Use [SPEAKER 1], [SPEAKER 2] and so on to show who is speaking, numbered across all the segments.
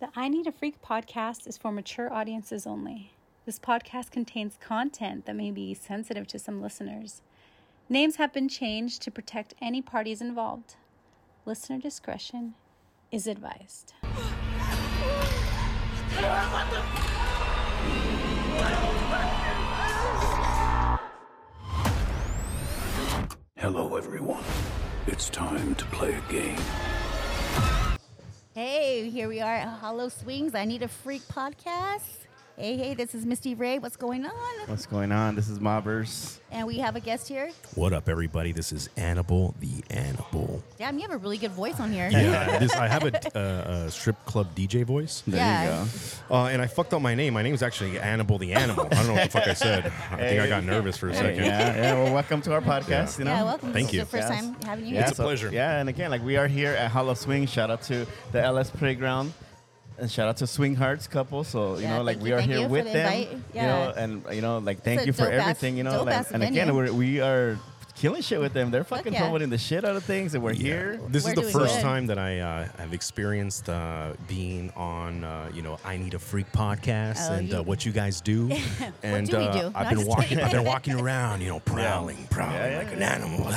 [SPEAKER 1] The I Need a Freak podcast is for mature audiences only. This podcast contains content that may be sensitive to some listeners. Names have been changed to protect any parties involved. Listener discretion is advised.
[SPEAKER 2] Hello, everyone. It's time to play a game.
[SPEAKER 3] Hey, here we are at Hollow Swings. I need a freak podcast. Hey, hey, this is Misty Ray. What's going on?
[SPEAKER 4] What's going on? This is Mobbers.
[SPEAKER 3] And we have a guest here.
[SPEAKER 5] What up, everybody? This is Annibal the Annibal.
[SPEAKER 3] Damn, you have a really good voice on here.
[SPEAKER 5] Yeah, this, I have a, uh, a strip club DJ voice,
[SPEAKER 4] There
[SPEAKER 3] Yeah.
[SPEAKER 4] you
[SPEAKER 5] uh, and I fucked up my name. My name is actually Annibal the Animal. I don't know what the fuck I said. I think I got nervous for a
[SPEAKER 4] go. Hey,
[SPEAKER 5] second.
[SPEAKER 4] yeah, yeah. Well, welcome to our podcast. You know,
[SPEAKER 3] Yeah, welcome.
[SPEAKER 5] Thank
[SPEAKER 3] this
[SPEAKER 5] you.
[SPEAKER 3] Is the first
[SPEAKER 4] Yes.
[SPEAKER 3] time having you
[SPEAKER 4] Yeah,
[SPEAKER 3] here.
[SPEAKER 5] It's a pleasure.
[SPEAKER 4] Yeah, and again, like we are here at Hollow Swing. Shout out to the LS Playground, and shout out to Swing Hearts couple. So you
[SPEAKER 3] Yeah,
[SPEAKER 4] know, like
[SPEAKER 3] thank
[SPEAKER 4] we
[SPEAKER 3] you,
[SPEAKER 4] are
[SPEAKER 3] thank you
[SPEAKER 4] here
[SPEAKER 3] for
[SPEAKER 4] with
[SPEAKER 3] the invite.
[SPEAKER 4] them.
[SPEAKER 3] Yeah.
[SPEAKER 4] You know, and uh, you know, like thank
[SPEAKER 3] a
[SPEAKER 4] you for
[SPEAKER 3] dope-ass-
[SPEAKER 4] everything. you know, like,
[SPEAKER 3] dope-ass
[SPEAKER 4] and
[SPEAKER 3] venue.
[SPEAKER 4] again, we're, we are killing shit with them. They're fucking
[SPEAKER 3] yeah.
[SPEAKER 4] promoting the shit out of things, and we're here.
[SPEAKER 5] This
[SPEAKER 3] We're
[SPEAKER 5] is the
[SPEAKER 3] doing
[SPEAKER 5] first
[SPEAKER 3] good.
[SPEAKER 5] time that I uh, have experienced uh, being on, uh, you know, I Need a Freak podcast
[SPEAKER 3] Oh,
[SPEAKER 5] and
[SPEAKER 3] you-
[SPEAKER 5] uh, what you guys do. and
[SPEAKER 3] do we
[SPEAKER 5] uh,
[SPEAKER 3] do? No,
[SPEAKER 5] I've
[SPEAKER 3] I'm
[SPEAKER 5] been
[SPEAKER 3] just
[SPEAKER 5] walking.
[SPEAKER 3] kidding.
[SPEAKER 5] I've been walking around, you know, prowling, prowling
[SPEAKER 4] Yeah, yeah.
[SPEAKER 5] like an animal.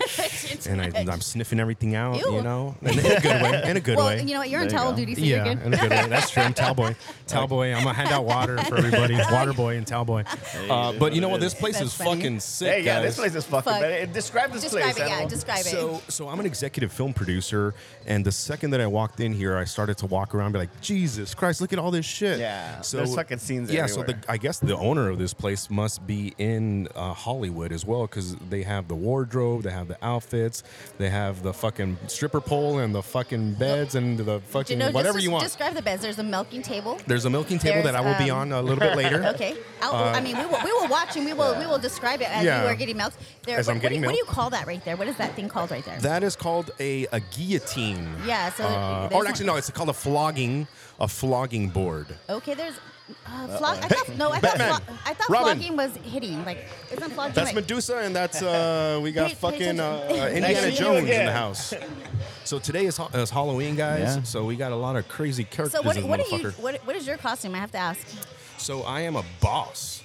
[SPEAKER 3] It's
[SPEAKER 5] and I,
[SPEAKER 3] good.
[SPEAKER 5] I'm sniffing everything out,
[SPEAKER 3] Ew.
[SPEAKER 5] you know, in a good way. In a good
[SPEAKER 3] well,
[SPEAKER 5] way.
[SPEAKER 3] you know what? You're on
[SPEAKER 4] There you
[SPEAKER 3] towel
[SPEAKER 4] go.
[SPEAKER 3] duty, so
[SPEAKER 5] yeah,
[SPEAKER 3] you're good.
[SPEAKER 5] in a good way. That's true. I'm Talboy. Talboy. I'm gonna hand out water for everybody. Water boy and Talboy. Uh,
[SPEAKER 4] that's
[SPEAKER 5] but you know
[SPEAKER 4] what
[SPEAKER 5] what?
[SPEAKER 4] it
[SPEAKER 5] This
[SPEAKER 4] is.
[SPEAKER 5] place
[SPEAKER 3] That's
[SPEAKER 5] is
[SPEAKER 3] funny.
[SPEAKER 5] fucking sick.
[SPEAKER 4] Hey, yeah, this
[SPEAKER 5] guys.
[SPEAKER 4] place is fucking.
[SPEAKER 3] Fuck.
[SPEAKER 4] bad. Describe this
[SPEAKER 3] Describe
[SPEAKER 4] place.
[SPEAKER 3] it. Yeah,
[SPEAKER 4] Animal.
[SPEAKER 3] describe
[SPEAKER 5] So, so I'm an executive film producer, and the second that I walked in here, I started to walk around, and be like, Jesus Christ, look at all this shit.
[SPEAKER 4] Yeah, there's fucking scenes
[SPEAKER 5] Yeah, so
[SPEAKER 4] everywhere.
[SPEAKER 5] the, I guess the owner of this place must be in uh, Hollywood as well, because they have the wardrobe, they have the outfits, they have the fucking stripper pole and the fucking beds and the
[SPEAKER 3] it. You
[SPEAKER 5] fucking
[SPEAKER 3] know, just-
[SPEAKER 5] whatever
[SPEAKER 3] just
[SPEAKER 5] you want.
[SPEAKER 3] Describe the beds. There's a milking table.
[SPEAKER 5] There's a milking table that I will be
[SPEAKER 3] There's, um,
[SPEAKER 5] on a little bit later. Uh,
[SPEAKER 3] Okay. I'll, I mean, we will, we will watch and we will we will describe it as
[SPEAKER 5] Yeah.
[SPEAKER 3] you are getting milked. There,
[SPEAKER 5] As
[SPEAKER 3] what,
[SPEAKER 5] I'm
[SPEAKER 3] what do
[SPEAKER 5] getting
[SPEAKER 3] you- what do you
[SPEAKER 5] milked.
[SPEAKER 3] call that right there? What is that thing called right there?
[SPEAKER 5] That is called a, a guillotine.
[SPEAKER 3] Yeah, so
[SPEAKER 5] Uh,
[SPEAKER 3] there's
[SPEAKER 5] or actually, no, it's called a flogging, a flogging board.
[SPEAKER 3] Okay, there's uh, flog. I thought no, I thought
[SPEAKER 5] Batman.
[SPEAKER 3] flog, I thought
[SPEAKER 5] Robin.
[SPEAKER 3] flogging was hitting. Like isn't flogging
[SPEAKER 5] That's
[SPEAKER 3] like,
[SPEAKER 5] Medusa, and that's uh, we got
[SPEAKER 3] Pay- pay
[SPEAKER 5] fucking uh,
[SPEAKER 3] attention.
[SPEAKER 5] uh, Indiana
[SPEAKER 4] see you
[SPEAKER 5] Jones in
[SPEAKER 4] again.
[SPEAKER 5] the house. So today is, ha- is Halloween, guys.
[SPEAKER 4] Yeah.
[SPEAKER 5] So we got a lot of crazy characters
[SPEAKER 3] So what,
[SPEAKER 5] in
[SPEAKER 3] what
[SPEAKER 5] this
[SPEAKER 3] are you?
[SPEAKER 5] motherfucker.
[SPEAKER 3] What, what is your costume? I have to ask.
[SPEAKER 5] So I am a boss.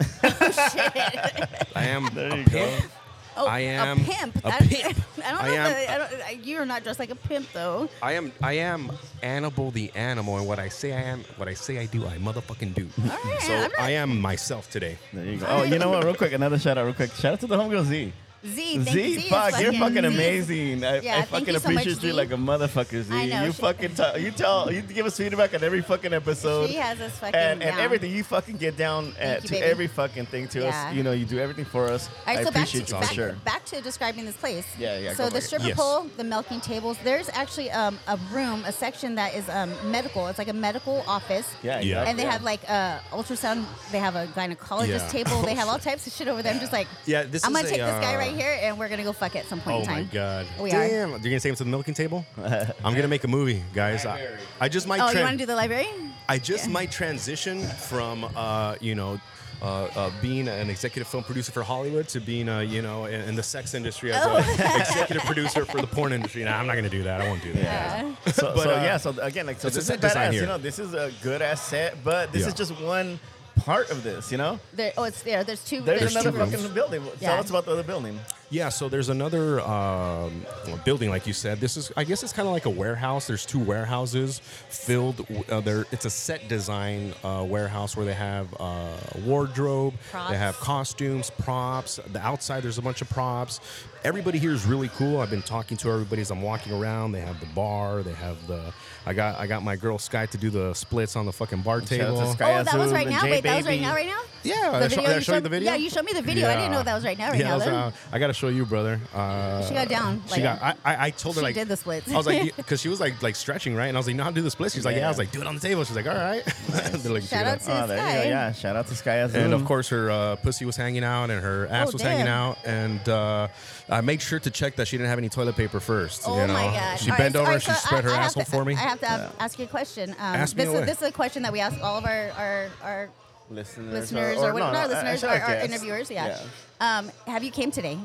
[SPEAKER 5] I am
[SPEAKER 4] There
[SPEAKER 5] a
[SPEAKER 4] you go.
[SPEAKER 5] pimp.
[SPEAKER 3] Oh,
[SPEAKER 5] I
[SPEAKER 3] a
[SPEAKER 5] am
[SPEAKER 3] pimp.
[SPEAKER 5] a
[SPEAKER 3] I-
[SPEAKER 5] pimp.
[SPEAKER 3] I don't know.
[SPEAKER 5] I
[SPEAKER 3] if
[SPEAKER 5] am-
[SPEAKER 3] that- I don't, I, you're not dressed like a pimp though.
[SPEAKER 5] I am I am Annibal the animal, and what I say I am, what I say I do, I motherfucking do.
[SPEAKER 3] right,
[SPEAKER 5] so
[SPEAKER 3] I'm not-
[SPEAKER 5] I am myself today.
[SPEAKER 4] There you go. Oh, you know what? Real quick, another shout out. Real quick, shout out to the homegirl Z.
[SPEAKER 3] Z, thank you.
[SPEAKER 4] Z,
[SPEAKER 3] is
[SPEAKER 4] fuck, Ah, you're fucking
[SPEAKER 3] Z is-
[SPEAKER 4] amazing. I,
[SPEAKER 3] Yeah,
[SPEAKER 4] I
[SPEAKER 3] thank
[SPEAKER 4] fucking
[SPEAKER 3] you so much,
[SPEAKER 4] appreciate
[SPEAKER 3] Z.
[SPEAKER 4] you like a motherfucker, Z.
[SPEAKER 3] I know,
[SPEAKER 4] you
[SPEAKER 3] she-
[SPEAKER 4] fucking tell, you tell, you give us feedback on every fucking episode.
[SPEAKER 3] She has us fucking
[SPEAKER 4] and, and
[SPEAKER 3] down.
[SPEAKER 4] everything. You fucking get down at,
[SPEAKER 3] you,
[SPEAKER 4] to
[SPEAKER 3] baby.
[SPEAKER 4] every fucking thing to
[SPEAKER 3] Yeah.
[SPEAKER 4] us. You know, you do everything for us.
[SPEAKER 3] All right,
[SPEAKER 4] I
[SPEAKER 3] so back
[SPEAKER 4] appreciate
[SPEAKER 3] to,
[SPEAKER 4] you
[SPEAKER 3] back,
[SPEAKER 4] for sure.
[SPEAKER 3] back to describing this place.
[SPEAKER 4] Yeah, yeah,
[SPEAKER 3] So
[SPEAKER 4] go
[SPEAKER 3] the
[SPEAKER 4] for it.
[SPEAKER 3] stripper
[SPEAKER 5] Yes.
[SPEAKER 3] pole, the milking tables. There's actually um, a room, a section that is um, medical. It's like a medical office.
[SPEAKER 4] Yeah,
[SPEAKER 5] Yeah.
[SPEAKER 4] exactly.
[SPEAKER 3] And they have like uh, ultrasound. They have a gynecologist
[SPEAKER 5] Yeah.
[SPEAKER 3] table. They have all types of shit over there. I'm just like,
[SPEAKER 5] Yeah, this
[SPEAKER 3] I'm
[SPEAKER 5] is
[SPEAKER 3] gonna
[SPEAKER 5] a,
[SPEAKER 3] take this guy
[SPEAKER 5] uh,
[SPEAKER 3] right here, and we're gonna go fuck at some point
[SPEAKER 5] Oh
[SPEAKER 3] in
[SPEAKER 5] my
[SPEAKER 3] time.
[SPEAKER 5] god!
[SPEAKER 3] We are.
[SPEAKER 5] Damn, you're gonna take him to the milking table? I'm gonna make a movie, guys. I, I just might.
[SPEAKER 3] Oh, you
[SPEAKER 5] tran-
[SPEAKER 3] want to do the library?
[SPEAKER 5] I just might transition from uh, you know. Uh, uh, being an executive film producer for Hollywood to being, uh, you know, in, in the sex industry as
[SPEAKER 3] Oh.
[SPEAKER 5] an executive producer for the porn industry. Nah, I'm not going to do that. I won't do that. guys.
[SPEAKER 4] So,
[SPEAKER 5] But,
[SPEAKER 4] so
[SPEAKER 5] uh,
[SPEAKER 4] yeah, so again, like, so
[SPEAKER 5] it's a
[SPEAKER 4] this is
[SPEAKER 5] set design
[SPEAKER 4] badass. You
[SPEAKER 5] here.
[SPEAKER 4] know, this is a good ass set, but this
[SPEAKER 5] Yeah.
[SPEAKER 4] is just one part of this. You know,
[SPEAKER 3] There, oh, it's there. There's two.
[SPEAKER 4] there's,
[SPEAKER 3] two
[SPEAKER 4] another
[SPEAKER 3] rooms.
[SPEAKER 4] fucking building.
[SPEAKER 3] Yeah.
[SPEAKER 4] Tell us about the other building.
[SPEAKER 5] Yeah, so there's another um, building, like you said. This is, I guess, it's kind of like a warehouse. There's two warehouses filled. w- Uh, there, it's a set design uh, warehouse where they have uh, wardrobe,
[SPEAKER 3] Props.
[SPEAKER 5] they have costumes, props. The outside, there's a bunch of props. Everybody here is really cool. I've been talking to everybody as I'm walking around. They have the bar. They have the. I got I got my girl Sky to do the splits on the fucking bar
[SPEAKER 4] Shout
[SPEAKER 5] table.
[SPEAKER 4] out to Sky
[SPEAKER 3] Oh, that was
[SPEAKER 4] Azul
[SPEAKER 3] right
[SPEAKER 4] and
[SPEAKER 3] now.
[SPEAKER 4] J
[SPEAKER 3] Wait, that was right
[SPEAKER 4] Baby.
[SPEAKER 3] now. Right now.
[SPEAKER 5] Yeah, I sho-
[SPEAKER 3] video
[SPEAKER 5] did I
[SPEAKER 3] you
[SPEAKER 5] show you
[SPEAKER 3] showed-
[SPEAKER 5] the video?
[SPEAKER 3] Yeah, you showed me the video. I didn't know that was right now. Right
[SPEAKER 5] yeah,
[SPEAKER 3] now.
[SPEAKER 5] that was,
[SPEAKER 3] though.
[SPEAKER 5] uh, I got to show you, brother. Uh,
[SPEAKER 3] she got down.
[SPEAKER 5] she got. I, I, I told her
[SPEAKER 3] she
[SPEAKER 5] like
[SPEAKER 3] did the splits.
[SPEAKER 5] I was like, because she was like like stretching right, and I was like, no, I'll do the splits. She's like, yeah. I was like, do it on the table. She's like, all right. They're like,
[SPEAKER 3] Shout
[SPEAKER 5] "Do it
[SPEAKER 3] out
[SPEAKER 5] on-"
[SPEAKER 3] to
[SPEAKER 4] Oh, there you
[SPEAKER 3] Sky.
[SPEAKER 4] go. Yeah, shout out to Sky Azul.
[SPEAKER 5] and of course, her uh, pussy was hanging out, and her ass
[SPEAKER 3] Oh,
[SPEAKER 5] was
[SPEAKER 3] damn.
[SPEAKER 5] hanging out, and uh, I made sure to check that she didn't have any toilet paper first.
[SPEAKER 3] Oh
[SPEAKER 5] you know?
[SPEAKER 3] my god!
[SPEAKER 5] She
[SPEAKER 3] All
[SPEAKER 5] bent
[SPEAKER 3] right,
[SPEAKER 5] over,
[SPEAKER 3] all
[SPEAKER 5] and
[SPEAKER 3] right,
[SPEAKER 5] she
[SPEAKER 3] so
[SPEAKER 5] spread
[SPEAKER 3] I-
[SPEAKER 5] her
[SPEAKER 3] I have
[SPEAKER 5] asshole
[SPEAKER 3] to-
[SPEAKER 5] for me.
[SPEAKER 3] I have to uh, ask you a question. Um,
[SPEAKER 5] Ask me
[SPEAKER 3] this,
[SPEAKER 5] away.
[SPEAKER 3] is, this is a question that we ask all of our our, our
[SPEAKER 4] listeners,
[SPEAKER 3] listeners or, what,
[SPEAKER 4] no,
[SPEAKER 3] not
[SPEAKER 4] no,
[SPEAKER 3] listeners,
[SPEAKER 4] actually,
[SPEAKER 3] our,
[SPEAKER 4] I
[SPEAKER 3] our
[SPEAKER 4] guess.
[SPEAKER 3] interviewers. Yeah. Um, have you came today?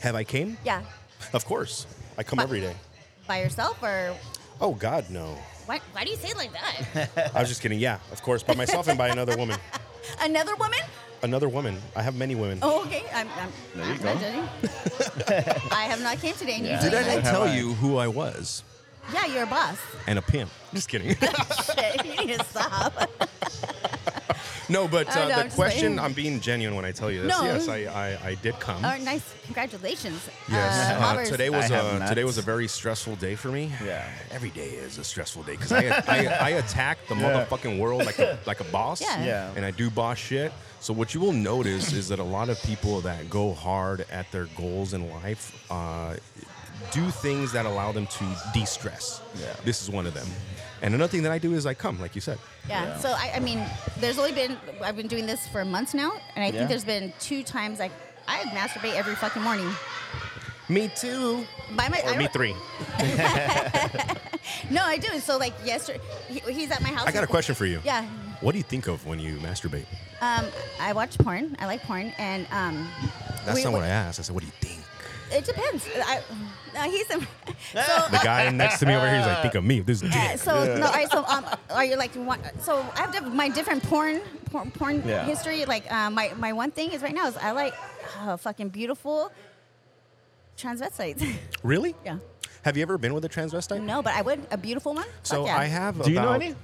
[SPEAKER 5] Have I came?
[SPEAKER 3] Yeah.
[SPEAKER 5] Of course, I come
[SPEAKER 3] But-
[SPEAKER 5] every day.
[SPEAKER 3] By yourself or
[SPEAKER 5] Oh God, no.
[SPEAKER 3] Why, why do you say it like that?
[SPEAKER 5] I was just kidding. Yeah, of course, by myself and by another woman.
[SPEAKER 3] Another woman?
[SPEAKER 5] Another woman. I have many women.
[SPEAKER 3] Oh, okay. I'm, I'm,
[SPEAKER 4] There you
[SPEAKER 3] I'm not
[SPEAKER 4] go.
[SPEAKER 3] judging. I have not came today. And
[SPEAKER 4] Yeah.
[SPEAKER 5] Did
[SPEAKER 3] you
[SPEAKER 5] I
[SPEAKER 3] say
[SPEAKER 5] not
[SPEAKER 4] Have
[SPEAKER 5] tell
[SPEAKER 4] I?
[SPEAKER 5] you who I was?
[SPEAKER 3] that? Yeah, you're a boss.
[SPEAKER 5] And a pimp. Just kidding.
[SPEAKER 3] Shit, you need to stop.
[SPEAKER 4] Um,
[SPEAKER 5] no, but
[SPEAKER 3] I
[SPEAKER 5] uh,
[SPEAKER 3] know, I'm
[SPEAKER 5] the
[SPEAKER 3] just
[SPEAKER 5] question.
[SPEAKER 3] saying.
[SPEAKER 5] I'm being genuine when I tell you this.
[SPEAKER 3] No.
[SPEAKER 5] Yes, I, I, I did come.
[SPEAKER 3] All right, Oh, nice. Congratulations.
[SPEAKER 5] Yes.
[SPEAKER 3] Uh,
[SPEAKER 5] Uh,
[SPEAKER 3] Robert's-
[SPEAKER 5] today was
[SPEAKER 4] I have
[SPEAKER 5] a today
[SPEAKER 4] nuts.
[SPEAKER 5] was a very stressful day for me.
[SPEAKER 4] Yeah.
[SPEAKER 5] Every day is a stressful day because I, I I attack the
[SPEAKER 4] Yeah.
[SPEAKER 5] motherfucking world like a, like a boss.
[SPEAKER 3] Yeah.
[SPEAKER 4] Yeah.
[SPEAKER 5] And I do boss shit. So what you will notice is that a lot of people that go hard at their goals in life uh, do things that allow them to de-stress.
[SPEAKER 4] Yeah.
[SPEAKER 5] This is one of them. And another thing that I do is I come, like you said.
[SPEAKER 3] Yeah.
[SPEAKER 4] Yeah.
[SPEAKER 3] So I, I mean, there's only been I've been doing this for months now, and I
[SPEAKER 4] Yeah.
[SPEAKER 3] think there's been two times I I masturbate every fucking morning.
[SPEAKER 5] Me too.
[SPEAKER 3] By
[SPEAKER 4] Oh,
[SPEAKER 3] my, I
[SPEAKER 5] Or me
[SPEAKER 3] don't-
[SPEAKER 5] three.
[SPEAKER 3] No, I do. So like yesterday, he, he's at my house.
[SPEAKER 5] I got a question for you.
[SPEAKER 3] Yeah.
[SPEAKER 5] What do you think of when you masturbate?
[SPEAKER 3] Um, I watch porn. I like porn, and um,
[SPEAKER 5] That's
[SPEAKER 3] we-
[SPEAKER 5] not what I asked. I said, what do you think?
[SPEAKER 3] It depends. I, no, he's a,
[SPEAKER 5] The guy next to me over here is like, think of me. This is
[SPEAKER 3] Yeah, Uh, so no, all right, so um, are you like you want? So I have diff- my different porn, porn, porn
[SPEAKER 4] Yeah.
[SPEAKER 3] history. Like uh, my my one thing is right now is I like oh, fucking beautiful transvestites.
[SPEAKER 5] Really?
[SPEAKER 3] yeah.
[SPEAKER 5] Have you ever been with a transvestite?
[SPEAKER 3] No, but I would a beautiful one. Fuck
[SPEAKER 5] So
[SPEAKER 3] yeah.
[SPEAKER 5] I have.
[SPEAKER 4] Do you know
[SPEAKER 5] about-
[SPEAKER 4] any?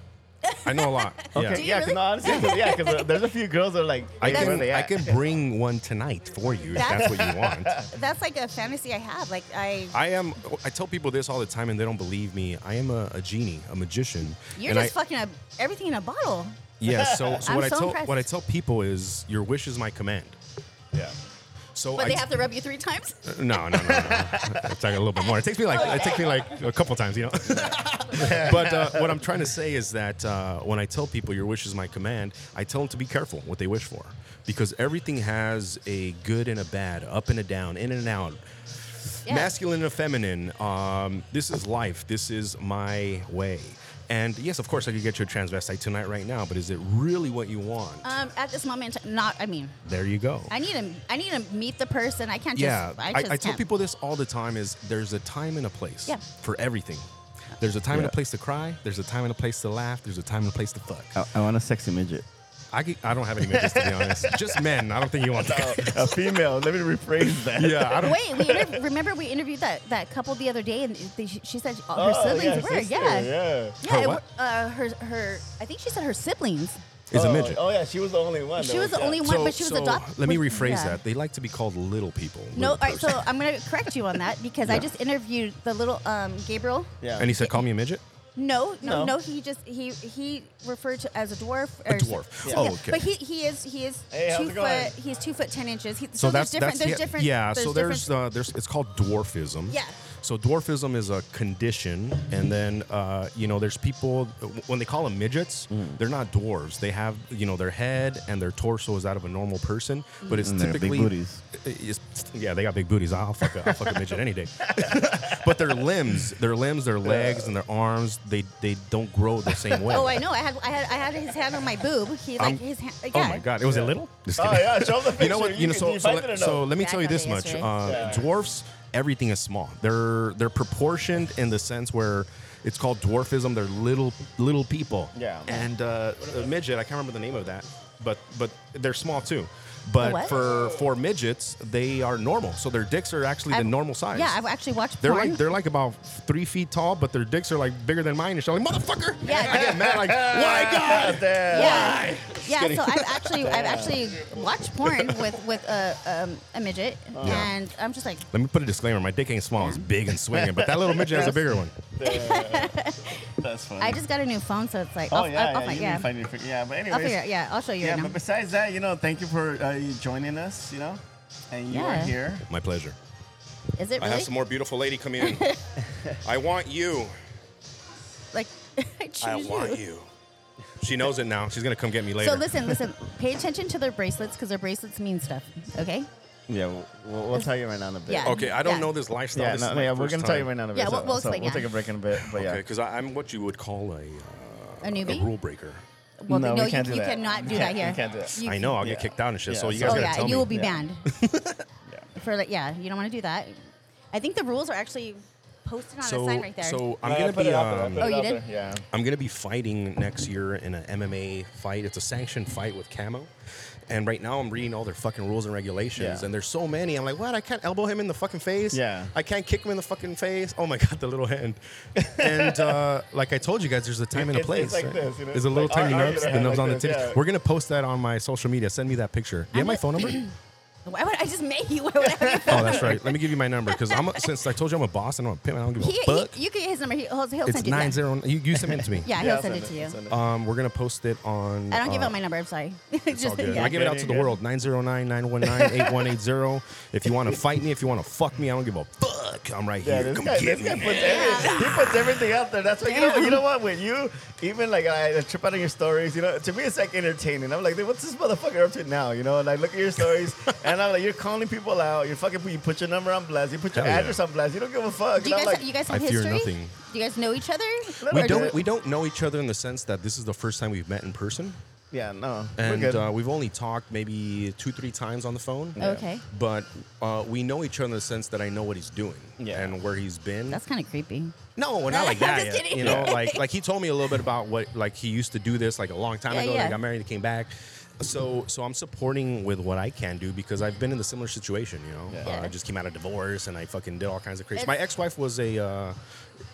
[SPEAKER 5] I know a lot.
[SPEAKER 4] Okay,
[SPEAKER 5] Yeah.
[SPEAKER 4] yeah, because
[SPEAKER 3] really?
[SPEAKER 4] no, honestly, 'cause- yeah, because there's a few girls that are like,
[SPEAKER 5] I
[SPEAKER 4] where
[SPEAKER 5] can,
[SPEAKER 4] they
[SPEAKER 5] I
[SPEAKER 4] at?
[SPEAKER 5] can bring one tonight for you if that's
[SPEAKER 3] That's-
[SPEAKER 5] what you want.
[SPEAKER 3] That's like a fantasy I have. Like I.
[SPEAKER 5] I am. I tell people this all the time, and they don't believe me. I am a, a genie, a magician.
[SPEAKER 3] You're
[SPEAKER 5] and
[SPEAKER 3] just
[SPEAKER 5] I,
[SPEAKER 3] fucking a, everything in a bottle.
[SPEAKER 5] Yeah. So, so
[SPEAKER 3] I'm
[SPEAKER 5] what I
[SPEAKER 3] so
[SPEAKER 5] tell
[SPEAKER 3] impressed.
[SPEAKER 5] what I tell people is, your wish is my command.
[SPEAKER 4] Yeah.
[SPEAKER 5] So
[SPEAKER 3] But
[SPEAKER 5] I,
[SPEAKER 3] they have to rub you three times.
[SPEAKER 5] No, no, no, no. it's like a little bit more. It takes me like it takes me like a couple times, you know. but uh, what I'm trying to say is that uh, when I tell people your wish is my command, I tell them to be careful what they wish for because everything has a good and a bad, up and a down, in and out,
[SPEAKER 3] Yeah.
[SPEAKER 5] masculine and feminine. Um, this is life. This is my way. And yes, of course, I could get you a transvestite tonight, right now. But is it really what you want?
[SPEAKER 3] Um, at this moment, not. I mean,
[SPEAKER 5] there you go.
[SPEAKER 3] I need to. I need to meet the person. I can't
[SPEAKER 5] yeah,
[SPEAKER 3] just.
[SPEAKER 5] I,
[SPEAKER 3] just
[SPEAKER 5] I, tell
[SPEAKER 3] can't.
[SPEAKER 5] people this all the time: is there's a time and a place
[SPEAKER 3] Yeah.
[SPEAKER 5] for everything. There's a time and a
[SPEAKER 4] Yeah.
[SPEAKER 5] place to cry. There's a time and a place to laugh. There's a time and a place to fuck.
[SPEAKER 4] I, I want a sexy midget.
[SPEAKER 5] I, get- I don't have any midgets to be honest. Just men. I don't think you want that.
[SPEAKER 4] A female. Let me rephrase that.
[SPEAKER 5] yeah, I don't.
[SPEAKER 3] Wait, we inter- remember we interviewed that, that couple the other day, and they, she she said her
[SPEAKER 4] Oh,
[SPEAKER 3] siblings
[SPEAKER 4] yeah,
[SPEAKER 3] were,
[SPEAKER 4] sister,
[SPEAKER 3] yeah,
[SPEAKER 4] yeah.
[SPEAKER 3] Yeah,
[SPEAKER 5] Her
[SPEAKER 3] it-
[SPEAKER 5] what?
[SPEAKER 3] uh, her her. I think she said her siblings.
[SPEAKER 5] It's
[SPEAKER 4] oh,
[SPEAKER 5] a midget.
[SPEAKER 4] Oh yeah, she was the only one.
[SPEAKER 3] She
[SPEAKER 4] that
[SPEAKER 3] was the only one, but she was
[SPEAKER 5] so
[SPEAKER 3] adopted.
[SPEAKER 5] let me rephrase
[SPEAKER 3] yeah.
[SPEAKER 5] that. They like to be called little people.
[SPEAKER 3] No, all
[SPEAKER 5] little
[SPEAKER 3] right, so
[SPEAKER 5] person.
[SPEAKER 3] I'm gonna correct you on that because I
[SPEAKER 5] Yeah.
[SPEAKER 3] just interviewed the little um, Gabriel.
[SPEAKER 4] Yeah.
[SPEAKER 5] and he said, "Call me a midget."
[SPEAKER 3] No, no, no,
[SPEAKER 4] No.
[SPEAKER 3] he just he he referred to as a dwarf. Or s-
[SPEAKER 5] dwarf. Oh, okay.
[SPEAKER 3] But he, he is he is
[SPEAKER 4] Hey, how's
[SPEAKER 3] two
[SPEAKER 4] it
[SPEAKER 3] foot
[SPEAKER 4] going?
[SPEAKER 3] he's two foot ten inches. He,
[SPEAKER 5] So, that's
[SPEAKER 3] there's different.
[SPEAKER 5] that's
[SPEAKER 3] there's
[SPEAKER 5] yeah,
[SPEAKER 3] different.
[SPEAKER 5] yeah. so there's
[SPEAKER 3] different-
[SPEAKER 5] uh, there's it's called dwarfism.
[SPEAKER 3] Yeah.
[SPEAKER 5] So dwarfism is a condition, and then uh, you know there's people when they call them midgets,
[SPEAKER 4] Hmm.
[SPEAKER 5] they're not dwarves. They have you know their head and their torso is that of a normal person, but it's
[SPEAKER 4] Hmm. And they're big
[SPEAKER 5] typically Uh,
[SPEAKER 4] booties.
[SPEAKER 5] it's- yeah, they got big booties. I'll fuck a, I'll fuck a midget any day. but their limbs, their limbs, their legs, and their arms, they they don't grow the same way.
[SPEAKER 3] Oh, I know. I had I had I had his hand on my boob. He like
[SPEAKER 5] I'm-
[SPEAKER 3] his hand. Yeah.
[SPEAKER 5] Oh my god, it was it little? Just
[SPEAKER 4] Oh
[SPEAKER 5] kidding.
[SPEAKER 4] yeah, show the picture.
[SPEAKER 5] You know what? You know,
[SPEAKER 4] can-
[SPEAKER 5] so,
[SPEAKER 4] you
[SPEAKER 5] so,
[SPEAKER 4] find it or
[SPEAKER 5] let,
[SPEAKER 4] no?
[SPEAKER 5] so let me
[SPEAKER 3] Back
[SPEAKER 5] tell you
[SPEAKER 3] on
[SPEAKER 5] this
[SPEAKER 3] the
[SPEAKER 5] much: uh,
[SPEAKER 3] yesterday.
[SPEAKER 4] Yeah.
[SPEAKER 5] dwarfs, everything is small. They're they're proportioned in the sense where it's called dwarfism. They're little little people.
[SPEAKER 4] Yeah.
[SPEAKER 5] And uh, a midget, I can't remember the name of that, but but they're small too. But
[SPEAKER 3] what?
[SPEAKER 5] for for midgets, they are normal. So their dicks are actually
[SPEAKER 3] I've-
[SPEAKER 5] the normal size.
[SPEAKER 3] Yeah, I've actually watched.
[SPEAKER 5] They're
[SPEAKER 3] porn.
[SPEAKER 5] like they're like about three feet tall, but their dicks are like bigger than mine. And she's like, "Motherfucker!"
[SPEAKER 3] Yeah.
[SPEAKER 5] I get mad like, "Why God?"
[SPEAKER 4] Damn.
[SPEAKER 3] Yeah. Yeah. So I've actually I've actually watched porn with with a um, a midget, and I'm just like,
[SPEAKER 5] Let me put a disclaimer: my dick ain't small; it's big and swinging. But that little midget has a bigger one.
[SPEAKER 4] That's funny.
[SPEAKER 3] I just got a new phone, so it's like,
[SPEAKER 4] Oh
[SPEAKER 3] off,
[SPEAKER 4] yeah,
[SPEAKER 3] off
[SPEAKER 4] yeah,
[SPEAKER 3] my,
[SPEAKER 4] you
[SPEAKER 3] yeah.
[SPEAKER 4] Can find your, fi- yeah. But anyways,
[SPEAKER 3] I'll figure. Out, yeah, I'll show you.
[SPEAKER 4] yeah,
[SPEAKER 3] right now.
[SPEAKER 4] but besides that, you know, thank you for uh, you joining us. You know, and you
[SPEAKER 3] Yeah.
[SPEAKER 4] are here.
[SPEAKER 5] My pleasure.
[SPEAKER 3] Is it
[SPEAKER 5] I
[SPEAKER 3] really
[SPEAKER 5] have some more beautiful lady coming in. I want you.
[SPEAKER 3] like? I choose
[SPEAKER 5] I want you. She knows it now. She's gonna come get me later.
[SPEAKER 3] So listen, listen. Pay attention to their bracelets because their bracelets mean stuff. Okay.
[SPEAKER 4] Yeah, we'll, we'll, we'll tell you right now in a bit.
[SPEAKER 3] Yeah.
[SPEAKER 5] Okay, I don't
[SPEAKER 3] Yeah.
[SPEAKER 5] know this lifestyle.
[SPEAKER 4] Yeah,
[SPEAKER 5] this
[SPEAKER 4] no,
[SPEAKER 5] is my
[SPEAKER 4] yeah, we're
[SPEAKER 5] first
[SPEAKER 4] gonna
[SPEAKER 5] time.
[SPEAKER 4] tell you right now in a bit.
[SPEAKER 3] Yeah,
[SPEAKER 4] so,
[SPEAKER 3] we'll- we'll
[SPEAKER 4] so
[SPEAKER 3] explain,
[SPEAKER 4] we'll
[SPEAKER 3] yeah.
[SPEAKER 4] take a break in a bit. But
[SPEAKER 5] Okay,
[SPEAKER 4] yeah,
[SPEAKER 5] because I'm what you would call a,
[SPEAKER 3] A
[SPEAKER 5] uh, a
[SPEAKER 3] newbie.
[SPEAKER 5] rule breaker.
[SPEAKER 3] well,
[SPEAKER 4] No,
[SPEAKER 3] no,
[SPEAKER 4] we
[SPEAKER 3] you,
[SPEAKER 4] can't do
[SPEAKER 3] you
[SPEAKER 4] that.
[SPEAKER 3] cannot do
[SPEAKER 4] Yeah,
[SPEAKER 3] that
[SPEAKER 4] we
[SPEAKER 3] here.
[SPEAKER 4] can't do that.
[SPEAKER 3] You
[SPEAKER 5] I
[SPEAKER 3] can-
[SPEAKER 5] know I'll
[SPEAKER 4] yeah.
[SPEAKER 5] get kicked out and shit.
[SPEAKER 4] Yeah,
[SPEAKER 5] so you
[SPEAKER 4] so-
[SPEAKER 5] guys
[SPEAKER 3] Oh
[SPEAKER 5] gotta
[SPEAKER 3] yeah,
[SPEAKER 5] tell
[SPEAKER 3] you
[SPEAKER 5] me.
[SPEAKER 3] will be
[SPEAKER 4] Yeah.
[SPEAKER 3] banned
[SPEAKER 4] yeah.
[SPEAKER 3] for like yeah. You don't want to do that. I think the rules are actually Post it on
[SPEAKER 5] So,
[SPEAKER 3] a sign right there.
[SPEAKER 5] so I'm
[SPEAKER 4] No, I
[SPEAKER 5] gonna
[SPEAKER 4] Uh, put
[SPEAKER 5] be
[SPEAKER 4] it up there, I
[SPEAKER 5] um,
[SPEAKER 4] put
[SPEAKER 3] Oh,
[SPEAKER 4] it
[SPEAKER 3] you
[SPEAKER 4] up
[SPEAKER 3] did?
[SPEAKER 4] there, Yeah.
[SPEAKER 5] I'm gonna be fighting next year in an MMA fight. It's a sanctioned fight with Camo, and right now I'm reading all their fucking rules and regulations,
[SPEAKER 4] Yeah.
[SPEAKER 5] and there's so many. I'm like, what? I can't elbow him in the fucking face.
[SPEAKER 4] Yeah.
[SPEAKER 5] I can't kick him in the fucking face. Oh my god, the little hand. and uh, like I told you guys, there's a time and a
[SPEAKER 4] It's-
[SPEAKER 5] place.
[SPEAKER 4] it's like this, you know?
[SPEAKER 5] There's a little
[SPEAKER 4] Like,
[SPEAKER 5] tiny
[SPEAKER 4] our- our
[SPEAKER 5] nubs, the
[SPEAKER 4] hand
[SPEAKER 5] nubs
[SPEAKER 4] like
[SPEAKER 5] on the
[SPEAKER 4] this,
[SPEAKER 5] titty.
[SPEAKER 4] yeah.
[SPEAKER 5] We're gonna post that on my social media. Send me that picture. Do you have my phone number?
[SPEAKER 3] Why would I just make you? Why would I have your
[SPEAKER 5] oh, that's right. Let me give you my number because I'm a, since I told you I'm a boss and I'm a pimp. I don't give a
[SPEAKER 3] He,
[SPEAKER 5] fuck.
[SPEAKER 3] he, you can get his number. He, he'll, he'll
[SPEAKER 5] it's
[SPEAKER 3] send you. yeah.
[SPEAKER 5] nine zero. You, you send it to me.
[SPEAKER 3] Yeah,
[SPEAKER 4] Yeah,
[SPEAKER 3] he'll send it to you.
[SPEAKER 4] send it.
[SPEAKER 5] Um, we're gonna post it on.
[SPEAKER 3] I don't give
[SPEAKER 5] uh,
[SPEAKER 3] out my number. I'm sorry.
[SPEAKER 5] It's all good.
[SPEAKER 3] yeah.
[SPEAKER 5] I give it out to the world. 909-919-8180. if you want to fight me, if you want to fuck me, I don't give a fuck. I'm right
[SPEAKER 4] Yeah,
[SPEAKER 5] here.
[SPEAKER 4] this
[SPEAKER 5] Come
[SPEAKER 4] guy,
[SPEAKER 5] get
[SPEAKER 4] this guy
[SPEAKER 5] me.
[SPEAKER 4] puts, every, he puts everything out there. That's why you know, you know what with you, even like I, I trip out on your stories. You know, to me it's like entertaining. I'm like, dude, what's this motherfucker up to now? You know, and I look at your stories, and I'm like, you're calling people out. You're fucking, put- you put your number on blast. You put your
[SPEAKER 5] Hell yeah.
[SPEAKER 4] address on blast. You don't give a fuck.
[SPEAKER 3] Do you
[SPEAKER 4] And I'm
[SPEAKER 3] guys,
[SPEAKER 4] like,
[SPEAKER 3] you guys
[SPEAKER 5] I
[SPEAKER 3] have
[SPEAKER 5] fear
[SPEAKER 3] history?
[SPEAKER 5] nothing.
[SPEAKER 3] Do you guys know each other?
[SPEAKER 5] We don't we don't know each other in the sense that this is the first time we've met in person,
[SPEAKER 4] yeah, no,
[SPEAKER 5] and
[SPEAKER 4] we're good.
[SPEAKER 5] uh, we've only talked maybe two three times on the phone.
[SPEAKER 3] Okay.
[SPEAKER 5] But uh, we know each other in the sense that I know what he's doing
[SPEAKER 4] Yeah.
[SPEAKER 5] and where he's been.
[SPEAKER 3] That's kind of creepy.
[SPEAKER 5] No, well, not like that.
[SPEAKER 3] Just
[SPEAKER 5] yet.
[SPEAKER 3] kidding.
[SPEAKER 5] You know, like like he told me a little bit about what like he used to do this like a long time
[SPEAKER 3] Yeah,
[SPEAKER 5] ago.
[SPEAKER 3] yeah.
[SPEAKER 5] They got married, and came back. So so I'm supporting with what I can do because I've been in the similar situation. You know,
[SPEAKER 4] Yeah.
[SPEAKER 5] Uh, I
[SPEAKER 3] Yeah.
[SPEAKER 5] just came out of divorce and I fucking did all kinds of crazy.
[SPEAKER 3] It's-
[SPEAKER 5] My ex-wife was a. Uh,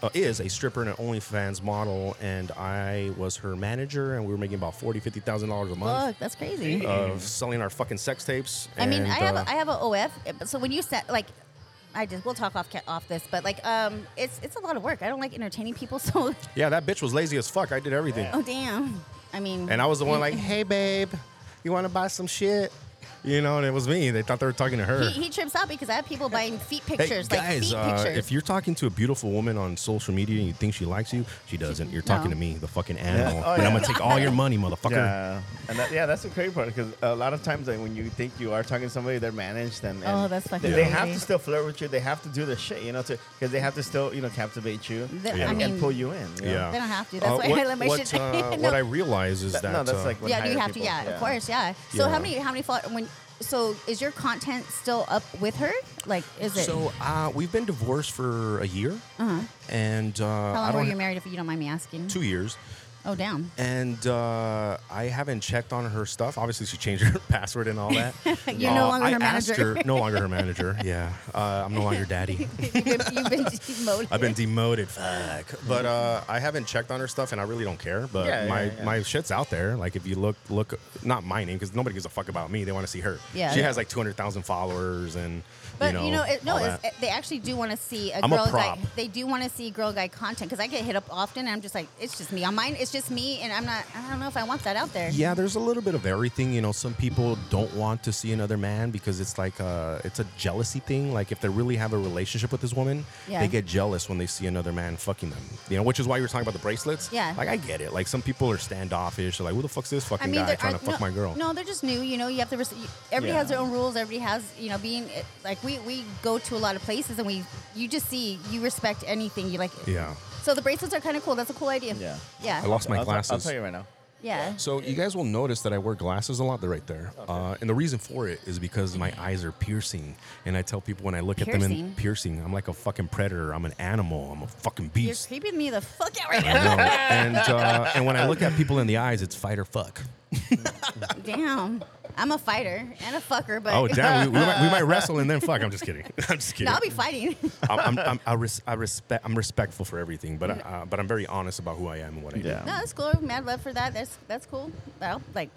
[SPEAKER 5] uh, is a stripper and an OnlyFans model, and I was her manager, and we were making about forty, fifty thousand dollars a month
[SPEAKER 3] Look, that's crazy.
[SPEAKER 5] of selling our fucking sex tapes.
[SPEAKER 3] I mean,
[SPEAKER 5] and,
[SPEAKER 3] I have
[SPEAKER 5] uh,
[SPEAKER 3] a, I have a OF. but So when you said like, I just we'll talk off ca- off this, but like um, it's it's a lot of work. I don't like entertaining people, so
[SPEAKER 5] yeah, that bitch was lazy as fuck. I did everything.
[SPEAKER 3] oh damn. I mean,
[SPEAKER 5] And I was the one like, hey, babe, you want to buy some shit? You know, and it was me. They thought they were talking to her.
[SPEAKER 3] he, he trips out because I have people buying feet
[SPEAKER 5] Hey,
[SPEAKER 3] pictures, like
[SPEAKER 5] guys,
[SPEAKER 3] feet
[SPEAKER 5] uh,
[SPEAKER 3] pictures.
[SPEAKER 5] if you're talking to a beautiful woman on social media and you think she likes you, she doesn't. You're talking
[SPEAKER 3] No.
[SPEAKER 5] to me, the fucking animal.
[SPEAKER 4] Oh,
[SPEAKER 5] And I'm
[SPEAKER 4] yeah.
[SPEAKER 5] going to take all your money, motherfucker.
[SPEAKER 4] Yeah, and that, yeah, that's the crazy part because a lot of times like, when you think you are talking to somebody, they're managed and, and
[SPEAKER 3] Oh, that's fucking
[SPEAKER 4] they, they
[SPEAKER 3] crazy.
[SPEAKER 4] have to still flirt with you. They have to do their shit, you know, because they have to still you know captivate you
[SPEAKER 3] The-
[SPEAKER 4] and,
[SPEAKER 3] I
[SPEAKER 4] and
[SPEAKER 3] mean-
[SPEAKER 4] pull you in. you know?
[SPEAKER 5] Yeah.
[SPEAKER 3] They don't have to. That's why I
[SPEAKER 5] what,
[SPEAKER 3] let my
[SPEAKER 5] what,
[SPEAKER 3] shit-
[SPEAKER 5] uh,
[SPEAKER 3] No.
[SPEAKER 5] What I realize is
[SPEAKER 4] That-
[SPEAKER 5] that.
[SPEAKER 4] no, that's
[SPEAKER 5] uh,
[SPEAKER 4] like when
[SPEAKER 3] yeah, you
[SPEAKER 4] hire
[SPEAKER 3] have
[SPEAKER 4] people.
[SPEAKER 3] to. Yeah, of course. Yeah. So
[SPEAKER 5] Yeah.
[SPEAKER 3] how many how many fo- when so is your content still up with her? Like, is it? Uh-huh.
[SPEAKER 5] So uh, we've been divorced for a year. And uh,
[SPEAKER 3] how
[SPEAKER 5] I
[SPEAKER 3] long
[SPEAKER 5] don't
[SPEAKER 3] were you
[SPEAKER 5] ha-
[SPEAKER 3] married? If you don't mind me asking.
[SPEAKER 5] Two years.
[SPEAKER 3] Oh damn.
[SPEAKER 5] and uh, I haven't checked on her stuff. Obviously, she changed her password and all that.
[SPEAKER 3] You're no
[SPEAKER 5] Uh,
[SPEAKER 3] longer
[SPEAKER 5] I
[SPEAKER 3] her
[SPEAKER 5] asked
[SPEAKER 3] manager.
[SPEAKER 5] her- no longer her manager. Yeah, uh, I'm no longer daddy.
[SPEAKER 3] You've been, you've been demoted.
[SPEAKER 5] I've been demoted. Fuck. But uh, I haven't checked on her stuff, and I really don't care. But
[SPEAKER 4] Yeah, yeah,
[SPEAKER 5] my
[SPEAKER 4] yeah.
[SPEAKER 5] my shit's out there. Like if you look look, not my name because nobody gives a fuck about me. They want to see her.
[SPEAKER 3] Yeah.
[SPEAKER 5] She has like 200,000 followers, and
[SPEAKER 3] But
[SPEAKER 5] you know,
[SPEAKER 3] it, no,
[SPEAKER 5] all
[SPEAKER 3] it's,
[SPEAKER 5] that.
[SPEAKER 3] they actually do want to see a
[SPEAKER 5] I'm a
[SPEAKER 3] girl guy.
[SPEAKER 5] prop.
[SPEAKER 3] They do want to see girl guy content because I get hit up often. and I'm just like, it's just me on mine. It's just me, and I'm not. I don't know if I want that out there.
[SPEAKER 5] Yeah, there's a little bit of everything. You know, some people don't want to see another man because it's like a, it's a jealousy thing. Like if they really have a relationship with this woman,
[SPEAKER 3] Yeah.
[SPEAKER 5] they get jealous when they see another man fucking them. You know, which is why you were talking about the bracelets.
[SPEAKER 3] Yeah.
[SPEAKER 5] Like I get it. Like some people are standoffish. They're like, who the fuck's this fucking guy
[SPEAKER 3] there
[SPEAKER 5] trying to
[SPEAKER 3] aren't-
[SPEAKER 5] fuck
[SPEAKER 3] no,
[SPEAKER 5] my girl?
[SPEAKER 3] No, they're just new. You know, you have to. Res- you- everybody
[SPEAKER 4] Yeah.
[SPEAKER 3] has their own rules. Everybody has, you know, being like we we go to a lot of places and we you just see you respect anything you like.
[SPEAKER 5] Yeah.
[SPEAKER 3] So the bracelets are kind of cool. That's a cool idea.
[SPEAKER 4] Yeah.
[SPEAKER 3] Yeah.
[SPEAKER 5] I lost my
[SPEAKER 4] I'll,
[SPEAKER 5] glasses.
[SPEAKER 4] I'll tell you right now.
[SPEAKER 3] yeah.
[SPEAKER 5] So you guys will notice that I wear glasses a lot. They're right there, uh, and the reason for it is because my eyes are piercing, and I tell people when I look at them
[SPEAKER 3] Piercing?
[SPEAKER 5] in piercing, I'm like a fucking predator. I'm an animal. I'm a fucking
[SPEAKER 3] You're
[SPEAKER 5] beast.
[SPEAKER 3] creeping me the fuck out right
[SPEAKER 5] I
[SPEAKER 3] now.
[SPEAKER 5] know. and uh, and when I look at people in the eyes, it's fight or fuck.
[SPEAKER 3] Damn. I'm a fighter and a fucker, but
[SPEAKER 5] Oh damn, we, we, might, we might wrestle and then fuck. I'm just kidding. I'm just kidding.
[SPEAKER 3] I'll be fighting.
[SPEAKER 5] I'm, I'm, I'm, I, res- I respect. I'm respectful for everything, but I, uh, but I'm very honest about who I am and what I
[SPEAKER 4] Yeah.
[SPEAKER 5] do.
[SPEAKER 3] No, that's cool. Mad love for that. That's that's cool. Well, like,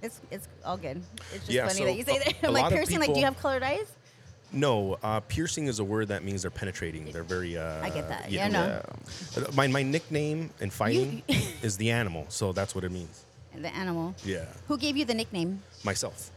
[SPEAKER 3] it's it's all good. It's just
[SPEAKER 5] Yeah,
[SPEAKER 3] funny
[SPEAKER 5] so
[SPEAKER 3] that you say
[SPEAKER 5] a-
[SPEAKER 3] that.
[SPEAKER 5] a
[SPEAKER 3] I'm like
[SPEAKER 5] lot of
[SPEAKER 3] piercing. Like, do you
[SPEAKER 5] people-
[SPEAKER 3] have colored eyes?
[SPEAKER 5] No, uh, piercing is a word that means they're penetrating. They're very. Uh,
[SPEAKER 3] I get that.
[SPEAKER 5] you
[SPEAKER 3] Yeah,
[SPEAKER 5] know.
[SPEAKER 3] no.
[SPEAKER 5] Uh, My my nickname in fighting is the animal, so that's what it means.
[SPEAKER 3] The animal.
[SPEAKER 5] Yeah,
[SPEAKER 3] Who gave you the nickname?
[SPEAKER 5] myself,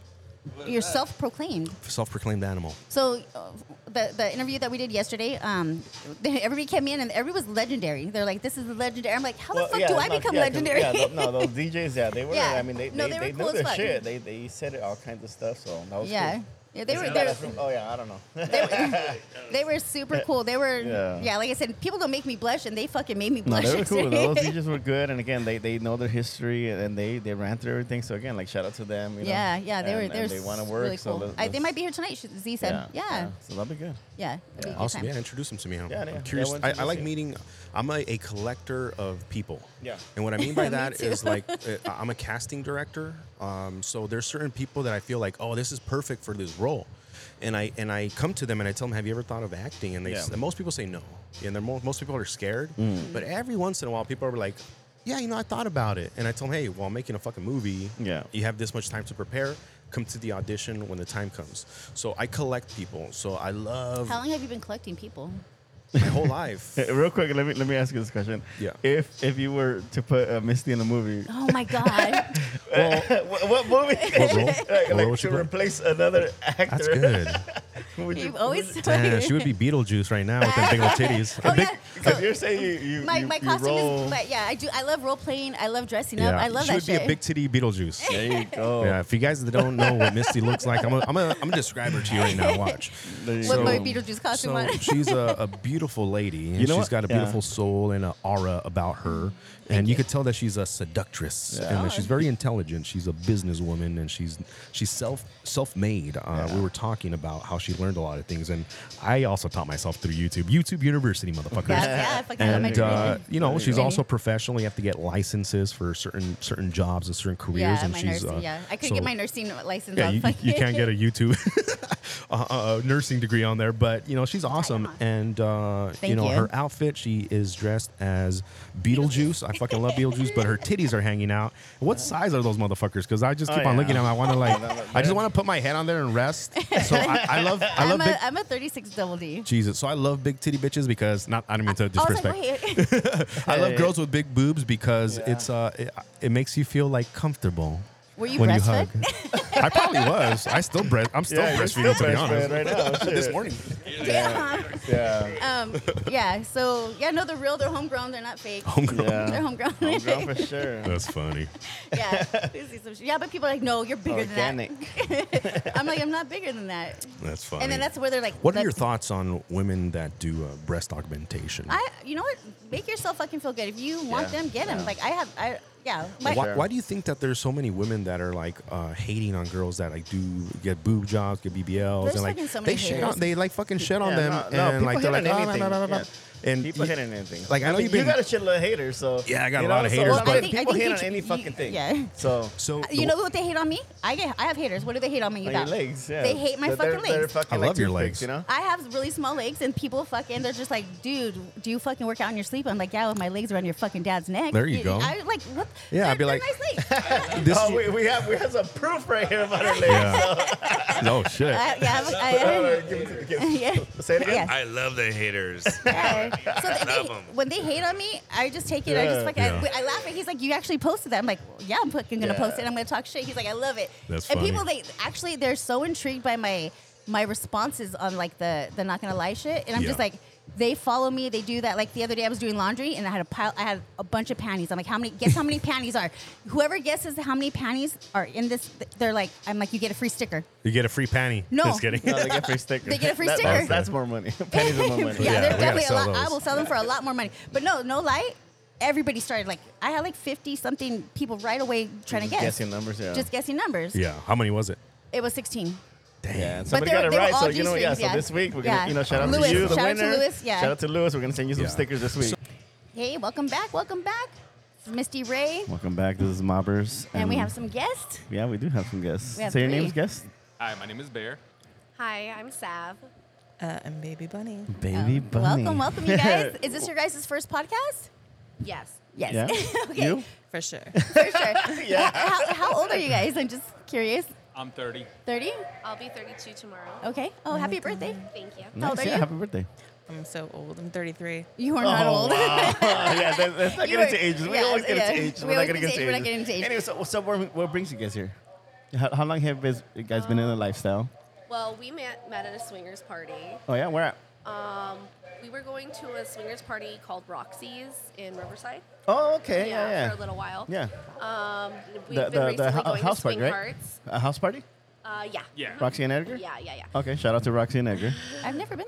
[SPEAKER 3] You're self-proclaimed.
[SPEAKER 5] self-proclaimed animal.
[SPEAKER 3] So, uh, the the interview that we did yesterday, um, everybody came in and everybody was legendary. They're like, "This is the legendary." I'm like, "How the fuck do I become legendary?"
[SPEAKER 4] Yeah, th- no, those DJs, yeah, they were.
[SPEAKER 3] Yeah.
[SPEAKER 4] I mean, they
[SPEAKER 3] No,
[SPEAKER 4] they,
[SPEAKER 3] they
[SPEAKER 4] they, knew
[SPEAKER 3] were cool as
[SPEAKER 4] their
[SPEAKER 3] fuck.
[SPEAKER 4] shit. They they said it all kinds of stuff. So that was
[SPEAKER 3] Yeah.
[SPEAKER 4] cool.
[SPEAKER 3] Yeah, they
[SPEAKER 4] Is
[SPEAKER 3] were
[SPEAKER 4] that
[SPEAKER 3] they
[SPEAKER 4] a
[SPEAKER 3] were,
[SPEAKER 4] from- oh yeah, I don't know.
[SPEAKER 3] they were they were super cool. They were
[SPEAKER 4] Eh, Yeah.
[SPEAKER 3] yeah. like I said, people don't make me blush, and they fucking made me
[SPEAKER 4] No,
[SPEAKER 3] blush.
[SPEAKER 4] they were cool.
[SPEAKER 3] yesterday.
[SPEAKER 4] Those teachers were good, and again, they, they know their history and they, they ran through everything. So again, like shout out to them. You know?
[SPEAKER 3] yeah, yeah, they
[SPEAKER 4] and,
[SPEAKER 3] were. They,
[SPEAKER 4] and
[SPEAKER 3] were
[SPEAKER 4] they want to
[SPEAKER 3] s-
[SPEAKER 4] work.
[SPEAKER 3] Really
[SPEAKER 4] so
[SPEAKER 3] cool.
[SPEAKER 4] let's-
[SPEAKER 3] I, they
[SPEAKER 4] let's-
[SPEAKER 3] might be here tonight. sh- Z said, yeah, yeah.
[SPEAKER 4] So that'll be good.
[SPEAKER 3] it'd be a good
[SPEAKER 5] Awesome.
[SPEAKER 3] time.
[SPEAKER 5] Yeah, introduce them to me. I'm,
[SPEAKER 4] Yeah,
[SPEAKER 5] I'm
[SPEAKER 4] yeah.
[SPEAKER 5] curious.
[SPEAKER 4] Yeah, I
[SPEAKER 5] I,
[SPEAKER 4] want to
[SPEAKER 5] I like
[SPEAKER 4] see.
[SPEAKER 5] meeting. I'm a, a collector of people.
[SPEAKER 4] Yeah.
[SPEAKER 5] And what I mean by
[SPEAKER 3] Me
[SPEAKER 5] that
[SPEAKER 3] too.
[SPEAKER 5] is like uh, I'm a casting director. Um, so there's certain people that I feel like, oh, this is perfect for this role, and I and I come to them and I tell them, have you ever thought of acting? And they s
[SPEAKER 4] Yeah. Mm.
[SPEAKER 5] and most people say no, and they're mo- most people are scared. But every once in a while, people are like. Yeah, you know, I thought about it, and I tell them, "Hey, well, I'm making a fucking movie.
[SPEAKER 4] Yeah.
[SPEAKER 5] you have this much time to prepare. Come to the audition when the time comes." So I collect people. So I love
[SPEAKER 3] How long have you been collecting people?
[SPEAKER 5] my whole life.
[SPEAKER 4] Hey, real quick, let me let me ask you this question.
[SPEAKER 5] Yeah.
[SPEAKER 4] If if you were to put uh, Misty in a movie,
[SPEAKER 3] Oh my god!
[SPEAKER 4] what, what movie?
[SPEAKER 5] What role? What
[SPEAKER 4] like, like
[SPEAKER 5] role would
[SPEAKER 4] to
[SPEAKER 5] you play?
[SPEAKER 4] replace another actor.
[SPEAKER 5] That's good.
[SPEAKER 4] Who would you-
[SPEAKER 3] you always.
[SPEAKER 5] Damn, she would be Beetlejuice right now with them big old titties.
[SPEAKER 3] Oh,
[SPEAKER 5] A big,
[SPEAKER 3] yeah.
[SPEAKER 4] Because you're saying you, you
[SPEAKER 3] my
[SPEAKER 4] you,
[SPEAKER 3] my
[SPEAKER 4] you
[SPEAKER 3] costume
[SPEAKER 4] roll.
[SPEAKER 3] is, but yeah, I do. I love role playing. I love dressing up.
[SPEAKER 5] yeah,
[SPEAKER 3] I love
[SPEAKER 5] she
[SPEAKER 3] that
[SPEAKER 5] would
[SPEAKER 3] shit.
[SPEAKER 5] be a big titty Beetlejuice.
[SPEAKER 4] there you go.
[SPEAKER 5] Yeah, if you guys that don't know what Misty looks like, I'm gonna I'm gonna I'm gonna describe her to you right now. Watch.
[SPEAKER 4] There you
[SPEAKER 3] What
[SPEAKER 4] go.
[SPEAKER 3] my Beetlejuice costume
[SPEAKER 5] So
[SPEAKER 3] on.
[SPEAKER 5] she's a, a beautiful lady, and
[SPEAKER 4] You know
[SPEAKER 5] she's
[SPEAKER 4] what?
[SPEAKER 5] got a
[SPEAKER 4] Yeah.
[SPEAKER 5] beautiful soul and an aura about her. and you, could tell that she's a seductress,
[SPEAKER 4] Yeah.
[SPEAKER 5] and that she's very intelligent. She's a businesswoman, and she's she's self self made. Uh, We were talking about how she learned a lot of things, and I also taught myself through YouTube, YouTube University, motherfuckers.
[SPEAKER 3] yeah, yeah, I fucking love my
[SPEAKER 5] and uh,
[SPEAKER 3] dressing.
[SPEAKER 5] you know she's
[SPEAKER 3] go.
[SPEAKER 5] also professional. You have to get licenses for certain certain jobs and certain careers.
[SPEAKER 3] Yeah,
[SPEAKER 5] and
[SPEAKER 3] my
[SPEAKER 5] she's,
[SPEAKER 3] nursing.
[SPEAKER 5] uh,
[SPEAKER 3] yeah, I could
[SPEAKER 5] so-
[SPEAKER 3] get my nursing license.
[SPEAKER 5] Yeah,
[SPEAKER 3] on
[SPEAKER 5] you,
[SPEAKER 3] fucking-
[SPEAKER 5] you can't get a YouTube uh, uh, nursing degree on there, but you know she's awesome.
[SPEAKER 3] on.
[SPEAKER 5] And uh, you
[SPEAKER 3] Thank
[SPEAKER 5] know
[SPEAKER 3] you.
[SPEAKER 5] her outfit, she is dressed as Beetlejuice. I fucking love Beetlejuice, but her titties are hanging out. What size are those motherfuckers? Because I just
[SPEAKER 4] Oh,
[SPEAKER 5] keep on
[SPEAKER 4] yeah.
[SPEAKER 5] looking at them. I want to like, I just want to put my head on there and rest. So I, I love, I love
[SPEAKER 3] I'm
[SPEAKER 5] big.
[SPEAKER 3] a, I'm a 36 double D. Oh,
[SPEAKER 5] Jesus, so I love big titty bitches because not. I don't mean to
[SPEAKER 3] I was
[SPEAKER 5] disrespect.
[SPEAKER 3] like, wait,
[SPEAKER 5] I love
[SPEAKER 4] Hey.
[SPEAKER 5] girls with big boobs because
[SPEAKER 4] Yeah.
[SPEAKER 5] it's uh, it, it makes you feel like comfortable.
[SPEAKER 3] Were you
[SPEAKER 5] when you hug?
[SPEAKER 3] breastfed?
[SPEAKER 5] I probably was. I still breast. I'm still
[SPEAKER 4] Yeah, you're still
[SPEAKER 5] breastfeeding to be
[SPEAKER 4] breastfed
[SPEAKER 5] honest.
[SPEAKER 4] right now.
[SPEAKER 5] this
[SPEAKER 4] Shit.
[SPEAKER 5] morning.
[SPEAKER 3] damn.
[SPEAKER 4] Yeah.
[SPEAKER 3] um, yeah. So yeah, no, they're real. They're homegrown. They're not fake.
[SPEAKER 5] Homegrown.
[SPEAKER 4] Yeah.
[SPEAKER 3] They're homegrown.
[SPEAKER 4] Homegrown for sure.
[SPEAKER 5] That's funny.
[SPEAKER 3] yeah. We see some shit. Yeah, but people are like, no, you're bigger
[SPEAKER 4] Organic.
[SPEAKER 3] than that. I'm like, I'm not bigger than that.
[SPEAKER 5] That's funny.
[SPEAKER 3] And then that's where they're like,
[SPEAKER 5] What are
[SPEAKER 3] the-
[SPEAKER 5] your thoughts on women that do uh, breast augmentation?
[SPEAKER 3] I, you know what? Make yourself fucking feel good. If you want
[SPEAKER 4] Yeah,
[SPEAKER 3] them, get them.
[SPEAKER 4] yeah.
[SPEAKER 3] Like I have, I yeah. My,
[SPEAKER 5] why, why do you think that there's so many women that are like uh, hating on girls that like do get boob jobs, get BBLs,
[SPEAKER 3] There's
[SPEAKER 5] and like
[SPEAKER 3] fucking so many
[SPEAKER 5] they shit
[SPEAKER 3] haters.
[SPEAKER 5] on, they like fucking shit on
[SPEAKER 4] Yeah,
[SPEAKER 5] them,
[SPEAKER 4] no, no,
[SPEAKER 5] and
[SPEAKER 4] people
[SPEAKER 5] like they're like
[SPEAKER 4] hate on
[SPEAKER 5] "Ah, nah, nah, nah, nah, nah."
[SPEAKER 4] anything.
[SPEAKER 5] and
[SPEAKER 4] People
[SPEAKER 5] you-
[SPEAKER 4] hit on anything.
[SPEAKER 5] Like I know
[SPEAKER 4] mean,
[SPEAKER 5] you've been
[SPEAKER 4] You got a shitload of haters, so
[SPEAKER 5] Yeah, I got a
[SPEAKER 4] you
[SPEAKER 5] lot of
[SPEAKER 4] so,
[SPEAKER 5] haters,
[SPEAKER 4] I
[SPEAKER 5] but-
[SPEAKER 4] mean,
[SPEAKER 5] I
[SPEAKER 3] think- I
[SPEAKER 4] people
[SPEAKER 3] think
[SPEAKER 4] hate
[SPEAKER 3] you
[SPEAKER 4] on
[SPEAKER 3] should-
[SPEAKER 4] any
[SPEAKER 3] you-
[SPEAKER 4] fucking thing.
[SPEAKER 3] yeah.
[SPEAKER 4] So
[SPEAKER 5] so
[SPEAKER 3] you know what they hate on me? I get, I have haters. What do they hate on me
[SPEAKER 4] on your
[SPEAKER 3] about?
[SPEAKER 4] legs, yeah.
[SPEAKER 3] They hate my
[SPEAKER 4] They're-
[SPEAKER 3] fucking
[SPEAKER 4] they're
[SPEAKER 3] legs.
[SPEAKER 5] I
[SPEAKER 4] fucking
[SPEAKER 5] love your
[SPEAKER 4] toothpicks,
[SPEAKER 5] legs.
[SPEAKER 4] You know.
[SPEAKER 3] I have really small legs, and people fucking they're just like, dude, do you fucking work out in your sleep? I'm like, yeah, with my legs around your fucking dad's neck.
[SPEAKER 5] There you
[SPEAKER 3] I-
[SPEAKER 5] go.
[SPEAKER 3] I like what?
[SPEAKER 5] Yeah, I'd
[SPEAKER 3] They're-
[SPEAKER 5] be
[SPEAKER 3] they're nice legs.
[SPEAKER 5] this.
[SPEAKER 4] Oh, we, we have we have some proof right here about our legs.
[SPEAKER 5] yeah. oh shit.
[SPEAKER 6] Uh,
[SPEAKER 3] I, yeah, I'm-
[SPEAKER 4] All
[SPEAKER 3] I,
[SPEAKER 4] right, give it- give
[SPEAKER 3] I,
[SPEAKER 4] it-
[SPEAKER 3] yeah.
[SPEAKER 4] Say it again.
[SPEAKER 3] Yeah.
[SPEAKER 7] I love the haters.
[SPEAKER 3] Yeah. So they,
[SPEAKER 7] Love
[SPEAKER 3] they-
[SPEAKER 7] 'em.
[SPEAKER 3] when they hate on me, I just take it. I just
[SPEAKER 4] Yeah.
[SPEAKER 3] fucking
[SPEAKER 5] Yeah.
[SPEAKER 3] I, I laugh. And he's like, "You actually posted that?" I'm like, well, "Yeah, I'm fucking gonna
[SPEAKER 4] Yeah.
[SPEAKER 3] post it. I'm gonna talk shit." He's like, "I love it."
[SPEAKER 5] That's
[SPEAKER 3] and
[SPEAKER 5] funny.
[SPEAKER 3] people they actually they're so intrigued by my my responses on like the the not gonna lie shit, and I'm just
[SPEAKER 5] Yeah.
[SPEAKER 3] like. They follow me. They do that. Like the other day, I was doing laundry and I had a pile. I had a bunch of panties. I'm like, how many? Guess how many panties are? Whoever guesses how many panties are in this, they're like, I'm like, you get a free sticker.
[SPEAKER 5] You get a free panty.
[SPEAKER 3] No.
[SPEAKER 5] Just kidding.
[SPEAKER 4] No, they get free sticker.
[SPEAKER 3] They get a free
[SPEAKER 4] That-
[SPEAKER 3] sticker.
[SPEAKER 4] That's, that's more money. Pennies are more money.
[SPEAKER 5] Yeah,
[SPEAKER 3] yeah, they're
[SPEAKER 5] we gotta
[SPEAKER 3] definitely a
[SPEAKER 5] sell
[SPEAKER 3] lot. I
[SPEAKER 5] those.
[SPEAKER 3] will sell them for a lot more money. But no, no lie. Everybody started like I had like fifty something people right away trying to
[SPEAKER 4] Just
[SPEAKER 3] guess.
[SPEAKER 4] guessing numbers, yeah.
[SPEAKER 3] Just guessing numbers.
[SPEAKER 5] Yeah. How many was it?
[SPEAKER 3] It was sixteen.
[SPEAKER 4] Yeah, and somebody
[SPEAKER 3] they
[SPEAKER 4] got
[SPEAKER 3] were-
[SPEAKER 4] it
[SPEAKER 3] they were
[SPEAKER 4] right. So
[SPEAKER 3] all
[SPEAKER 4] you know, yeah.
[SPEAKER 3] G-strings,
[SPEAKER 4] So
[SPEAKER 3] yeah.
[SPEAKER 4] this week we're
[SPEAKER 3] Yeah.
[SPEAKER 4] gonna, you know, shout out
[SPEAKER 3] Lewis,
[SPEAKER 4] to you, the
[SPEAKER 3] shout out to
[SPEAKER 4] winner.
[SPEAKER 3] Lewis, yeah.
[SPEAKER 4] Shout out to Lewis. We're gonna send you some
[SPEAKER 5] Yeah.
[SPEAKER 4] stickers this week.
[SPEAKER 3] Hey, welcome back, welcome back. This is Misty Ray, and,
[SPEAKER 4] Welcome back. This is Mobbers,
[SPEAKER 3] we have some guests.
[SPEAKER 4] Yeah, we do have some guests.
[SPEAKER 3] We have
[SPEAKER 4] Say your
[SPEAKER 3] three.
[SPEAKER 4] names, guest.
[SPEAKER 8] Hi, my name is Bear.
[SPEAKER 6] Hi, I'm Sav.
[SPEAKER 9] Uh, I'm Baby Bunny.
[SPEAKER 4] Baby
[SPEAKER 3] Um,
[SPEAKER 4] bunny.
[SPEAKER 3] Welcome, welcome, you guys. Is this your guys' first podcast?
[SPEAKER 6] Yes.
[SPEAKER 3] Yes,
[SPEAKER 4] Yeah.
[SPEAKER 3] Okay.
[SPEAKER 4] You?
[SPEAKER 9] For sure.
[SPEAKER 3] for sure. yeah. How, how old are you guys? I'm just curious.
[SPEAKER 8] I'm 30.
[SPEAKER 3] Thirty?
[SPEAKER 6] I'll be 32 tomorrow.
[SPEAKER 3] Okay. Oh, happy birthday.
[SPEAKER 6] Thank you.
[SPEAKER 3] How
[SPEAKER 4] Nice,
[SPEAKER 3] old are
[SPEAKER 4] yeah,
[SPEAKER 3] you?
[SPEAKER 4] Happy birthday.
[SPEAKER 9] I'm so old. I'm 33.
[SPEAKER 3] You are not old.
[SPEAKER 4] Oh, yeah, that, that's not
[SPEAKER 3] You
[SPEAKER 4] getting
[SPEAKER 3] were-
[SPEAKER 4] to ages. We
[SPEAKER 3] yeah,
[SPEAKER 4] always get
[SPEAKER 3] yeah.
[SPEAKER 4] into ages.
[SPEAKER 3] We
[SPEAKER 4] We're not
[SPEAKER 3] always
[SPEAKER 4] getting into
[SPEAKER 3] get to
[SPEAKER 4] ages.
[SPEAKER 3] age. We're not getting to ages.
[SPEAKER 4] Anyway, so, so what, what brings you guys here? How, how long have you guys- you guys been in
[SPEAKER 6] Uh,
[SPEAKER 4] the lifestyle?
[SPEAKER 6] Well, we met, met at a swingers party. Um,
[SPEAKER 4] Oh yeah, where at?
[SPEAKER 6] We were going to a swingers party called Roxy's in Riverside.
[SPEAKER 4] Oh, okay, yeah, yeah.
[SPEAKER 6] for a little while.
[SPEAKER 4] Yeah.
[SPEAKER 6] Um, we've
[SPEAKER 4] The,
[SPEAKER 6] been
[SPEAKER 4] the,
[SPEAKER 6] recently
[SPEAKER 4] the hou-
[SPEAKER 6] going
[SPEAKER 4] house
[SPEAKER 6] to
[SPEAKER 4] party,
[SPEAKER 6] swing
[SPEAKER 4] right?
[SPEAKER 6] hearts.
[SPEAKER 4] A house party?
[SPEAKER 6] Uh, yeah.
[SPEAKER 7] Yeah.
[SPEAKER 4] Roxy and Edgar?
[SPEAKER 6] Yeah, yeah, yeah.
[SPEAKER 4] Okay, shout out to Roxy and Edgar.
[SPEAKER 3] I've never been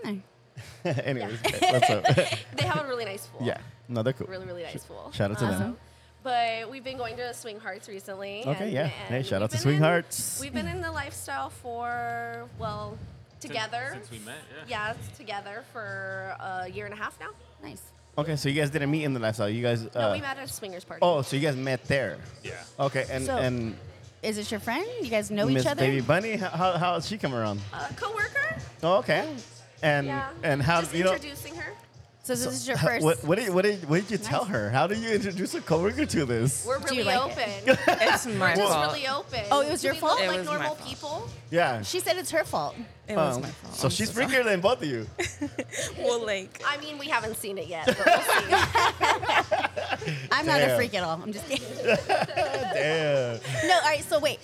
[SPEAKER 3] there.
[SPEAKER 4] Anyways, what's up?
[SPEAKER 6] They have a really nice pool.
[SPEAKER 4] yeah, no, they're cool.
[SPEAKER 6] Really, really nice pool.
[SPEAKER 4] Shout out to them.
[SPEAKER 6] Um, But we've been going to Swing Hearts recently.
[SPEAKER 4] Okay,
[SPEAKER 6] and-
[SPEAKER 4] yeah.
[SPEAKER 6] and
[SPEAKER 4] Hey, shout
[SPEAKER 6] we've
[SPEAKER 4] out to
[SPEAKER 6] been
[SPEAKER 4] Swing
[SPEAKER 6] in-
[SPEAKER 4] Hearts.
[SPEAKER 6] We've been in the lifestyle for, well, together.
[SPEAKER 7] Since we met, yeah.
[SPEAKER 6] Yeah, it's together for a year and a half now.
[SPEAKER 3] Nice.
[SPEAKER 4] Okay, so you guys didn't meet in the last hour. You guys. Uh,
[SPEAKER 6] No, we met at a swingers party.
[SPEAKER 4] Oh, so you guys met there?
[SPEAKER 7] Yeah.
[SPEAKER 4] Okay, and
[SPEAKER 3] So,
[SPEAKER 4] and
[SPEAKER 3] Is this your friend? You guys know
[SPEAKER 4] Miss
[SPEAKER 3] each other?
[SPEAKER 4] Baby Bunny, how how how'd she come around?
[SPEAKER 6] A Uh, coworker.
[SPEAKER 4] Oh, okay, and
[SPEAKER 6] Yeah.
[SPEAKER 4] and how
[SPEAKER 6] Just
[SPEAKER 4] you know?
[SPEAKER 6] introducing her.
[SPEAKER 3] So this is your
[SPEAKER 4] how-
[SPEAKER 3] first.
[SPEAKER 4] What, what, did, what, did, what did you tell
[SPEAKER 3] Nice.
[SPEAKER 4] her? How did you introduce a coworker to this?
[SPEAKER 6] We're
[SPEAKER 3] Do you
[SPEAKER 6] really
[SPEAKER 3] like
[SPEAKER 6] open.
[SPEAKER 3] it?
[SPEAKER 9] It's my
[SPEAKER 6] We're just
[SPEAKER 9] fault.
[SPEAKER 6] really open.
[SPEAKER 3] Oh, it was your
[SPEAKER 6] we
[SPEAKER 3] fault?
[SPEAKER 6] Look
[SPEAKER 9] It
[SPEAKER 6] like
[SPEAKER 9] was my
[SPEAKER 6] normal
[SPEAKER 9] fault.
[SPEAKER 6] people.
[SPEAKER 4] yeah.
[SPEAKER 3] she said it's her fault.
[SPEAKER 9] It was
[SPEAKER 4] um,
[SPEAKER 9] my fault.
[SPEAKER 4] so
[SPEAKER 9] I'm
[SPEAKER 4] she's
[SPEAKER 9] sorry.
[SPEAKER 4] freakier than both of you.
[SPEAKER 9] Well, like,
[SPEAKER 6] I mean, we haven't seen it yet. But we'll see.
[SPEAKER 3] I'm not
[SPEAKER 4] Damn.
[SPEAKER 3] a freak at all. I'm just kidding.
[SPEAKER 4] Damn.
[SPEAKER 3] no, all right. So wait,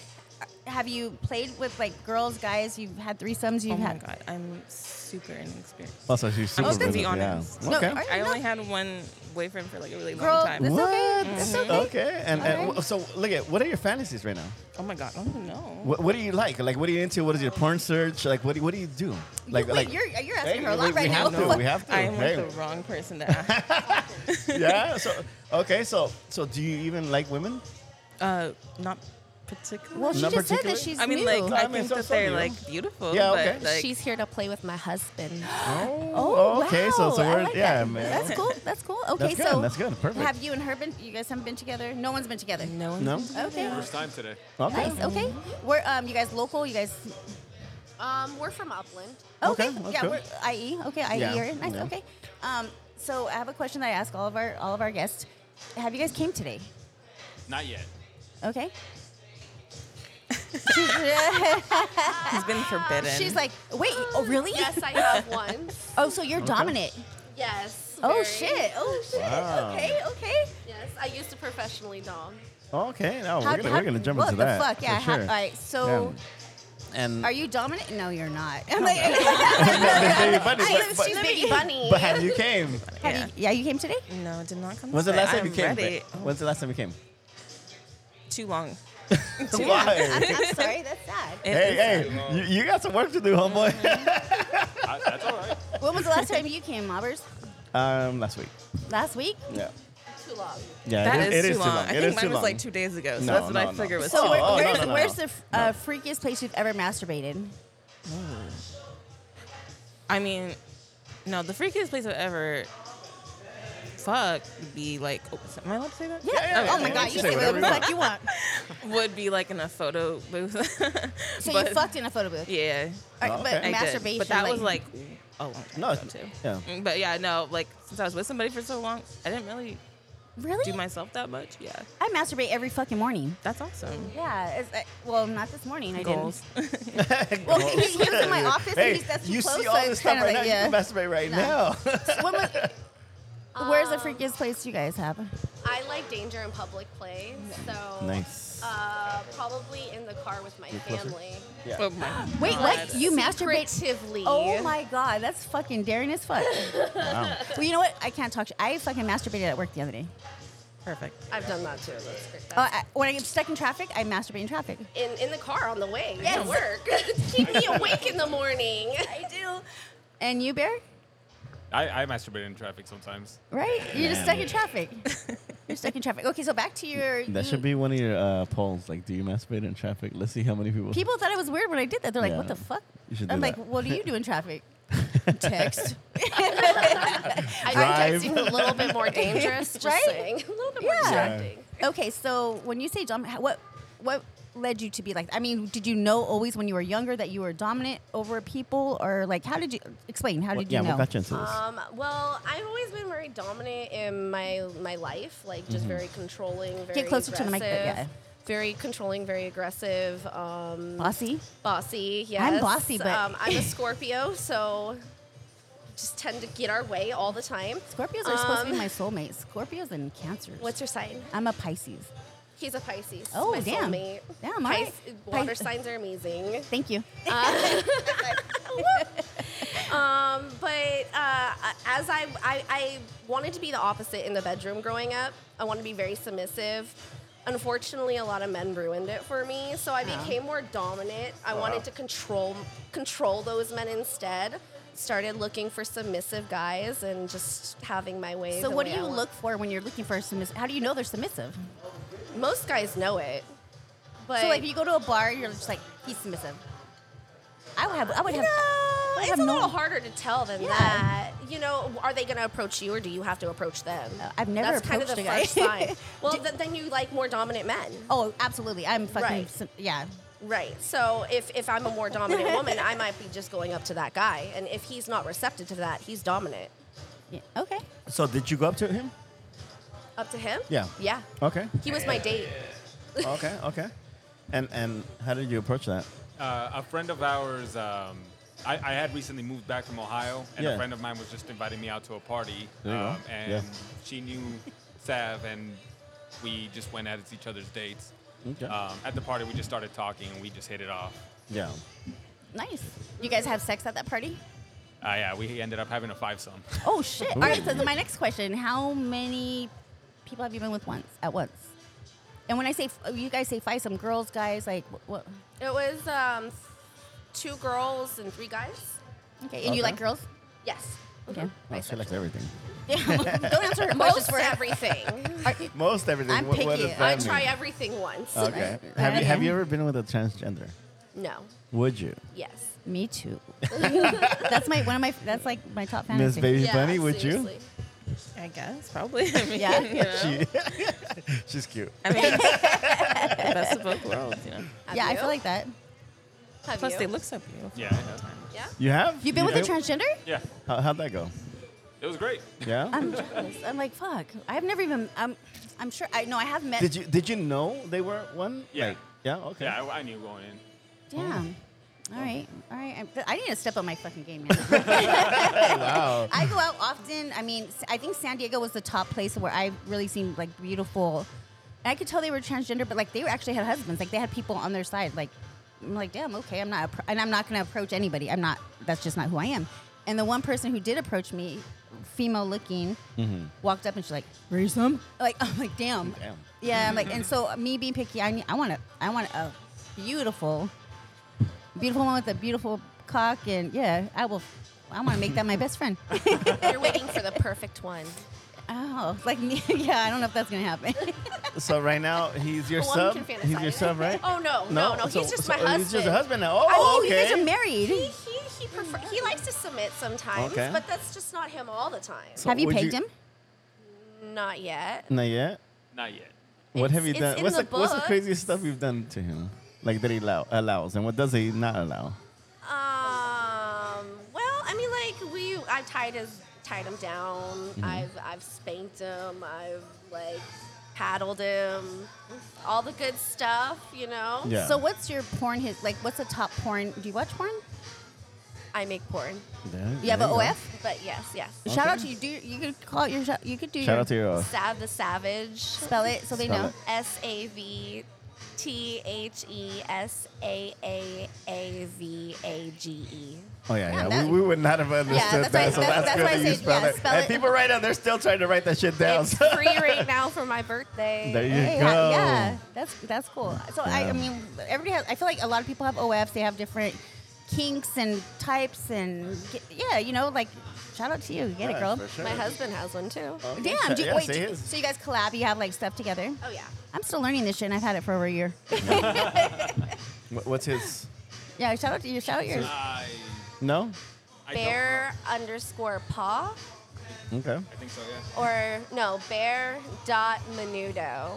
[SPEAKER 3] have you played with like girls, guys? You've had threesomes. You've
[SPEAKER 9] oh my
[SPEAKER 3] had.
[SPEAKER 9] god, I'm super inexperienced.
[SPEAKER 4] Also, she's
[SPEAKER 9] I'm
[SPEAKER 4] super.
[SPEAKER 9] just gonna be
[SPEAKER 4] religious,
[SPEAKER 9] honest.
[SPEAKER 4] yeah.
[SPEAKER 3] No,
[SPEAKER 4] Okay.
[SPEAKER 3] I-
[SPEAKER 9] I only had one boyfriend for like a really
[SPEAKER 3] Girl,
[SPEAKER 9] long time.
[SPEAKER 3] this- It's
[SPEAKER 4] what?
[SPEAKER 3] okay, it's okay.
[SPEAKER 4] And, and
[SPEAKER 3] Alright.
[SPEAKER 4] so, look at what are your fantasies right now?
[SPEAKER 9] oh my god, I don't know.
[SPEAKER 4] What, what do you like? Like, what are you into? What is your porn search? Like, what do, what do you do? Like,
[SPEAKER 3] wait,
[SPEAKER 4] like
[SPEAKER 3] you're you're asking
[SPEAKER 4] Hey,
[SPEAKER 3] her a
[SPEAKER 4] we-
[SPEAKER 3] lot right
[SPEAKER 4] we
[SPEAKER 3] now.
[SPEAKER 4] Have to, we have to.
[SPEAKER 9] I am
[SPEAKER 4] hey.
[SPEAKER 9] like the wrong person to ask.
[SPEAKER 4] yeah. So, okay. So, so do you even like women?
[SPEAKER 9] uh, not particularly.
[SPEAKER 3] well, she
[SPEAKER 4] Not
[SPEAKER 3] just said that
[SPEAKER 4] particularly?
[SPEAKER 3] she's
[SPEAKER 9] I mean,
[SPEAKER 3] new.
[SPEAKER 9] like,
[SPEAKER 4] I
[SPEAKER 9] I
[SPEAKER 4] mean,
[SPEAKER 9] think
[SPEAKER 4] so-
[SPEAKER 9] that
[SPEAKER 4] so
[SPEAKER 9] they're
[SPEAKER 4] new.
[SPEAKER 9] like beautiful.
[SPEAKER 4] Yeah,
[SPEAKER 9] but,
[SPEAKER 4] okay.
[SPEAKER 9] Like,
[SPEAKER 6] She's here to play with my husband.
[SPEAKER 3] Oh,
[SPEAKER 4] okay. So, so
[SPEAKER 3] wow, I
[SPEAKER 4] we're
[SPEAKER 3] like
[SPEAKER 4] yeah,
[SPEAKER 3] that.
[SPEAKER 4] man.
[SPEAKER 3] That's cool. That's cool. Okay,
[SPEAKER 4] That's good,
[SPEAKER 3] so
[SPEAKER 4] that's good, perfect.
[SPEAKER 3] Have you and her been? You guys haven't been together. No one's been together.
[SPEAKER 9] no one's
[SPEAKER 4] No.
[SPEAKER 3] Okay.
[SPEAKER 7] First time today.
[SPEAKER 4] Okay.
[SPEAKER 3] Nice. Okay. We're um, you guys local? You guys
[SPEAKER 6] Um, we're from Upland.
[SPEAKER 4] Okay,
[SPEAKER 3] Okay.
[SPEAKER 4] that's
[SPEAKER 3] Oh, yeah,
[SPEAKER 4] good.
[SPEAKER 3] we're IE. Okay, IE.
[SPEAKER 4] Yeah,
[SPEAKER 3] area. Nice.
[SPEAKER 4] yeah.
[SPEAKER 3] Okay. Um, so I have a question that I ask all of our all of our guests. Have you guys came today?
[SPEAKER 7] Not yet.
[SPEAKER 3] Okay.
[SPEAKER 9] He's been forbidden.
[SPEAKER 3] She's like, wait. Oh, really?
[SPEAKER 6] Um, Yes, I have once.
[SPEAKER 3] Oh, so you're dominant.
[SPEAKER 6] Yes.
[SPEAKER 3] Oh
[SPEAKER 6] very.
[SPEAKER 3] shit. Oh shit.
[SPEAKER 4] Wow.
[SPEAKER 3] Okay. Okay.
[SPEAKER 6] Yes, I used to professionally dom.
[SPEAKER 4] Okay. No,
[SPEAKER 3] How-
[SPEAKER 4] we're gonna,
[SPEAKER 3] how-
[SPEAKER 4] we're gonna jump
[SPEAKER 3] what
[SPEAKER 4] into
[SPEAKER 3] the
[SPEAKER 4] that.
[SPEAKER 3] fuck? Yeah.
[SPEAKER 4] For
[SPEAKER 3] how-
[SPEAKER 4] sure.
[SPEAKER 3] all right. So,
[SPEAKER 4] And
[SPEAKER 3] are you dominant? No, you're not. I'm like, I
[SPEAKER 4] baby bunny,
[SPEAKER 3] am-
[SPEAKER 4] but,
[SPEAKER 3] she's
[SPEAKER 4] but,
[SPEAKER 3] baby.
[SPEAKER 6] Baby Bunny.
[SPEAKER 4] but have you came?
[SPEAKER 3] Have
[SPEAKER 9] Yeah.
[SPEAKER 3] you- yeah, you came today.
[SPEAKER 9] no, did not come.
[SPEAKER 4] When's the
[SPEAKER 9] today.
[SPEAKER 4] last time
[SPEAKER 9] I'm
[SPEAKER 4] you came?
[SPEAKER 9] Ready.
[SPEAKER 4] babe?
[SPEAKER 9] Oh,
[SPEAKER 4] When's the last time you came?
[SPEAKER 9] too long.
[SPEAKER 4] Why?
[SPEAKER 3] I'm sorry. That's sad.
[SPEAKER 9] It
[SPEAKER 4] Hey,
[SPEAKER 9] is-
[SPEAKER 4] hey, you, you got some work to do, homeboy.
[SPEAKER 7] I, that's all right.
[SPEAKER 3] When was the last time you came, Mobbers?
[SPEAKER 4] um, last week.
[SPEAKER 3] Last week.
[SPEAKER 4] Yeah.
[SPEAKER 6] Too long.
[SPEAKER 4] Yeah.
[SPEAKER 9] That
[SPEAKER 4] it,
[SPEAKER 9] is
[SPEAKER 4] it
[SPEAKER 9] too long. I
[SPEAKER 4] It
[SPEAKER 9] think
[SPEAKER 4] is too
[SPEAKER 9] mine was
[SPEAKER 4] long.
[SPEAKER 9] like two days ago, so
[SPEAKER 4] No,
[SPEAKER 9] that's what
[SPEAKER 4] no,
[SPEAKER 9] I
[SPEAKER 4] no.
[SPEAKER 9] figured was.
[SPEAKER 3] So
[SPEAKER 9] too
[SPEAKER 3] where-
[SPEAKER 9] long.
[SPEAKER 4] oh, no,
[SPEAKER 3] where's,
[SPEAKER 4] no, no,
[SPEAKER 3] where's
[SPEAKER 4] no.
[SPEAKER 3] the f- uh, freakiest place you've ever masturbated?
[SPEAKER 9] I mean, no, the freakiest place I've ever fucked would be like, oh, is- am I allowed to say that?
[SPEAKER 3] Yeah.
[SPEAKER 4] yeah,
[SPEAKER 3] oh
[SPEAKER 4] yeah,
[SPEAKER 3] my
[SPEAKER 4] yeah,
[SPEAKER 3] god,
[SPEAKER 4] you
[SPEAKER 3] you
[SPEAKER 4] say
[SPEAKER 3] say
[SPEAKER 4] whatever
[SPEAKER 3] whatever the
[SPEAKER 4] you
[SPEAKER 3] fuck you want.
[SPEAKER 9] Would be like in a photo booth.
[SPEAKER 3] So
[SPEAKER 9] But-
[SPEAKER 3] you fucked in a photo booth.
[SPEAKER 9] Yeah.
[SPEAKER 3] All right,
[SPEAKER 4] Oh,
[SPEAKER 3] but
[SPEAKER 4] okay.
[SPEAKER 9] I did.
[SPEAKER 3] masturbation.
[SPEAKER 9] But that was like a
[SPEAKER 3] Oh,
[SPEAKER 9] long time
[SPEAKER 4] No,
[SPEAKER 9] ago,
[SPEAKER 4] it's-
[SPEAKER 9] too.
[SPEAKER 4] yeah.
[SPEAKER 9] Mm, But yeah, no, like since I was with somebody for so long, I didn't really
[SPEAKER 3] really.
[SPEAKER 9] do myself that much. Yeah.
[SPEAKER 3] I masturbate every fucking morning.
[SPEAKER 9] That's awesome.
[SPEAKER 3] Yeah. It's, uh, well, not this morning. I
[SPEAKER 9] Goals.
[SPEAKER 3] didn't. Well, he, he was in my office.
[SPEAKER 4] Hey,
[SPEAKER 3] and he's, that's too
[SPEAKER 4] you
[SPEAKER 3] close,
[SPEAKER 4] see
[SPEAKER 3] so
[SPEAKER 4] all
[SPEAKER 3] it's
[SPEAKER 4] this stuff
[SPEAKER 3] kinda
[SPEAKER 4] right now.
[SPEAKER 3] like,
[SPEAKER 4] You
[SPEAKER 3] yeah.
[SPEAKER 4] can masturbate right now.
[SPEAKER 3] So when was, where's
[SPEAKER 9] Um,
[SPEAKER 3] the freakiest place you guys have?
[SPEAKER 6] I like danger in public plays, so
[SPEAKER 4] Nice.
[SPEAKER 6] Uh, probably in the car with my family.
[SPEAKER 9] Oh my
[SPEAKER 3] Wait, what?
[SPEAKER 9] God.
[SPEAKER 3] You masturbate?
[SPEAKER 6] Creatively.
[SPEAKER 3] Oh my god, that's fucking daring as fuck.
[SPEAKER 4] Wow.
[SPEAKER 3] well, you know what? I can't talk. Sh- I fucking masturbated at work the other day.
[SPEAKER 9] Perfect.
[SPEAKER 6] I've done that too. That's great.
[SPEAKER 3] Uh, I, when I get stuck in traffic, I masturbate in traffic.
[SPEAKER 6] in in the car on the way
[SPEAKER 3] Yes.
[SPEAKER 6] to work. Keep me awake in the morning.
[SPEAKER 3] I do. And you, Bear?
[SPEAKER 7] I, I masturbate in traffic sometimes.
[SPEAKER 3] Right? You're just stuck in traffic. You're stuck in traffic. Okay, so back to your.
[SPEAKER 4] That
[SPEAKER 3] you-
[SPEAKER 4] should be one of your uh, polls. Like, do you masturbate in traffic? Let's see how many people.
[SPEAKER 3] People thought it was weird when I did that. They're like,
[SPEAKER 4] Yeah.
[SPEAKER 3] "What the fuck?"
[SPEAKER 4] You should do
[SPEAKER 3] I'm like,
[SPEAKER 4] that.
[SPEAKER 3] "What do you do in traffic?" Text.
[SPEAKER 6] I
[SPEAKER 4] Drive.
[SPEAKER 6] think texting's a little bit more dangerous. Just
[SPEAKER 3] Right?
[SPEAKER 6] saying. A little bit more
[SPEAKER 3] Yeah.
[SPEAKER 6] distracting.
[SPEAKER 3] okay, so when you say dominant, what what led you to be like? I mean, did you know always when you were younger that you were dominant over people, or like how did you explain? How did
[SPEAKER 4] yeah,
[SPEAKER 3] you
[SPEAKER 4] what
[SPEAKER 3] know?
[SPEAKER 4] got you into this?
[SPEAKER 6] Um, well, I've always been very dominant in my my life, like just very controlling, very
[SPEAKER 3] Mm-hmm. closer to the mic, but
[SPEAKER 6] aggressive,
[SPEAKER 3] yeah.
[SPEAKER 6] Very controlling, very aggressive, um,
[SPEAKER 3] Bossy.
[SPEAKER 6] bossy. Yes,
[SPEAKER 3] I'm bossy, but-
[SPEAKER 6] um, I'm a Scorpio, so just tend to get our way all the time.
[SPEAKER 3] Scorpios are supposed to be
[SPEAKER 6] Um,
[SPEAKER 3] my soulmates. Scorpios and Cancers.
[SPEAKER 6] What's your sign?
[SPEAKER 3] I'm a Pisces.
[SPEAKER 6] He's a Pisces.
[SPEAKER 3] Oh,
[SPEAKER 6] my
[SPEAKER 3] damn.
[SPEAKER 6] soulmate.
[SPEAKER 3] Damn, all right.
[SPEAKER 6] Pis- water
[SPEAKER 3] Pis-
[SPEAKER 6] signs are amazing.
[SPEAKER 3] Thank you.
[SPEAKER 6] Um, but uh, as I, I, I wanted to be the opposite in the bedroom growing up. I wanted to be very submissive. unfortunately, a lot of men ruined it for me. So I
[SPEAKER 3] Oh.
[SPEAKER 6] became more dominant. I wanted to control control those men instead. Started looking for submissive guys and just having my way.
[SPEAKER 3] So
[SPEAKER 6] the
[SPEAKER 3] what do
[SPEAKER 6] way
[SPEAKER 3] you
[SPEAKER 6] I want.
[SPEAKER 3] look for when you're looking for a submissive? How do you know they're submissive?
[SPEAKER 6] Most guys know it, but
[SPEAKER 3] so like, if you go to a bar, you're just like, he's submissive. I would have. I would
[SPEAKER 6] you
[SPEAKER 3] have.
[SPEAKER 6] know,
[SPEAKER 3] I
[SPEAKER 6] it's
[SPEAKER 3] have
[SPEAKER 6] a
[SPEAKER 3] no-
[SPEAKER 6] little harder to tell than
[SPEAKER 3] Yeah.
[SPEAKER 6] that. You know, are they going to approach you, or do you have to approach them?
[SPEAKER 3] Uh, I've never
[SPEAKER 6] That's kind of the
[SPEAKER 3] approached a guy.
[SPEAKER 6] first sign. Well, th- then you like more dominant men,
[SPEAKER 3] Oh, absolutely. I'm fucking.
[SPEAKER 6] Right.
[SPEAKER 3] sub- yeah.
[SPEAKER 6] right? So if if I'm a more dominant woman, I might be just going up to that guy, and if he's not receptive to that, he's dominant.
[SPEAKER 3] yeah. Okay.
[SPEAKER 4] So did you go up to him?
[SPEAKER 6] Up to him?
[SPEAKER 4] Yeah.
[SPEAKER 6] Yeah.
[SPEAKER 4] Okay.
[SPEAKER 6] He was my date.
[SPEAKER 4] okay. Okay. And and how did you approach that?
[SPEAKER 7] Uh, a friend of ours, um, I, I had recently moved back from Ohio, and
[SPEAKER 4] Yeah.
[SPEAKER 7] a friend of mine was just inviting me out to a party, um,
[SPEAKER 4] There you go.
[SPEAKER 7] and
[SPEAKER 4] Yeah.
[SPEAKER 7] she knew Sav, and we just went at each other's dates.
[SPEAKER 4] Okay.
[SPEAKER 7] Um, at the party, we just started talking, and we just hit it off.
[SPEAKER 4] Yeah.
[SPEAKER 3] Nice. You guys have sex at that party?
[SPEAKER 7] Uh, yeah, we ended up having a fivesome.
[SPEAKER 3] Oh shit! All right. So my next question: How many people have you been with once at once? And when I say f- you guys say five, some girls, guys, like wh- what?
[SPEAKER 6] It was um, two girls and three guys.
[SPEAKER 3] Okay. And you like girls?
[SPEAKER 6] Yes.
[SPEAKER 3] Okay.
[SPEAKER 4] Oh, she likes everything.
[SPEAKER 3] Yeah. Don't answer her
[SPEAKER 6] Most
[SPEAKER 3] questions for
[SPEAKER 6] everything.
[SPEAKER 4] Most everything.
[SPEAKER 3] I'm
[SPEAKER 4] What- what
[SPEAKER 3] picky.
[SPEAKER 4] does
[SPEAKER 6] I
[SPEAKER 4] that
[SPEAKER 6] try
[SPEAKER 4] mean?
[SPEAKER 6] everything once.
[SPEAKER 4] Okay.
[SPEAKER 3] Right.
[SPEAKER 4] Have you have
[SPEAKER 3] Okay.
[SPEAKER 4] you ever been with a transgender?
[SPEAKER 6] No.
[SPEAKER 4] Would you?
[SPEAKER 6] Yes.
[SPEAKER 3] Me too. that's my one of my. That's like my top
[SPEAKER 4] Miss
[SPEAKER 3] fantasy.
[SPEAKER 4] Baby Bunny, would you?
[SPEAKER 6] seriously.
[SPEAKER 9] I guess probably. I mean,
[SPEAKER 3] Yeah.
[SPEAKER 9] you know,
[SPEAKER 4] She's cute.
[SPEAKER 9] I mean, best of both worlds. You know.
[SPEAKER 6] Have
[SPEAKER 3] Yeah, I
[SPEAKER 6] you?
[SPEAKER 3] feel like that.
[SPEAKER 6] Have
[SPEAKER 9] Plus,
[SPEAKER 6] you?
[SPEAKER 9] they look so beautiful.
[SPEAKER 7] yeah, yeah,
[SPEAKER 6] Yeah.
[SPEAKER 4] You have?
[SPEAKER 3] You've been with a
[SPEAKER 4] have?
[SPEAKER 3] transgender?
[SPEAKER 7] yeah,
[SPEAKER 4] How, how'd that go?
[SPEAKER 7] it was great.
[SPEAKER 4] Yeah.
[SPEAKER 6] Um,
[SPEAKER 3] I'm jealous. I'm like, fuck. I've never even. I'm. I'm sure. I know. I have met.
[SPEAKER 4] did you Did you know they were one?
[SPEAKER 7] Yeah.
[SPEAKER 4] Like, yeah. Okay.
[SPEAKER 7] Yeah, I, I knew going in.
[SPEAKER 3] Damn. All right. All right. I'm- I need to step up my fucking game now.
[SPEAKER 4] Wow.
[SPEAKER 3] I go out often. I mean, s- I think San Diego was the top place where I really seen like beautiful. And I could tell they were transgender, but like they were actually had husbands. Like they had people on their side. Like I'm like, damn, okay, I'm not, appro- and I'm not gonna approach anybody. I'm not. That's just not who I am. And the one person who did approach me, female looking,
[SPEAKER 5] Mm-hmm.
[SPEAKER 3] walked up and she's like, "Threesome?" Like I'm like, damn.
[SPEAKER 4] Damn.
[SPEAKER 3] Um, Yeah, I'm like, and so uh, me being picky, I need, I want to, I want a beautiful, beautiful one with a beautiful cock, and yeah, I will. I want to make that my best friend.
[SPEAKER 6] You're waiting for the perfect one.
[SPEAKER 3] Oh, like yeah, I don't know if that's gonna happen.
[SPEAKER 4] Oh. So right now he's your
[SPEAKER 6] The one
[SPEAKER 4] sub.
[SPEAKER 6] who can fantasize.
[SPEAKER 4] He's your sub, right?
[SPEAKER 6] Oh no, no, no.
[SPEAKER 4] So-
[SPEAKER 6] he's just
[SPEAKER 4] so-
[SPEAKER 6] my
[SPEAKER 4] oh,
[SPEAKER 6] husband.
[SPEAKER 4] He's just a husband now. Oh,
[SPEAKER 3] Oh,
[SPEAKER 4] okay.
[SPEAKER 3] you guys are married.
[SPEAKER 6] He he he, prefer- he likes to submit sometimes,
[SPEAKER 4] Okay.
[SPEAKER 6] but that's just not him all the time.
[SPEAKER 4] So-
[SPEAKER 3] Have you
[SPEAKER 4] would
[SPEAKER 3] pegged
[SPEAKER 4] you-
[SPEAKER 3] him?
[SPEAKER 6] Not yet.
[SPEAKER 4] Not yet.
[SPEAKER 7] Not yet.
[SPEAKER 4] What
[SPEAKER 6] It's-
[SPEAKER 4] have you
[SPEAKER 6] it's
[SPEAKER 4] done?
[SPEAKER 6] in
[SPEAKER 4] what's
[SPEAKER 6] the
[SPEAKER 4] what's the
[SPEAKER 6] books.
[SPEAKER 4] craziest stuff you've done to him? Like that he allow, allows, and what does he not allow?
[SPEAKER 6] Um. Well, I mean, like we, I've tied his, tied him down.
[SPEAKER 3] Mm-hmm.
[SPEAKER 6] I've I've spanked him. I've like paddled him. All the good stuff, you know.
[SPEAKER 4] Yeah.
[SPEAKER 3] So what's your porn? His like, what's the top porn? Do you watch porn?
[SPEAKER 6] I make porn,
[SPEAKER 4] There-
[SPEAKER 3] You have
[SPEAKER 4] there
[SPEAKER 3] an
[SPEAKER 4] go.
[SPEAKER 3] OF.
[SPEAKER 6] but yes, yes.
[SPEAKER 3] Shout out to you. Do you could call it your? shou- You could do
[SPEAKER 4] Shout
[SPEAKER 3] your.
[SPEAKER 4] out to your OF.
[SPEAKER 6] Sav the Savage.
[SPEAKER 3] Spell it so they
[SPEAKER 4] Spell
[SPEAKER 3] know.
[SPEAKER 4] it.
[SPEAKER 6] S A V T H E S A A A V A G E.
[SPEAKER 4] Oh yeah, yeah.
[SPEAKER 3] that-
[SPEAKER 4] we, we would not have understood
[SPEAKER 3] that's
[SPEAKER 4] that,
[SPEAKER 3] why-
[SPEAKER 4] so
[SPEAKER 3] that's-
[SPEAKER 4] that's,
[SPEAKER 3] that's
[SPEAKER 4] good
[SPEAKER 3] why I
[SPEAKER 4] that you
[SPEAKER 3] said,
[SPEAKER 4] spelled
[SPEAKER 3] yeah,
[SPEAKER 4] it.
[SPEAKER 3] spell
[SPEAKER 4] and
[SPEAKER 3] it.
[SPEAKER 4] people right now, they're still trying to write that shit down.
[SPEAKER 6] It's
[SPEAKER 4] so-
[SPEAKER 6] free right now for my birthday.
[SPEAKER 4] there you
[SPEAKER 3] Hey,
[SPEAKER 4] go.
[SPEAKER 3] hi- yeah, that's that's cool. So I,
[SPEAKER 4] Yeah.
[SPEAKER 3] I mean, everybody has. I feel like a lot of people have OFs. They have different kinks and types, and ge- yeah, you know, like shout out to you. Get it, girl.
[SPEAKER 4] For sure. Oh,
[SPEAKER 6] My husband has one too.
[SPEAKER 3] Damn. Do,
[SPEAKER 4] Yeah,
[SPEAKER 3] wait.
[SPEAKER 4] see,
[SPEAKER 3] do-
[SPEAKER 4] his-
[SPEAKER 3] so you guys collab? You have like stuff together?
[SPEAKER 6] Oh yeah.
[SPEAKER 3] I'm still learning this shit, and I've had it for over a year.
[SPEAKER 4] Wh- What's his?
[SPEAKER 3] yeah. Shout out to you. Shout out
[SPEAKER 4] Ah.
[SPEAKER 3] yours.
[SPEAKER 7] I,
[SPEAKER 4] No.
[SPEAKER 7] I don't know.
[SPEAKER 6] Bear underscore paw
[SPEAKER 4] Okay.
[SPEAKER 7] I think so. Yeah.
[SPEAKER 6] or no bear dot menudo.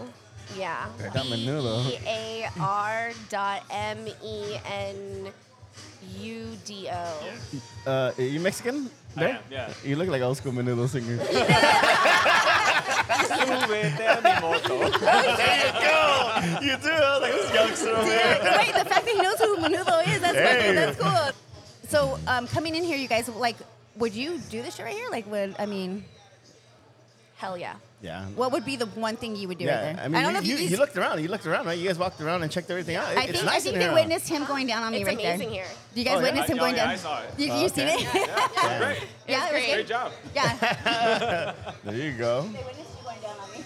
[SPEAKER 6] Yeah.
[SPEAKER 4] Bear dot menudo.
[SPEAKER 6] B A R dot M E N U D O.
[SPEAKER 4] Uh, are you Mexican?
[SPEAKER 7] I
[SPEAKER 4] There?
[SPEAKER 7] am, yeah.
[SPEAKER 4] You look like old school Menudo singer. there you go. You do. I was like this youngster over
[SPEAKER 3] Dude,
[SPEAKER 4] here.
[SPEAKER 3] wait, the fact that he knows who Menudo is, that's
[SPEAKER 4] Hey.
[SPEAKER 3] fucking, that's cool. So, um, coming in here, you guys, like, would you do this shit right here? Like, would, I mean,
[SPEAKER 6] Hell yeah.
[SPEAKER 4] Yeah.
[SPEAKER 3] what would be the one thing you would do right
[SPEAKER 4] Yeah,
[SPEAKER 3] there?
[SPEAKER 4] I mean,
[SPEAKER 3] don't
[SPEAKER 4] you,
[SPEAKER 3] know if
[SPEAKER 4] you,
[SPEAKER 3] you,
[SPEAKER 4] you looked around. You looked around, right? You guys walked around and checked everything out. It-
[SPEAKER 3] I
[SPEAKER 4] it's
[SPEAKER 3] think,
[SPEAKER 4] nice
[SPEAKER 3] I think
[SPEAKER 4] in
[SPEAKER 3] they
[SPEAKER 4] here.
[SPEAKER 3] witnessed him going down on me
[SPEAKER 6] It's
[SPEAKER 3] right
[SPEAKER 6] amazing
[SPEAKER 3] there.
[SPEAKER 6] here.
[SPEAKER 3] Do you guys
[SPEAKER 4] Oh, yeah.
[SPEAKER 3] witness him
[SPEAKER 7] Yeah,
[SPEAKER 3] going
[SPEAKER 7] yeah,
[SPEAKER 3] down?
[SPEAKER 7] I saw it.
[SPEAKER 3] You,
[SPEAKER 4] Oh,
[SPEAKER 3] you seen
[SPEAKER 4] okay.
[SPEAKER 3] it?
[SPEAKER 7] Yeah, it was great.
[SPEAKER 3] yeah, it was
[SPEAKER 7] Great
[SPEAKER 3] good.
[SPEAKER 7] job.
[SPEAKER 3] Yeah.
[SPEAKER 4] There you go.
[SPEAKER 3] They witnessed you going down on me.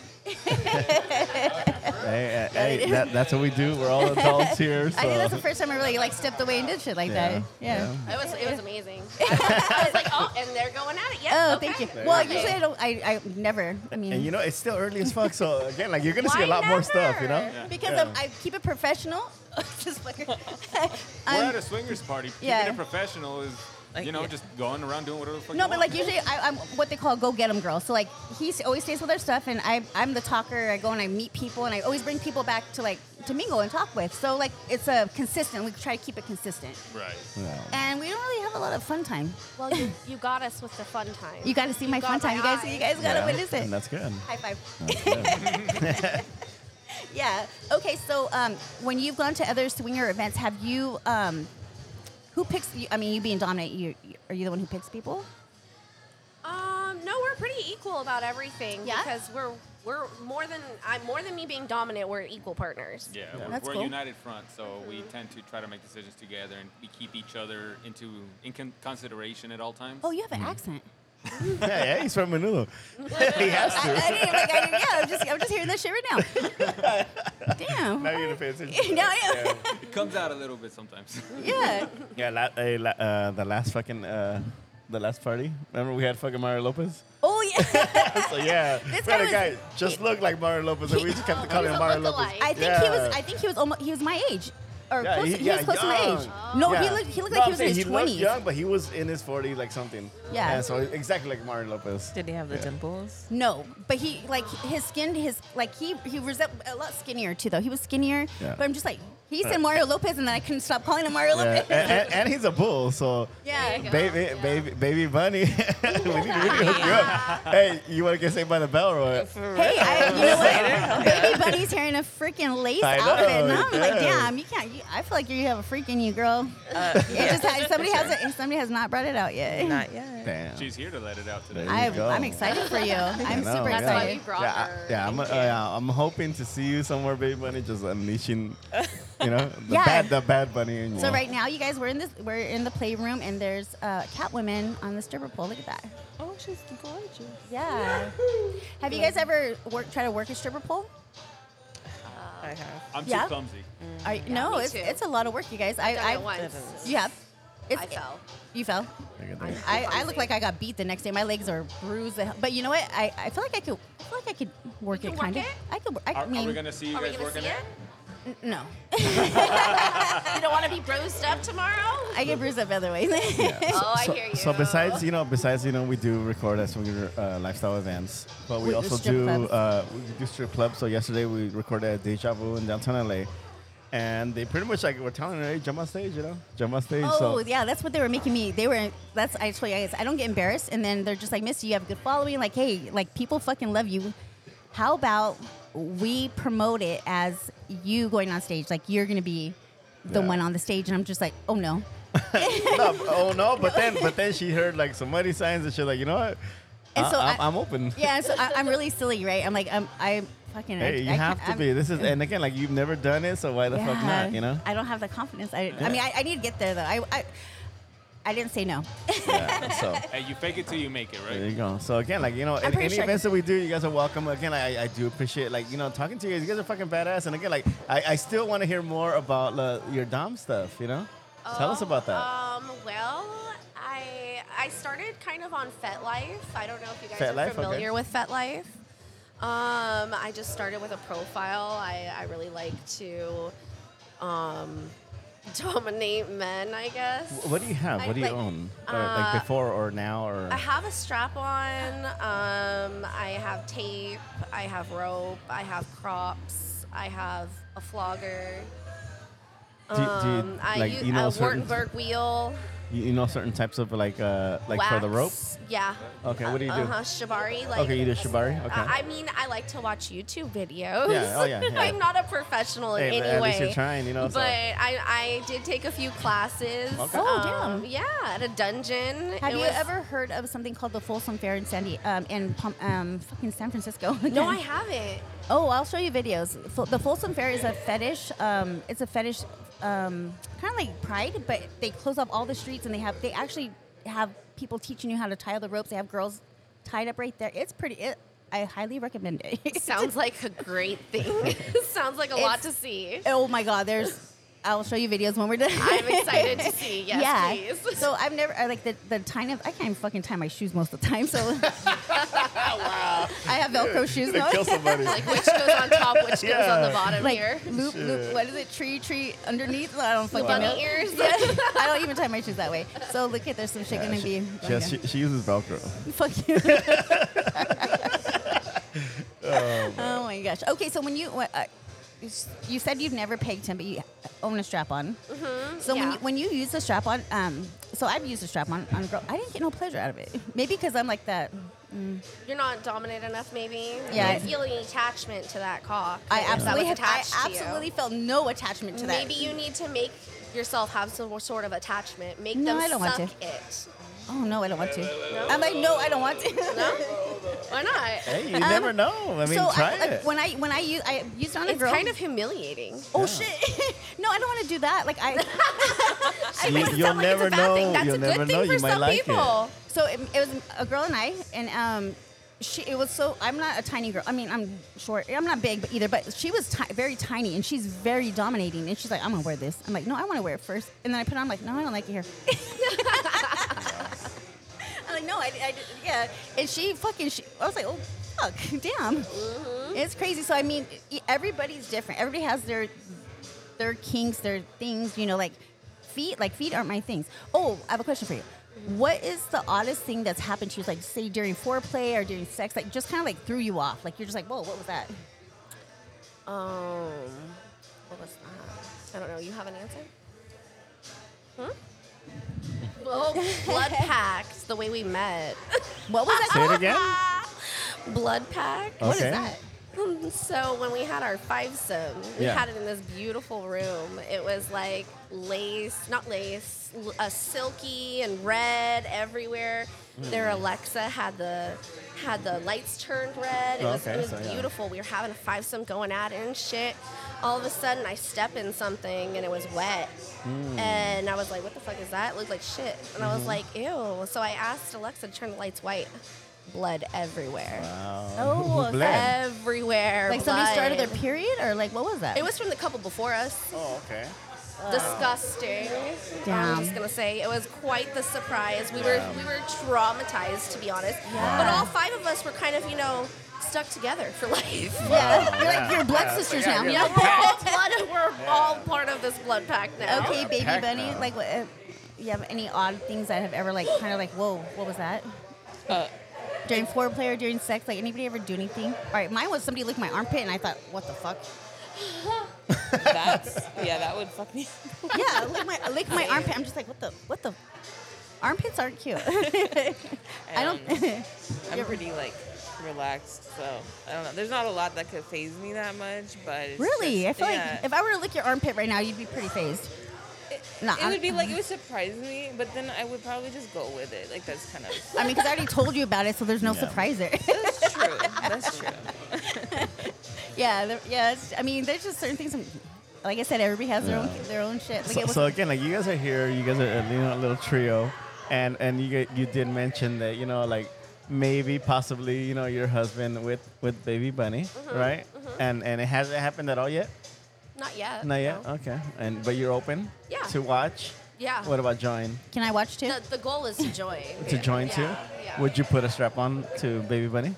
[SPEAKER 4] Hey, right. That, that's what we do. We're all adults here. So.
[SPEAKER 3] I think that's the first time I really like stepped away and did shit like
[SPEAKER 4] Yeah,
[SPEAKER 3] that. Yeah.
[SPEAKER 6] It was it was amazing. I was, I was like, oh, and they're going at it. Yeah.
[SPEAKER 3] Oh,
[SPEAKER 6] okay.
[SPEAKER 3] thank you. Well,
[SPEAKER 6] Okay.
[SPEAKER 3] usually I don't. I, I never. I mean,
[SPEAKER 4] And you know, it's still early as fuck. So again, like you're gonna see a
[SPEAKER 6] Why
[SPEAKER 4] lot more stuff. You know.
[SPEAKER 6] never?
[SPEAKER 3] because I'm- I keep it professional. Just fucker.
[SPEAKER 7] We're
[SPEAKER 3] I'm-
[SPEAKER 7] at a swingers party.
[SPEAKER 3] Um, yeah.
[SPEAKER 7] Keeping it professional is,
[SPEAKER 9] Like,
[SPEAKER 7] you know,
[SPEAKER 9] yeah.
[SPEAKER 7] just going around doing whatever the fuck
[SPEAKER 3] No,
[SPEAKER 7] you
[SPEAKER 3] but
[SPEAKER 7] want.
[SPEAKER 3] like usually I, I'm what they call a go get 'em girl. So like he s- always stays with our stuff, and I I'm the talker. I go and I meet people, and I always bring people back to like to mingle and talk with. So like it's a consistent. We try to keep it consistent,
[SPEAKER 7] Right.
[SPEAKER 3] and we don't really have a lot of fun time.
[SPEAKER 6] Well, you, you got us with the fun time.
[SPEAKER 3] You got to see my fun
[SPEAKER 6] got
[SPEAKER 3] time, you
[SPEAKER 6] my
[SPEAKER 3] guys.
[SPEAKER 6] eye.
[SPEAKER 3] You guys gotta
[SPEAKER 4] Yeah.
[SPEAKER 3] witness it.
[SPEAKER 4] And that's good.
[SPEAKER 3] High five.
[SPEAKER 4] That's good.
[SPEAKER 3] Yeah. Okay. So, um, when you've gone to other swinger events, have you? Um, who picks? You, I mean, you being dominant, you are you the one who picks people?
[SPEAKER 6] Um, no, we're pretty equal about everything
[SPEAKER 3] Yeah?
[SPEAKER 6] because we're we're more than I more than me being dominant. We're equal partners.
[SPEAKER 7] Yeah, we're,
[SPEAKER 3] That's
[SPEAKER 7] we're
[SPEAKER 3] cool.
[SPEAKER 7] a united front, so we tend to try to make decisions together, and we keep each other into in con- consideration at all times.
[SPEAKER 3] Oh, you
[SPEAKER 4] Hmm.
[SPEAKER 3] have an accent.
[SPEAKER 4] yeah, yeah, he's from Manolo. he has
[SPEAKER 3] I, I didn't like. I didn't, yeah, I'm just I'm just hearing this shit right now. Damn.
[SPEAKER 4] Now you're gonna pay attention.
[SPEAKER 3] Now I am.
[SPEAKER 7] It comes out a little bit sometimes.
[SPEAKER 3] Yeah.
[SPEAKER 4] Yeah, la- eh, la- uh, the last fucking uh, the last party. Remember we had fucking Mario Lopez.
[SPEAKER 3] Oh yeah.
[SPEAKER 4] So yeah, we had
[SPEAKER 3] This guy
[SPEAKER 4] a
[SPEAKER 3] was-
[SPEAKER 4] guy just looked like Mario Lopez, and we just kept calling
[SPEAKER 6] he's
[SPEAKER 4] him
[SPEAKER 6] a
[SPEAKER 4] Mario Lopez.
[SPEAKER 6] lookalike.
[SPEAKER 3] I think he was. I think he was almost. He was my age. Or
[SPEAKER 4] Yeah,
[SPEAKER 3] close, he,
[SPEAKER 4] he- yeah,
[SPEAKER 3] was close to my
[SPEAKER 4] young.
[SPEAKER 3] age. No, he
[SPEAKER 4] Yeah.
[SPEAKER 3] looked. He looked
[SPEAKER 4] No,
[SPEAKER 3] like
[SPEAKER 4] I'm
[SPEAKER 3] he was in
[SPEAKER 4] saying he
[SPEAKER 3] his
[SPEAKER 4] looked
[SPEAKER 3] twenties.
[SPEAKER 4] young, but he was in his 40s, like something.
[SPEAKER 3] Yeah.
[SPEAKER 4] so exactly like Mario Lopez.
[SPEAKER 9] Did they have the dimples?
[SPEAKER 3] No, but he like his skin, his like he he was a lot skinnier too though. He was skinnier,
[SPEAKER 4] Yeah.
[SPEAKER 3] but I'm just like he said Mario Lopez, and then I couldn't stop calling him Mario
[SPEAKER 4] Yeah,
[SPEAKER 3] Lopez.
[SPEAKER 4] and, and, and he's a bull, so
[SPEAKER 6] There
[SPEAKER 3] Yeah.
[SPEAKER 6] you go.
[SPEAKER 4] baby, baby, baby bunny. we need to really hook you up. Hey, you want to get saved by the bell or what?
[SPEAKER 3] Hey, I, you know what? Baby Bunny's wearing a freaking lace
[SPEAKER 4] I know,
[SPEAKER 3] outfit, and I'm like,
[SPEAKER 4] yeah.
[SPEAKER 3] damn, you can't. You, I feel like you have a freak in you, girl.
[SPEAKER 6] Uh,
[SPEAKER 3] It just has, somebody hasn't. Somebody has not brought it out yet.
[SPEAKER 9] Not yet.
[SPEAKER 4] Damn.
[SPEAKER 7] She's here to let it out today.
[SPEAKER 4] There
[SPEAKER 3] I,
[SPEAKER 4] you go.
[SPEAKER 3] I'm excited for you.
[SPEAKER 4] I
[SPEAKER 3] I'm
[SPEAKER 4] know,
[SPEAKER 3] super
[SPEAKER 6] That's
[SPEAKER 4] yeah.
[SPEAKER 6] why
[SPEAKER 3] excited.
[SPEAKER 6] we brought
[SPEAKER 4] yeah,
[SPEAKER 6] her.
[SPEAKER 4] I, yeah, I'm, uh,
[SPEAKER 6] Thank you.
[SPEAKER 4] yeah, I'm hoping to see you somewhere, baby bunny, just unleashing, you know, the
[SPEAKER 3] Yeah.
[SPEAKER 4] bad, the bad bunny in you.
[SPEAKER 3] So right now, you guys, we're in this. We're in the playroom, and there's uh, Catwoman on the stripper pole. Look at that.
[SPEAKER 9] Oh, she's gorgeous.
[SPEAKER 3] Yeah. Have you guys ever work try to work a stripper pole?
[SPEAKER 9] I have.
[SPEAKER 7] I'm
[SPEAKER 3] Oh. Yeah.
[SPEAKER 7] too clumsy.
[SPEAKER 3] Are- no,
[SPEAKER 6] me
[SPEAKER 3] it's
[SPEAKER 6] too.
[SPEAKER 3] it's a lot of work, you guys. I
[SPEAKER 6] Done
[SPEAKER 3] I
[SPEAKER 6] it once.
[SPEAKER 3] you have. It's,
[SPEAKER 6] I fell.
[SPEAKER 3] You fell.
[SPEAKER 4] Look at that.
[SPEAKER 3] I, I look like I got beat the next day. My legs are bruised. the hell- But you know what? I, I feel like I could I feel like I could work
[SPEAKER 6] You
[SPEAKER 3] it
[SPEAKER 6] can
[SPEAKER 3] kind
[SPEAKER 6] work
[SPEAKER 3] of.
[SPEAKER 6] it?
[SPEAKER 3] I could. wor- I
[SPEAKER 7] Are,
[SPEAKER 3] mean,
[SPEAKER 7] are we gonna see you
[SPEAKER 6] Are we
[SPEAKER 7] guys
[SPEAKER 6] gonna
[SPEAKER 7] working
[SPEAKER 6] see it?
[SPEAKER 7] it?
[SPEAKER 3] n- no.
[SPEAKER 6] You don't want to be bruised up tomorrow.
[SPEAKER 3] I get bruised up other ways.
[SPEAKER 6] oh, I
[SPEAKER 4] so,
[SPEAKER 6] hear you.
[SPEAKER 4] so besides, you know, besides, you know, we do record at swinger uh, lifestyle events, but we,
[SPEAKER 3] We do
[SPEAKER 4] also
[SPEAKER 3] strip
[SPEAKER 4] do
[SPEAKER 3] clubs.
[SPEAKER 4] uh, we do strip clubs. So yesterday we recorded at Deja Vu in downtown LA, and they pretty much like were telling her, "Hey, jump on stage," you know, jump on stage.
[SPEAKER 3] Oh
[SPEAKER 4] so
[SPEAKER 3] yeah, that's what they were making me. They were that's I told you guys I don't get embarrassed, and then they're just like, Miss, you have a good following. Like, hey, like people fucking love you. How about we promote it as you going on stage? Like you're gonna be the
[SPEAKER 4] Yeah.
[SPEAKER 3] one on the stage, and I'm just like, oh no,
[SPEAKER 4] no, b- oh no, but then but then she heard like some muddy signs and she's like, you know what?
[SPEAKER 3] And
[SPEAKER 4] I,
[SPEAKER 3] so
[SPEAKER 4] I'm,
[SPEAKER 3] I-
[SPEAKER 4] I'm open.
[SPEAKER 3] yeah. So I, I'm really silly, right? I'm like, I'm I fucking. I-
[SPEAKER 4] Hey, you
[SPEAKER 3] I can't-
[SPEAKER 4] have to
[SPEAKER 3] I'm-
[SPEAKER 4] be. This is and again, like you've never done it, so why the fuck not?
[SPEAKER 3] Yeah.
[SPEAKER 4] You know.
[SPEAKER 3] I don't have the confidence. I, I mean, I, I need to get there though. I, I I didn't say no.
[SPEAKER 4] Yeah, so.
[SPEAKER 7] Hey, you fake it till you make it,
[SPEAKER 4] There
[SPEAKER 7] right?
[SPEAKER 4] you go. So again, like you know, any,
[SPEAKER 3] pretty
[SPEAKER 4] any
[SPEAKER 3] sure I
[SPEAKER 4] events that we do, you guys are welcome. Again, I, I do appreciate like you know talking to you guys. You guys are fucking badass. And again, like I, I still want to hear more about uh, your dom stuff. You know, tell us
[SPEAKER 6] Oh,
[SPEAKER 4] about that.
[SPEAKER 6] Um, well, I I started kind of on FetLife. I don't know if you guys are
[SPEAKER 4] FetLife, okay.
[SPEAKER 6] familiar with FetLife. Um, I just started with a profile. I, I really like to um, dominate men, I guess.
[SPEAKER 4] Wh- what do you have?
[SPEAKER 6] I
[SPEAKER 4] what do you
[SPEAKER 6] like-
[SPEAKER 4] own? Or, like
[SPEAKER 6] uh,
[SPEAKER 4] before or now or?
[SPEAKER 6] I have a strap on. Um, I have tape. I have rope. I have crops. I have a flogger.
[SPEAKER 4] Do- do you-
[SPEAKER 6] Um, I
[SPEAKER 4] like,
[SPEAKER 6] use
[SPEAKER 4] you know
[SPEAKER 6] a
[SPEAKER 4] certain-
[SPEAKER 6] Wartenberg wheel.
[SPEAKER 4] you, you know certain types of like uh like for the rope.
[SPEAKER 6] Wax, Yeah.
[SPEAKER 4] Okay, what do you do?
[SPEAKER 6] Uh-huh, shibari. Like,
[SPEAKER 4] Okay, you do shibari?
[SPEAKER 6] I-
[SPEAKER 4] Okay.
[SPEAKER 6] I mean, I like to watch YouTube videos.
[SPEAKER 4] Yeah, oh, yeah, yeah.
[SPEAKER 6] I'm not a professional in
[SPEAKER 4] Hey,
[SPEAKER 6] any
[SPEAKER 4] at
[SPEAKER 6] way.
[SPEAKER 4] least you're trying, you know, so-
[SPEAKER 6] But I, I did take a few classes.
[SPEAKER 4] Okay.
[SPEAKER 3] Oh,
[SPEAKER 6] um,
[SPEAKER 3] damn.
[SPEAKER 6] Yeah, at a dungeon.
[SPEAKER 3] Have
[SPEAKER 6] It
[SPEAKER 3] you
[SPEAKER 6] was-
[SPEAKER 3] ever heard of something called the Folsom Fair in San Di- um, in Pom- um, fucking San Francisco?
[SPEAKER 6] No, I haven't.
[SPEAKER 3] Oh, I'll show you videos. Fo- The Folsom Fair is a fetish. Um, it's a fetish, um, kind of like Pride, but they close off all the streets and they have they actually have people teaching you how to tie the ropes. They have girls tied up right there. It's pretty. It, I highly recommend it.
[SPEAKER 6] Sounds like a great thing. Sounds like a lot to see.
[SPEAKER 3] oh my God, there's. I'll show you videos when we're done.
[SPEAKER 6] I'm excited to see. Yes, please.
[SPEAKER 3] So I've never I, like the the time of I can't even fucking tie my shoes most of the time. So I have Velcro shoes.
[SPEAKER 4] Gonna
[SPEAKER 3] now.
[SPEAKER 4] kill somebody.
[SPEAKER 6] like which goes on top, which goes on the
[SPEAKER 4] Yeah.
[SPEAKER 6] bottom
[SPEAKER 3] like
[SPEAKER 6] here.
[SPEAKER 3] loop loop. What is it? Tree tree underneath. I don't fucking know.
[SPEAKER 6] Bunny ears.
[SPEAKER 3] I don't even tie my shoes that way. So look at there's some shit gonna be.
[SPEAKER 4] Yes, she, she uses Velcro.
[SPEAKER 3] Fuck you.
[SPEAKER 6] Uh,
[SPEAKER 3] oh my gosh. Okay, so when you when, uh, you s- you said you've never pegged him, but you own a strap on. So when
[SPEAKER 6] Mm-hmm. yeah.
[SPEAKER 3] you, when you use a strap on, um, so I've used a strap on on a girl. I didn't get no pleasure out of it. Maybe because I'm like that. mm,
[SPEAKER 6] You're not dominant enough, maybe.
[SPEAKER 3] Yeah.
[SPEAKER 6] You don't feel any attachment to that cock.
[SPEAKER 3] I
[SPEAKER 6] if that was
[SPEAKER 3] absolutely have, I
[SPEAKER 6] attached to you.
[SPEAKER 3] absolutely felt no attachment to that.
[SPEAKER 6] Maybe you need to make yourself have some sort of attachment. Make
[SPEAKER 3] No,
[SPEAKER 6] them
[SPEAKER 3] I don't want
[SPEAKER 6] suck
[SPEAKER 3] to.
[SPEAKER 6] it.
[SPEAKER 3] Oh no, I don't want to. I'm like no, I don't want to. Um,
[SPEAKER 6] Why not?
[SPEAKER 4] Hey, you never know. I mean,
[SPEAKER 3] so
[SPEAKER 4] try
[SPEAKER 3] I,
[SPEAKER 4] it.
[SPEAKER 3] like, when I when I use I used it on a
[SPEAKER 6] It's
[SPEAKER 3] girl.
[SPEAKER 6] kind of humiliating.
[SPEAKER 3] oh shit. no, I don't want to do that. Like I.
[SPEAKER 4] you,
[SPEAKER 6] Makes it
[SPEAKER 4] will
[SPEAKER 6] sound like
[SPEAKER 4] never
[SPEAKER 6] it's a bad
[SPEAKER 4] know.
[SPEAKER 6] Thing. That's
[SPEAKER 4] you'll
[SPEAKER 6] a good
[SPEAKER 4] never
[SPEAKER 6] thing
[SPEAKER 4] know.
[SPEAKER 6] For
[SPEAKER 4] You might
[SPEAKER 6] some
[SPEAKER 4] like
[SPEAKER 6] people.
[SPEAKER 3] So it, it was a girl and I, and um, she it was so I'm not a tiny girl. I mean, I'm short. I'm not big, but either. But she was ti- very tiny, and she's very dominating. And she's like, "I'm gonna wear this." I'm like, "No, I want to wear it first. And then I put it on. I'm like, "No, I don't like it here." I'm like, "No, I, I did- yeah." And she fucking. She, I was like, "Oh." Fuck, damn. It's crazy. So, I mean, e- everybody's different. Everybody has their their kinks, their things, you know, like feet, like feet aren't my things. Oh, I have a question for you. What is the oddest thing that's happened to you, like say during foreplay or during sex, like just kind of like threw you off? Like you're just like, whoa, what was that?
[SPEAKER 6] Um, what was that? I don't know. You have an answer? Hmm? Oh, blood packs. The way we met.
[SPEAKER 3] What was
[SPEAKER 4] it. Say it
[SPEAKER 3] that?
[SPEAKER 4] again.
[SPEAKER 6] blood pack.
[SPEAKER 4] What is Okay.
[SPEAKER 3] that?
[SPEAKER 6] So when we had our fivesome, we
[SPEAKER 4] Yeah.
[SPEAKER 6] had it in this beautiful room. It was like lace, not lace, l- a silky and red everywhere.
[SPEAKER 4] Mm.
[SPEAKER 6] Their Alexa had the had the lights turned red. It
[SPEAKER 4] Oh,
[SPEAKER 6] was,
[SPEAKER 4] okay,
[SPEAKER 6] it was
[SPEAKER 4] so, yeah.
[SPEAKER 6] beautiful. We were having a fivesome going at it and shit. All of a sudden, I step in something and it was wet.
[SPEAKER 4] Hmm.
[SPEAKER 6] And I was like, "What the fuck is that?" It looked like shit. And
[SPEAKER 4] Mm-hmm.
[SPEAKER 6] I was like, "Ew!" So I asked Alexa to turn the lights white. Blood everywhere
[SPEAKER 3] Oh, okay.
[SPEAKER 4] Bled.
[SPEAKER 6] everywhere.
[SPEAKER 3] like somebody started their
[SPEAKER 6] blood.
[SPEAKER 3] period or like what was that?
[SPEAKER 6] It was from the couple before us.
[SPEAKER 4] Oh, okay.
[SPEAKER 6] Disgusting.
[SPEAKER 3] Damn.
[SPEAKER 6] I'm just gonna say it was quite the surprise. We were we were traumatized to be honest. But all five of us were kind of you know stuck together for life.
[SPEAKER 3] yeah. You're like your
[SPEAKER 4] Uh,
[SPEAKER 3] blood sisters now.
[SPEAKER 6] Yeah, we're all blood. We're all part of this blood pack now.
[SPEAKER 3] Okay, baby
[SPEAKER 4] pack
[SPEAKER 3] bunny.
[SPEAKER 4] now.
[SPEAKER 3] Like, what, uh, you have any odd things that have ever like kind of like, whoa, what was that?
[SPEAKER 9] Uh,
[SPEAKER 3] during foreplay or during sex, like anybody ever do anything? All right, mine was somebody licked my armpit, and I thought, what the fuck?
[SPEAKER 9] That's yeah, that would fuck me.
[SPEAKER 3] yeah, lick my lick my armpit. I'm just like, what the what the armpits aren't cute. I don't.
[SPEAKER 9] Um, I'm pretty like relaxed, so I don't know. There's not a lot that could phase me that much, but it's
[SPEAKER 3] really, I
[SPEAKER 9] just-
[SPEAKER 3] feel
[SPEAKER 9] yeah.
[SPEAKER 3] like if I were to lick your armpit right now, you'd be pretty phased. Nah,
[SPEAKER 9] it would be like it would surprise me, but then I would probably just go with it. Like that's kind of
[SPEAKER 3] I mean, because I already told you about it, so there's no
[SPEAKER 4] Yeah.
[SPEAKER 3] surprise there.
[SPEAKER 9] that's true. That's true.
[SPEAKER 3] yeah, there- yeah. It's, I mean, there's just certain things. I'm- Like I said, everybody has their own their own shit. Like
[SPEAKER 4] So,
[SPEAKER 3] it was,
[SPEAKER 4] so again, like you guys are here, you guys are a you know, little trio, and and you get- you did mention that you know like maybe possibly you know your husband with with baby bunny,
[SPEAKER 6] Mm-hmm,
[SPEAKER 4] right? And and it hasn't happened at all yet.
[SPEAKER 6] Not yet.
[SPEAKER 4] Not yet.
[SPEAKER 6] Uh, no.
[SPEAKER 4] Okay. And but you're open.
[SPEAKER 6] Yeah.
[SPEAKER 4] To watch.
[SPEAKER 6] Yeah.
[SPEAKER 4] What about join?
[SPEAKER 3] can I watch too?
[SPEAKER 6] The, the goal is to join.
[SPEAKER 4] To join
[SPEAKER 6] yeah,
[SPEAKER 4] too?
[SPEAKER 6] Yeah.
[SPEAKER 4] Would you put a strap on to baby bunny?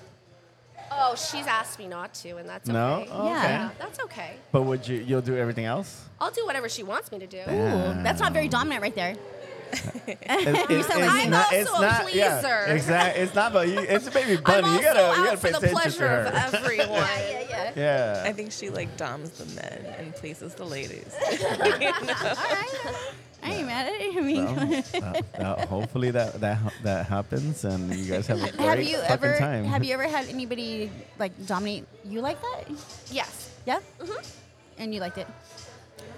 [SPEAKER 6] oh, she's asked me not to, and that's
[SPEAKER 4] No?
[SPEAKER 6] okay.
[SPEAKER 4] Oh,
[SPEAKER 6] Yeah,
[SPEAKER 4] okay.
[SPEAKER 6] that's okay.
[SPEAKER 4] But would you? You'll do everything else.
[SPEAKER 6] I'll do whatever she wants me to do.
[SPEAKER 3] Ooh, that's not very dominant right there.
[SPEAKER 4] It- it-
[SPEAKER 3] sound like me.
[SPEAKER 4] it's
[SPEAKER 3] I'm
[SPEAKER 4] not,
[SPEAKER 6] also
[SPEAKER 4] it's
[SPEAKER 6] a
[SPEAKER 4] not, yeah,
[SPEAKER 6] pleaser.
[SPEAKER 4] exactly. It's not, but you, it's a baby
[SPEAKER 6] I'm
[SPEAKER 4] bunny.
[SPEAKER 6] also
[SPEAKER 4] you gotta,
[SPEAKER 6] out
[SPEAKER 4] you gotta
[SPEAKER 6] for
[SPEAKER 4] pay
[SPEAKER 6] the
[SPEAKER 4] attention to
[SPEAKER 6] pleasure
[SPEAKER 4] her.
[SPEAKER 6] of everyone.
[SPEAKER 3] yeah.
[SPEAKER 4] yeah.
[SPEAKER 9] I think she like doms the men and places the ladies.
[SPEAKER 3] All right. all right. I ain't mad at it. I mean,
[SPEAKER 4] Uh, uh, hopefully that that ha- that happens and you guys have a great
[SPEAKER 3] have you
[SPEAKER 4] fucking
[SPEAKER 3] ever
[SPEAKER 4] time.
[SPEAKER 3] have you ever had anybody like dominate you like that?
[SPEAKER 6] Yes. Mm-hmm.
[SPEAKER 3] Yeah. And you liked it.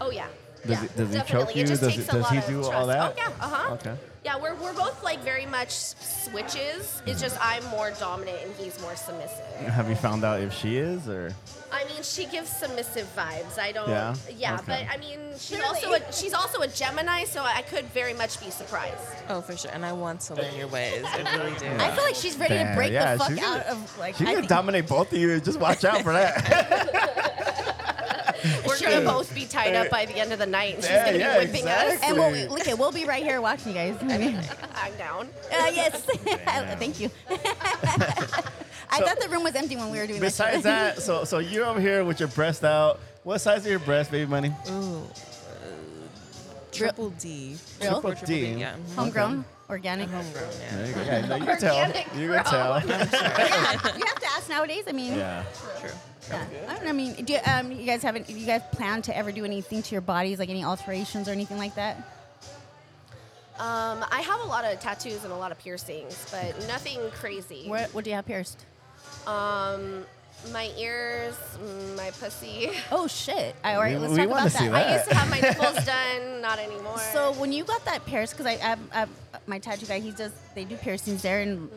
[SPEAKER 6] Oh yeah.
[SPEAKER 4] Does,
[SPEAKER 6] yeah,
[SPEAKER 4] it, does he
[SPEAKER 6] definitely.
[SPEAKER 4] choke you?
[SPEAKER 6] It just
[SPEAKER 4] does
[SPEAKER 6] takes a
[SPEAKER 4] it, does
[SPEAKER 6] lot
[SPEAKER 4] he
[SPEAKER 6] of
[SPEAKER 4] do
[SPEAKER 6] trust.
[SPEAKER 4] all that?
[SPEAKER 6] Oh yeah, uh
[SPEAKER 3] uh-huh.
[SPEAKER 6] huh.
[SPEAKER 4] Okay.
[SPEAKER 6] Yeah, we're we're both like very much s- switches. It's just I'm more dominant and he's more submissive.
[SPEAKER 4] Have you found out if she is or?
[SPEAKER 6] I mean, she gives submissive vibes. I don't.
[SPEAKER 4] Yeah? Okay.
[SPEAKER 6] but I mean, she's also a, she's also a Gemini, so I could very much be surprised.
[SPEAKER 9] Oh, for sure. And I want someone in your ways. I really do.
[SPEAKER 3] I feel like she's ready to
[SPEAKER 4] Damn,
[SPEAKER 3] break
[SPEAKER 4] yeah,
[SPEAKER 3] the fuck
[SPEAKER 4] she's
[SPEAKER 3] out
[SPEAKER 4] gonna-
[SPEAKER 3] of like.
[SPEAKER 4] She
[SPEAKER 3] I
[SPEAKER 4] can
[SPEAKER 3] think-
[SPEAKER 4] dominate both of you. Just watch out for that.
[SPEAKER 6] We're gonna both be tied up by the end of the night. and She's
[SPEAKER 4] Yeah,
[SPEAKER 6] gonna
[SPEAKER 4] yeah,
[SPEAKER 6] be whipping
[SPEAKER 4] exactly.
[SPEAKER 3] and we'll, look, it, we'll be right here watching you guys. uh,
[SPEAKER 6] us. I'm down.
[SPEAKER 3] yes, thank you. I
[SPEAKER 4] So-
[SPEAKER 3] thought the room was empty when we were doing this.
[SPEAKER 4] Besides that, so so you're over here with your breast out. What size are your breasts, baby money?
[SPEAKER 9] Ooh. uh, Triple D.
[SPEAKER 3] Triple
[SPEAKER 9] Triple D.
[SPEAKER 4] D.
[SPEAKER 9] Yeah.
[SPEAKER 3] homegrown, organic.
[SPEAKER 9] Homegrown, yeah.
[SPEAKER 4] There you go. Yeah, no, you can tell.
[SPEAKER 6] Organic
[SPEAKER 4] You can tell.
[SPEAKER 3] yeah, you have to ask nowadays. I mean,
[SPEAKER 4] Yeah.
[SPEAKER 9] True.
[SPEAKER 3] yeah. I don't know. I mean, do you, um, you guys haven't? You guys plan to ever do anything to your bodies, like any alterations or anything like that?
[SPEAKER 6] Um, I have a lot of tattoos and a lot of piercings, but nothing crazy.
[SPEAKER 3] What, what do you have pierced?
[SPEAKER 6] Um, my ears, mm, my pussy.
[SPEAKER 3] Oh shit! All right,
[SPEAKER 4] We-
[SPEAKER 3] let's
[SPEAKER 4] we
[SPEAKER 3] talk
[SPEAKER 4] wanna
[SPEAKER 3] about
[SPEAKER 4] see
[SPEAKER 3] that.
[SPEAKER 4] that.
[SPEAKER 6] I used to have my nipples done, not anymore.
[SPEAKER 3] So when you got that pierce, because I, I, I, my tattoo guy, he does, they do piercings there, and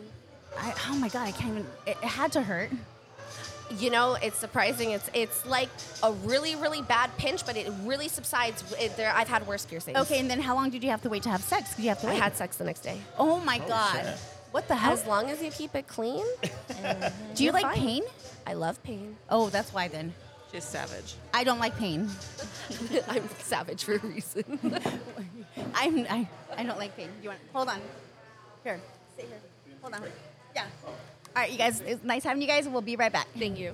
[SPEAKER 3] I, oh my god, I can't even. It, it had to hurt.
[SPEAKER 6] you know, it's surprising. It's it's like a really really bad pinch, but it really subsides. It, there, I've had worse piercings.
[SPEAKER 3] Okay, and then how long did you have to wait to have sex? 'Cause you have to
[SPEAKER 6] I
[SPEAKER 3] wait.
[SPEAKER 6] had sex the next day.
[SPEAKER 3] Oh my god, what the hell?
[SPEAKER 6] As long as you keep it clean, Mm-hmm.
[SPEAKER 3] do you
[SPEAKER 6] you're
[SPEAKER 3] like
[SPEAKER 6] fine.
[SPEAKER 3] pain?
[SPEAKER 6] I love pain.
[SPEAKER 3] Oh, that's why then.
[SPEAKER 9] She's savage.
[SPEAKER 3] I don't like pain.
[SPEAKER 6] I'm savage for a reason.
[SPEAKER 3] I'm, I, I don't like pain. You want? Hold on. Here, sit here. Hold on. Yeah. All right, you guys. It's nice having you guys. We'll be right back.
[SPEAKER 6] Thank you.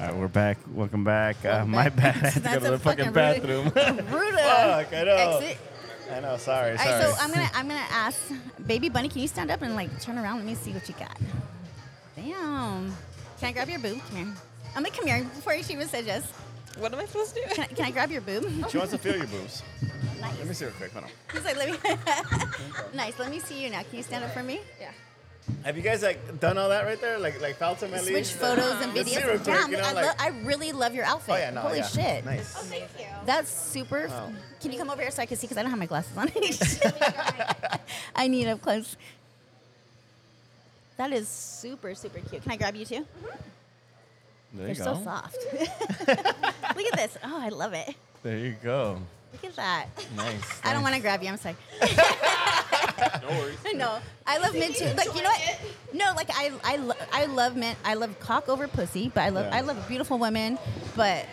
[SPEAKER 4] All right, we're back. Welcome back. Uh,
[SPEAKER 3] Welcome
[SPEAKER 4] my
[SPEAKER 3] back.
[SPEAKER 4] bad. I had to go
[SPEAKER 3] That's
[SPEAKER 4] to the
[SPEAKER 3] a
[SPEAKER 4] fucking
[SPEAKER 3] fucking
[SPEAKER 4] bathroom.
[SPEAKER 3] rude- Rude.
[SPEAKER 4] Fuck, I know.
[SPEAKER 3] Exit.
[SPEAKER 4] I know. Sorry.
[SPEAKER 3] All right,
[SPEAKER 4] Sorry.
[SPEAKER 3] so I'm gonna I'm gonna ask Baby Bunny, can you stand up and like turn around? Let me see what you got. Damn. Can I grab your boob? Come here. I'm like, come here before she even said yes.
[SPEAKER 9] What am I supposed to do?
[SPEAKER 3] Can I, can I grab your boob?
[SPEAKER 4] she wants to feel your boobs.
[SPEAKER 3] nice.
[SPEAKER 4] Let me see real quick. Hold on.
[SPEAKER 3] He's like, let me. nice. Let me see you now. Can you stand up for me?
[SPEAKER 6] Yeah.
[SPEAKER 4] Have you guys like done all that right there? Like like found some at
[SPEAKER 3] Switch
[SPEAKER 4] least?
[SPEAKER 3] photos and
[SPEAKER 4] Let's see real
[SPEAKER 3] videos.
[SPEAKER 4] quick,
[SPEAKER 3] Damn,
[SPEAKER 4] you know,
[SPEAKER 3] I,
[SPEAKER 4] like-
[SPEAKER 3] lo- I really love your outfit.
[SPEAKER 4] Oh yeah, no,
[SPEAKER 3] Holy
[SPEAKER 4] yeah.
[SPEAKER 3] shit.
[SPEAKER 4] Nice.
[SPEAKER 6] Oh,
[SPEAKER 4] Oh.
[SPEAKER 6] Thank you.
[SPEAKER 3] That's super. f- Can you come over here so I can see? Because I don't have my glasses on. I need up close. That is super, super cute. Can I grab you too?
[SPEAKER 4] There
[SPEAKER 3] They're so soft. Look at this. Oh, I love it.
[SPEAKER 4] There you go.
[SPEAKER 3] Look at that.
[SPEAKER 4] Nice.
[SPEAKER 3] I don't want to grab you. I'm sorry.
[SPEAKER 7] No worries.
[SPEAKER 3] no, I love men too. Like you know what? No, like I, I, lo- I love men. I love cock over pussy, but I love,
[SPEAKER 4] Yeah.
[SPEAKER 3] I love beautiful women. But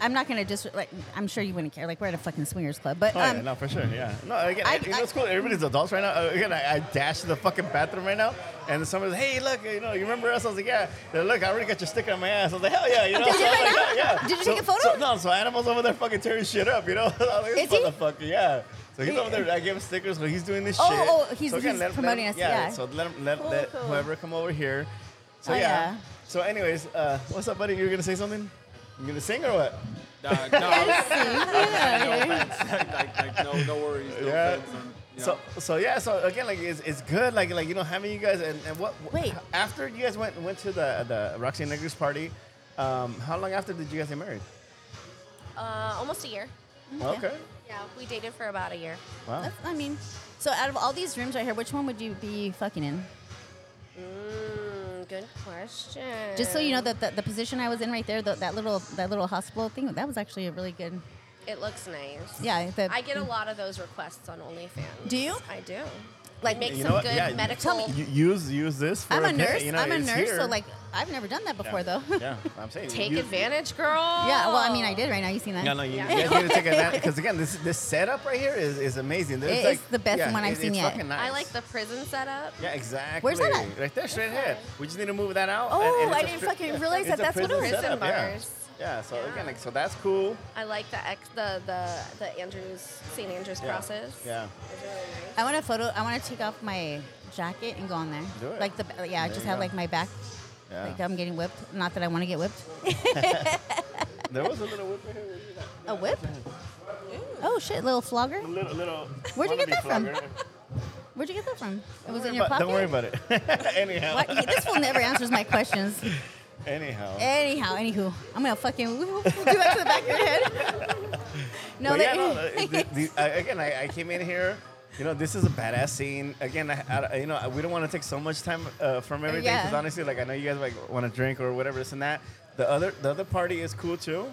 [SPEAKER 3] I'm not gonna just like. I'm sure you wouldn't care. Like we're at a fucking swingers club, but
[SPEAKER 4] Oh
[SPEAKER 3] um,
[SPEAKER 4] yeah, no, for sure, yeah. No, again, I,
[SPEAKER 3] I-
[SPEAKER 4] you know,
[SPEAKER 3] I-
[SPEAKER 4] it's cool. Everybody's adults right now. Uh, Again, I, I dashed to the fucking bathroom right now, and somebody's, hey, look, you know, you remember us? I was like, yeah. They're, look, I already got your sticker on my ass. I was like, hell yeah, you know.
[SPEAKER 3] Did you
[SPEAKER 4] I was
[SPEAKER 3] right
[SPEAKER 4] like,
[SPEAKER 3] now?
[SPEAKER 4] "Yeah, yeah."
[SPEAKER 3] Did you
[SPEAKER 4] So-
[SPEAKER 3] take a photo?
[SPEAKER 4] So, no, so animals over there fucking tearing shit up, you know. I was like, this
[SPEAKER 3] Is he?
[SPEAKER 4] motherfucker, yeah. So he's over there. I gave him stickers. So he's doing this
[SPEAKER 3] Oh,
[SPEAKER 4] shit.
[SPEAKER 3] oh, he's-
[SPEAKER 4] so let
[SPEAKER 3] he's
[SPEAKER 4] him- let
[SPEAKER 3] promoting
[SPEAKER 4] him-
[SPEAKER 3] us,
[SPEAKER 4] Yeah,
[SPEAKER 3] yeah.
[SPEAKER 4] So let him, let,
[SPEAKER 3] Cool,
[SPEAKER 4] let
[SPEAKER 3] cool.
[SPEAKER 4] whoever come over here. So
[SPEAKER 3] Oh,
[SPEAKER 4] yeah.
[SPEAKER 3] yeah.
[SPEAKER 4] So anyways, uh, what's up, buddy? You were gonna say something? You gonna sing or what?
[SPEAKER 7] Uh, no, no offense. like, like, no, no worries. No
[SPEAKER 4] Yeah.
[SPEAKER 7] offense. um, you
[SPEAKER 4] So
[SPEAKER 7] know.
[SPEAKER 4] so yeah so again like it's, it's good like like you know having you guys and, and what wh-
[SPEAKER 3] Wait.
[SPEAKER 4] after you guys went went to the the Roxy Negri's party um, how long after did you guys get married
[SPEAKER 6] Uh, almost a year.
[SPEAKER 4] okay
[SPEAKER 6] Yeah, we dated for about a year.
[SPEAKER 4] wow
[SPEAKER 3] that's, I mean, so out of all these rooms right here, which one would you be fucking in?
[SPEAKER 6] Mm, good question.
[SPEAKER 3] Just so you know that the, the position I was in right there, the, that little that little hospital thing, that was actually a really good.
[SPEAKER 6] it looks nice.
[SPEAKER 3] Yeah, the,
[SPEAKER 6] I get a lot of those requests on OnlyFans.
[SPEAKER 3] Do you?
[SPEAKER 6] I do.
[SPEAKER 3] Like,
[SPEAKER 6] Like make
[SPEAKER 4] You know
[SPEAKER 6] some
[SPEAKER 4] what?
[SPEAKER 6] good
[SPEAKER 4] Yeah, you-
[SPEAKER 6] medical.
[SPEAKER 4] you, use use this for
[SPEAKER 3] I'm a
[SPEAKER 4] pin-
[SPEAKER 3] nurse.
[SPEAKER 4] you know,
[SPEAKER 3] I'm a
[SPEAKER 4] it's
[SPEAKER 3] nurse,
[SPEAKER 4] here.
[SPEAKER 3] so like I've never done that before
[SPEAKER 4] yeah.
[SPEAKER 3] though.
[SPEAKER 4] yeah I'm saying
[SPEAKER 6] Take
[SPEAKER 4] you-
[SPEAKER 6] advantage, girl.
[SPEAKER 3] yeah, well, I mean, I did right now. You seen that?
[SPEAKER 4] No, no, you,
[SPEAKER 6] Yeah.
[SPEAKER 4] you guys need to take advantage because again, this this setup right here is, is amazing. It's
[SPEAKER 3] It
[SPEAKER 4] like,
[SPEAKER 3] is the best
[SPEAKER 4] yeah,
[SPEAKER 3] one I've
[SPEAKER 4] it-
[SPEAKER 3] seen
[SPEAKER 4] it's
[SPEAKER 3] yet.
[SPEAKER 4] Fucking nice.
[SPEAKER 6] I like the prison setup.
[SPEAKER 4] yeah, exactly.
[SPEAKER 3] Where's that at?
[SPEAKER 4] Right there, straight ahead. We just need to move that out. and-
[SPEAKER 3] Oh,
[SPEAKER 4] and it's
[SPEAKER 3] I
[SPEAKER 4] a
[SPEAKER 3] didn't
[SPEAKER 4] stri-
[SPEAKER 3] fucking realize
[SPEAKER 4] it's
[SPEAKER 3] that
[SPEAKER 4] a
[SPEAKER 3] that's what it was.
[SPEAKER 6] Prison
[SPEAKER 4] setup, yeah.
[SPEAKER 6] bars.
[SPEAKER 4] Yeah, so
[SPEAKER 6] Yeah.
[SPEAKER 4] again, like, so that's cool.
[SPEAKER 6] I like the ex, the the the Andrews St. Andrews
[SPEAKER 4] Yeah.
[SPEAKER 6] crosses.
[SPEAKER 4] Yeah.
[SPEAKER 6] It's really nice.
[SPEAKER 3] I want a photo. I want to take off my jacket and go on there.
[SPEAKER 4] Do it.
[SPEAKER 3] Like the yeah,
[SPEAKER 4] There
[SPEAKER 3] just
[SPEAKER 4] you
[SPEAKER 3] have
[SPEAKER 4] go.
[SPEAKER 3] like my back.
[SPEAKER 4] Yeah.
[SPEAKER 3] Like I'm getting whipped. Not that I want to get whipped.
[SPEAKER 4] there was a little whip right here. where you got-
[SPEAKER 3] A whip? Oh shit, little flogger.
[SPEAKER 4] A little, little.
[SPEAKER 3] Where'd you get
[SPEAKER 4] wannabe
[SPEAKER 3] that from?
[SPEAKER 4] flogger.
[SPEAKER 3] Where'd you get that from? It was
[SPEAKER 4] Don't
[SPEAKER 3] in your
[SPEAKER 4] worry
[SPEAKER 3] pocket.
[SPEAKER 4] about- Don't worry about it. anyhow.
[SPEAKER 3] Why- yeah, this fool never answers my questions.
[SPEAKER 4] Anyhow.
[SPEAKER 3] Anyhow, anywho, I'm gonna fucking do that to the back of your head. No,
[SPEAKER 4] but
[SPEAKER 3] they-
[SPEAKER 4] yeah, no, uh, the- the- I- again, I, I came in here. You know, this is a badass scene. Again, I, I, you know, we don't want to take so much time uh, from everything because
[SPEAKER 3] Yeah.
[SPEAKER 4] honestly, like I know you guys like want to drink or whatever this and that. The other the other party is cool too,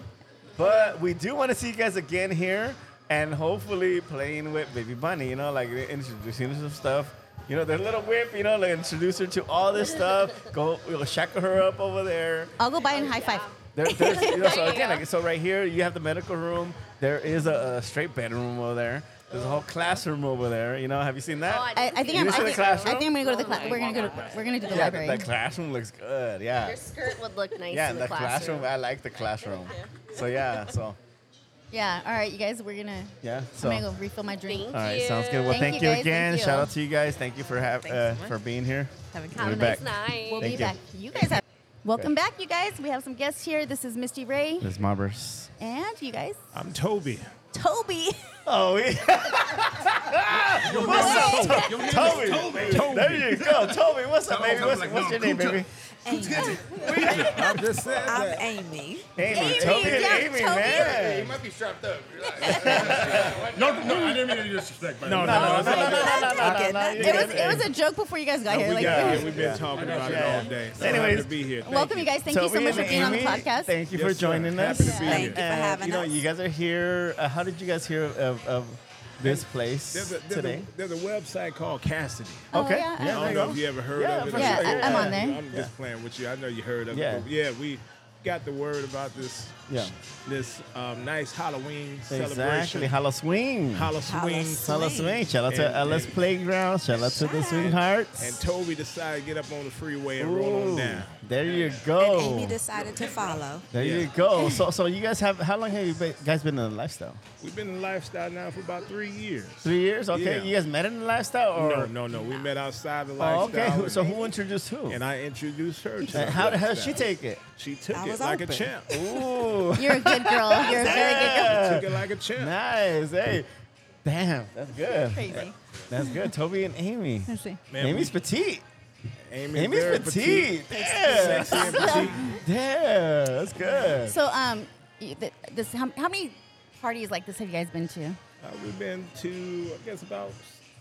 [SPEAKER 4] but we do want to see you guys again here and hopefully playing with Baby Bunny. You know, like introducing her to some stuff. You know, their little whip. You know, like introduce her to all this stuff. Go, you know, shackle her up over there.
[SPEAKER 3] I'll go by and high five.
[SPEAKER 4] There, there's, you know, so
[SPEAKER 6] you
[SPEAKER 4] again,
[SPEAKER 6] go.
[SPEAKER 4] like, so right here you have the medical room. There is a, a straight bedroom over there. There's a whole classroom over there. You know, have you seen that?
[SPEAKER 6] Oh, I
[SPEAKER 3] I, I think
[SPEAKER 6] You
[SPEAKER 3] I'm. I
[SPEAKER 4] see the
[SPEAKER 3] think, I
[SPEAKER 4] classroom?
[SPEAKER 3] think I'm gonna go to the. Cla-
[SPEAKER 6] Oh
[SPEAKER 3] we're
[SPEAKER 6] my
[SPEAKER 3] gonna go. To,
[SPEAKER 6] God.
[SPEAKER 3] we're gonna do the
[SPEAKER 4] yeah, the,
[SPEAKER 3] library.
[SPEAKER 4] the classroom looks good. Yeah,
[SPEAKER 6] Your skirt would look nice
[SPEAKER 4] yeah,
[SPEAKER 6] in the, classroom.
[SPEAKER 4] I like the classroom. So yeah, so
[SPEAKER 3] yeah. All right, you guys. We're gonna.
[SPEAKER 4] yeah, so.
[SPEAKER 3] I'm gonna go refill my drink.
[SPEAKER 6] Thank
[SPEAKER 4] all right,
[SPEAKER 6] you.
[SPEAKER 4] sounds good. Well,
[SPEAKER 3] Thank
[SPEAKER 4] thank,
[SPEAKER 3] you
[SPEAKER 4] you,
[SPEAKER 3] guys,
[SPEAKER 4] again.
[SPEAKER 3] thank you.
[SPEAKER 4] Shout out to you guys. Thank you for having
[SPEAKER 9] Thanks so much.
[SPEAKER 4] uh, for being here.
[SPEAKER 9] Have a good
[SPEAKER 6] Have
[SPEAKER 4] We'll
[SPEAKER 6] a
[SPEAKER 4] be
[SPEAKER 6] nice
[SPEAKER 4] back.
[SPEAKER 6] night.
[SPEAKER 3] We'll
[SPEAKER 4] Thank
[SPEAKER 3] be
[SPEAKER 4] you.
[SPEAKER 3] back. You guys have. Welcome back, you guys. We have some guests here. This is Misty Ray
[SPEAKER 4] There's Mobbers.
[SPEAKER 3] and you guys,
[SPEAKER 8] I'm Toby.
[SPEAKER 3] Toby.
[SPEAKER 4] Oh, we. what's up, Toby? Toby. There you go, Toby. What's up, baby? What's, what's your name, baby?
[SPEAKER 8] I'm just saying
[SPEAKER 10] I'm
[SPEAKER 8] that.
[SPEAKER 10] Amy.
[SPEAKER 4] Amy,
[SPEAKER 3] Amy,
[SPEAKER 4] Toby, and
[SPEAKER 3] yeah,
[SPEAKER 4] Amy,
[SPEAKER 3] Toby.
[SPEAKER 4] man.
[SPEAKER 11] might be strapped up. no, no, I didn't mean any disrespect. By the
[SPEAKER 8] No, no,
[SPEAKER 11] way.
[SPEAKER 8] no, no, no, no.
[SPEAKER 10] Okay, not-
[SPEAKER 3] It was it was a joke before you guys got here.
[SPEAKER 8] We
[SPEAKER 3] Like,
[SPEAKER 8] got it.
[SPEAKER 4] yeah.
[SPEAKER 8] We've been talking about it
[SPEAKER 4] Yeah.
[SPEAKER 8] all day. So
[SPEAKER 4] Anyways,
[SPEAKER 8] happy to be here. Thank
[SPEAKER 3] welcome, you.
[SPEAKER 8] you.
[SPEAKER 3] guys. Thank you so
[SPEAKER 4] Toby
[SPEAKER 3] much for
[SPEAKER 4] and
[SPEAKER 3] being on the
[SPEAKER 4] Amy,
[SPEAKER 3] podcast.
[SPEAKER 4] Thank you
[SPEAKER 8] Yes,
[SPEAKER 4] for
[SPEAKER 8] sir.
[SPEAKER 4] joining
[SPEAKER 8] Happy
[SPEAKER 4] us.
[SPEAKER 8] to be
[SPEAKER 4] And,
[SPEAKER 10] Thank you for having
[SPEAKER 4] you know,
[SPEAKER 10] us.
[SPEAKER 4] you guys are here. Uh, how did you guys hear of, of this place
[SPEAKER 8] There's a, there's,
[SPEAKER 4] today?
[SPEAKER 8] a, there's a website called Cassidy.
[SPEAKER 3] Oh,
[SPEAKER 4] okay.
[SPEAKER 3] yeah,
[SPEAKER 8] I
[SPEAKER 4] there
[SPEAKER 8] don't
[SPEAKER 4] you
[SPEAKER 8] know
[SPEAKER 4] go.
[SPEAKER 8] if you ever heard
[SPEAKER 4] Yeah,
[SPEAKER 8] of it.
[SPEAKER 4] for
[SPEAKER 8] or
[SPEAKER 4] sure,
[SPEAKER 8] not.
[SPEAKER 3] Yeah, I- I'm on there.
[SPEAKER 8] I'm just playing with you. I know you heard of
[SPEAKER 4] Yeah.
[SPEAKER 8] it. But yeah, we got the word about this
[SPEAKER 4] Yeah.
[SPEAKER 8] this um, nice Halloween celebration.
[SPEAKER 4] Exactly. Hello, swing.
[SPEAKER 8] Hollow
[SPEAKER 10] Hollow
[SPEAKER 8] swing.
[SPEAKER 10] Swing.
[SPEAKER 4] Hello, swing. Shout out to
[SPEAKER 8] And-
[SPEAKER 4] Ellis
[SPEAKER 8] and-
[SPEAKER 4] Playground. Shout out to the
[SPEAKER 8] And
[SPEAKER 4] Swinghearts.
[SPEAKER 8] Toby decided to get up on the freeway and roll on
[SPEAKER 4] Ooh,
[SPEAKER 8] down.
[SPEAKER 4] There you
[SPEAKER 10] And
[SPEAKER 4] go.
[SPEAKER 10] Amy decided to follow.
[SPEAKER 4] There
[SPEAKER 8] Yeah.
[SPEAKER 4] you go. So, so you guys have how long have you be- guys been in the lifestyle?
[SPEAKER 8] We've been in lifestyle now for about three years.
[SPEAKER 4] Three years. Okay.
[SPEAKER 8] Yeah.
[SPEAKER 4] You guys met in the lifestyle, or
[SPEAKER 8] No, no, no. We met outside the
[SPEAKER 4] Oh,
[SPEAKER 8] lifestyle.
[SPEAKER 4] okay. Who-
[SPEAKER 8] and-
[SPEAKER 4] So who introduced who?
[SPEAKER 8] And I introduced her to
[SPEAKER 4] And
[SPEAKER 8] the
[SPEAKER 4] how the hell did she
[SPEAKER 8] lifestyle.
[SPEAKER 4] take it?
[SPEAKER 8] She took
[SPEAKER 10] I
[SPEAKER 8] it
[SPEAKER 10] was
[SPEAKER 8] like a
[SPEAKER 10] open.
[SPEAKER 8] champ.
[SPEAKER 4] Ooh.
[SPEAKER 3] You're a good girl. You're a very good girl.
[SPEAKER 8] She took it like a champ.
[SPEAKER 4] Nice. Hey. Damn. That's good.
[SPEAKER 3] Crazy.
[SPEAKER 4] That's good. Toby and Amy.
[SPEAKER 3] Let's see.
[SPEAKER 8] Man,
[SPEAKER 4] Amy's
[SPEAKER 8] we-
[SPEAKER 4] petite.
[SPEAKER 8] Amy's,
[SPEAKER 4] Amy's
[SPEAKER 8] very
[SPEAKER 4] petite. Yeah.
[SPEAKER 8] Sexy and petite.
[SPEAKER 4] Yeah. That's good.
[SPEAKER 3] So, um, y- th- this how, how many parties like this have you guys been to?
[SPEAKER 8] Uh, we've been to, I guess, about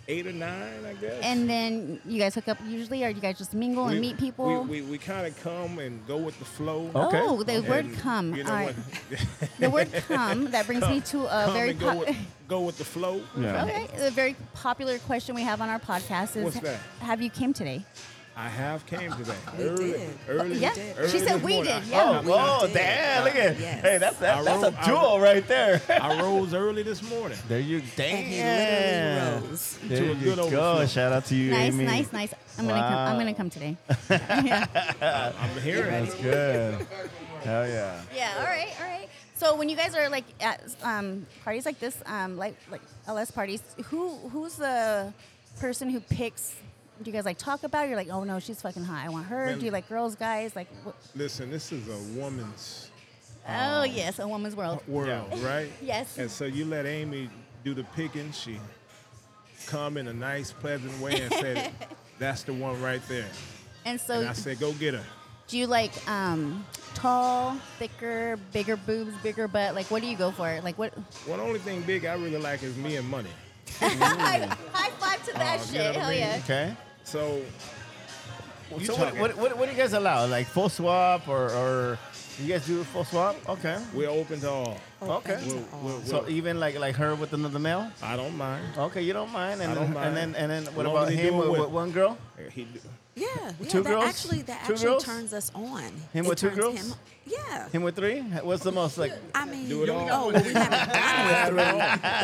[SPEAKER 8] eight or nine, I guess.
[SPEAKER 3] And then you guys hook up usually, or you guys just mingle and meet people?
[SPEAKER 8] We, we, we kind of come and go with the flow.
[SPEAKER 4] Okay.
[SPEAKER 3] Oh, the
[SPEAKER 8] And
[SPEAKER 3] word "come."
[SPEAKER 8] You know
[SPEAKER 3] All
[SPEAKER 8] what?
[SPEAKER 3] right. the word "come" that brings me to a
[SPEAKER 8] come
[SPEAKER 3] very
[SPEAKER 8] and go
[SPEAKER 3] pop-
[SPEAKER 8] with, go with the flow.
[SPEAKER 4] Yeah.
[SPEAKER 3] okay, a very popular question we have on our podcast is
[SPEAKER 8] What's that?
[SPEAKER 3] Have you came today?
[SPEAKER 8] I have came today.
[SPEAKER 10] We
[SPEAKER 8] early,
[SPEAKER 10] did.
[SPEAKER 8] early.
[SPEAKER 3] Yeah,
[SPEAKER 8] early
[SPEAKER 3] she said
[SPEAKER 8] this
[SPEAKER 3] we
[SPEAKER 8] morning.
[SPEAKER 3] did, yeah.
[SPEAKER 4] Oh,
[SPEAKER 10] we
[SPEAKER 4] whoa,
[SPEAKER 10] did.
[SPEAKER 4] damn. Look at
[SPEAKER 10] Yes.
[SPEAKER 4] Hey, that's that,
[SPEAKER 8] I
[SPEAKER 4] that's
[SPEAKER 8] wrote-
[SPEAKER 4] a
[SPEAKER 8] I
[SPEAKER 4] duo
[SPEAKER 8] wrote-
[SPEAKER 4] right there.
[SPEAKER 8] I rose early this morning.
[SPEAKER 4] There you
[SPEAKER 10] And he
[SPEAKER 4] damn.
[SPEAKER 10] literally rose.
[SPEAKER 4] There
[SPEAKER 8] To
[SPEAKER 4] you
[SPEAKER 8] a good
[SPEAKER 4] go.
[SPEAKER 8] overflow.
[SPEAKER 4] Shout out to you,
[SPEAKER 3] nice,
[SPEAKER 4] Amy.
[SPEAKER 3] nice, nice. I'm gonna come. I'm
[SPEAKER 4] Wow.
[SPEAKER 3] gonna come today.
[SPEAKER 8] I'm hearing
[SPEAKER 4] That's good. Hell yeah.
[SPEAKER 3] yeah. All right. All right. So when you guys are like at um, parties like this, um, like like LS parties, who who's the person who picks? Do you guys like talk about? it? You're like, oh no, she's fucking hot. I want her.
[SPEAKER 8] Man.
[SPEAKER 3] Do you like girls, guys? Like, wh-
[SPEAKER 8] Listen, this is a woman's um,
[SPEAKER 3] oh yes, a woman's world.
[SPEAKER 8] world, right?
[SPEAKER 3] Yes.
[SPEAKER 8] And so you let Amy do the picking. She come in a nice, pleasant way and said, "That's the one right there."
[SPEAKER 3] And so,
[SPEAKER 8] And I said, "Go get her."
[SPEAKER 3] do you like um, tall, thicker, bigger boobs, bigger butt? Like, what do you go for? Like, what?
[SPEAKER 8] One only thing big I really like is me and money.
[SPEAKER 3] High five to that
[SPEAKER 8] Oh, you know
[SPEAKER 3] shit.
[SPEAKER 8] what I
[SPEAKER 3] Hell
[SPEAKER 8] mean?
[SPEAKER 3] yeah.
[SPEAKER 4] Okay.
[SPEAKER 8] So You
[SPEAKER 4] so what,
[SPEAKER 8] talking.
[SPEAKER 4] what, what, what do you guys allow? Like full swap or, or you guys do full swap? Okay.
[SPEAKER 8] we're open to all.
[SPEAKER 4] Okay.
[SPEAKER 8] We're, we're, we're,
[SPEAKER 4] So even like like her with another male?
[SPEAKER 8] I don't mind.
[SPEAKER 4] Okay, you don't mind. And
[SPEAKER 8] I
[SPEAKER 4] then,
[SPEAKER 8] don't mind.
[SPEAKER 4] And then and then what
[SPEAKER 8] Long
[SPEAKER 4] about
[SPEAKER 8] as he
[SPEAKER 4] him
[SPEAKER 8] do it
[SPEAKER 4] with,
[SPEAKER 8] with-
[SPEAKER 4] with one girl?
[SPEAKER 8] He do-
[SPEAKER 10] Yeah, yeah
[SPEAKER 4] Two
[SPEAKER 10] that
[SPEAKER 4] girls?
[SPEAKER 10] actually that
[SPEAKER 4] Two
[SPEAKER 10] actually
[SPEAKER 4] girls?
[SPEAKER 10] turns us on.
[SPEAKER 4] Him
[SPEAKER 10] It
[SPEAKER 4] with two
[SPEAKER 10] turns
[SPEAKER 4] girls?
[SPEAKER 10] him- yeah.
[SPEAKER 4] Him with three? What's the most like?
[SPEAKER 10] I mean,
[SPEAKER 8] Do it all.
[SPEAKER 10] oh, well,